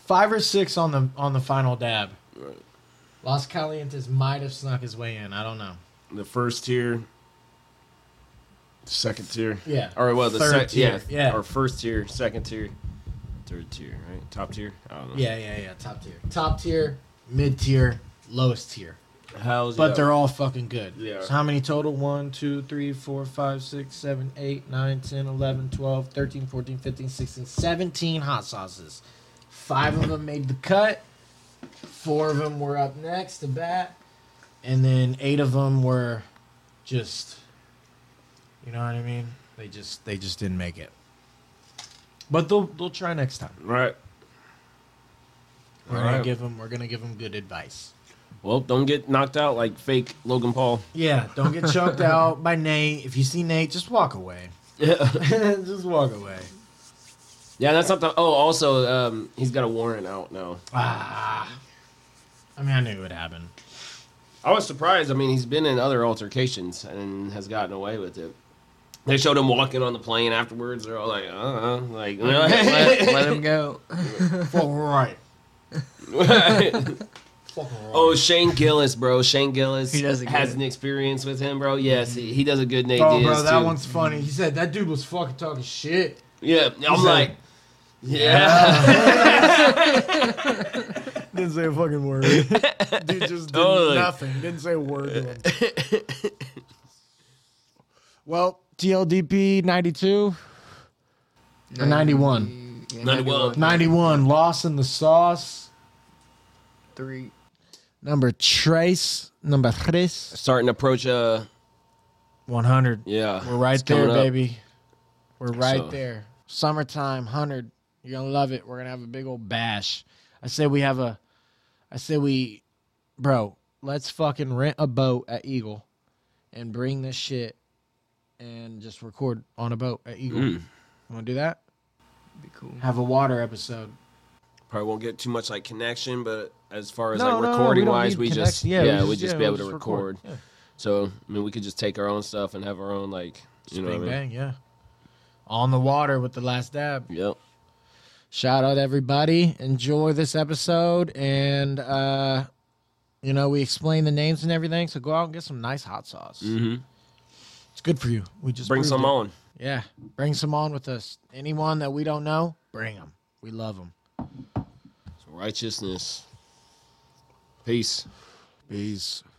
Speaker 4: Five or six on the on the final dab.
Speaker 1: Right.
Speaker 4: Los Calientes might have snuck his way in. I don't know.
Speaker 1: The first tier, second tier,
Speaker 4: Yeah.
Speaker 1: or well, the
Speaker 4: Third
Speaker 1: second yeah,
Speaker 4: tier, yeah.
Speaker 1: or first tier, second tier, third tier, right? Top tier. I don't know.
Speaker 4: Yeah, yeah, yeah. Top tier. Top tier, mid tier, lowest tier.
Speaker 1: How's
Speaker 4: But they're all fucking good.
Speaker 1: Yeah.
Speaker 4: So how many total? One, two, three, four, five, six, seven, eight, nine, ten, eleven, twelve, thirteen, fourteen, fifteen, sixteen, seventeen hot sauces. Five of them made the cut. Four of them were up next to bat. And then eight of them were just, you know what I mean? They just they just didn't make it. But they'll they'll try next time.
Speaker 1: right.
Speaker 4: We're
Speaker 1: All
Speaker 4: gonna
Speaker 1: right.
Speaker 4: give them we're gonna give them good advice.
Speaker 1: Well, don't get knocked out like fake Logan
Speaker 4: (laughs)
Speaker 1: Paul.
Speaker 4: Yeah, don't get choked out by Nate. If you see Nate, just walk away.
Speaker 1: yeah,
Speaker 4: (laughs) just walk away.
Speaker 1: that's not the. Oh, also, um, he's got a warrant out now.
Speaker 4: Ah. I mean, I knew it would happen.
Speaker 1: I was surprised. I mean, he's been in other altercations and has gotten away with it. They showed him walking on the plane afterwards. They're all like, uh, uh like, (laughs) you know,
Speaker 5: let, let
Speaker 4: (laughs)
Speaker 5: him go.
Speaker 4: Fuck right. Fuck right.
Speaker 1: oh, Shane Gillis, bro. Shane Gillis
Speaker 5: He doesn't get
Speaker 1: has
Speaker 5: it.
Speaker 1: an experience with him, bro. Yes, he, he does a good Nate
Speaker 4: Oh,
Speaker 1: Diaz,
Speaker 4: bro, that
Speaker 1: too.
Speaker 4: one's funny. He said that dude was fucking talking shit.
Speaker 1: Yeah, I'm
Speaker 4: He's
Speaker 1: like,
Speaker 4: like,
Speaker 1: yeah,
Speaker 4: Didn't say a fucking word. (laughs) dude (laughs) just did
Speaker 1: Totally.
Speaker 4: nothing. Didn't say a word to him. (laughs) well, TLDP 92. 91.
Speaker 5: Yeah,
Speaker 1: 91.
Speaker 4: 91, loss in the sauce.
Speaker 5: Three.
Speaker 4: Number Trace. Number
Speaker 1: (laughs)
Speaker 4: Tres.
Speaker 1: starting to approach. Uh,
Speaker 4: 100.
Speaker 1: yeah,
Speaker 4: We're right
Speaker 1: it's
Speaker 4: there,
Speaker 1: coming up.
Speaker 4: baby. We're right
Speaker 1: So-
Speaker 4: there. Summertime, hundred. You're gonna love it. We're gonna have a big old bash. I say we have a. I say we, bro. Let's fucking rent a boat at Eagle, and bring this shit, and just record on a boat at Eagle.
Speaker 1: Mm.
Speaker 4: Want to do that?
Speaker 5: Be cool.
Speaker 4: Have a water episode.
Speaker 1: Probably won't get too much like connection, but as far as
Speaker 4: No, no, no,
Speaker 1: like
Speaker 4: we
Speaker 1: recording
Speaker 4: don't
Speaker 1: wise,
Speaker 4: need
Speaker 1: we
Speaker 4: connect-
Speaker 1: just yeah,
Speaker 4: yeah, we
Speaker 1: we
Speaker 4: just-
Speaker 1: would just
Speaker 4: yeah,
Speaker 1: be
Speaker 4: we'll
Speaker 1: able to
Speaker 4: just
Speaker 1: record.
Speaker 4: record, yeah.
Speaker 1: So I mean, we could just take our own stuff and have our own like you know
Speaker 4: Big
Speaker 1: what I mean?
Speaker 4: bang, yeah. On the water with the last dab.
Speaker 1: Yep.
Speaker 4: shout out everybody enjoy this episode and uh you know we explain the names and everything so go out and get some nice hot sauce
Speaker 1: hmm
Speaker 4: it's good for you we just
Speaker 1: Bring
Speaker 4: proved
Speaker 1: some
Speaker 4: it.
Speaker 1: on.
Speaker 4: yeah bring some on with us anyone that we don't know bring them we love them
Speaker 1: Righteousness. Peace.
Speaker 4: peace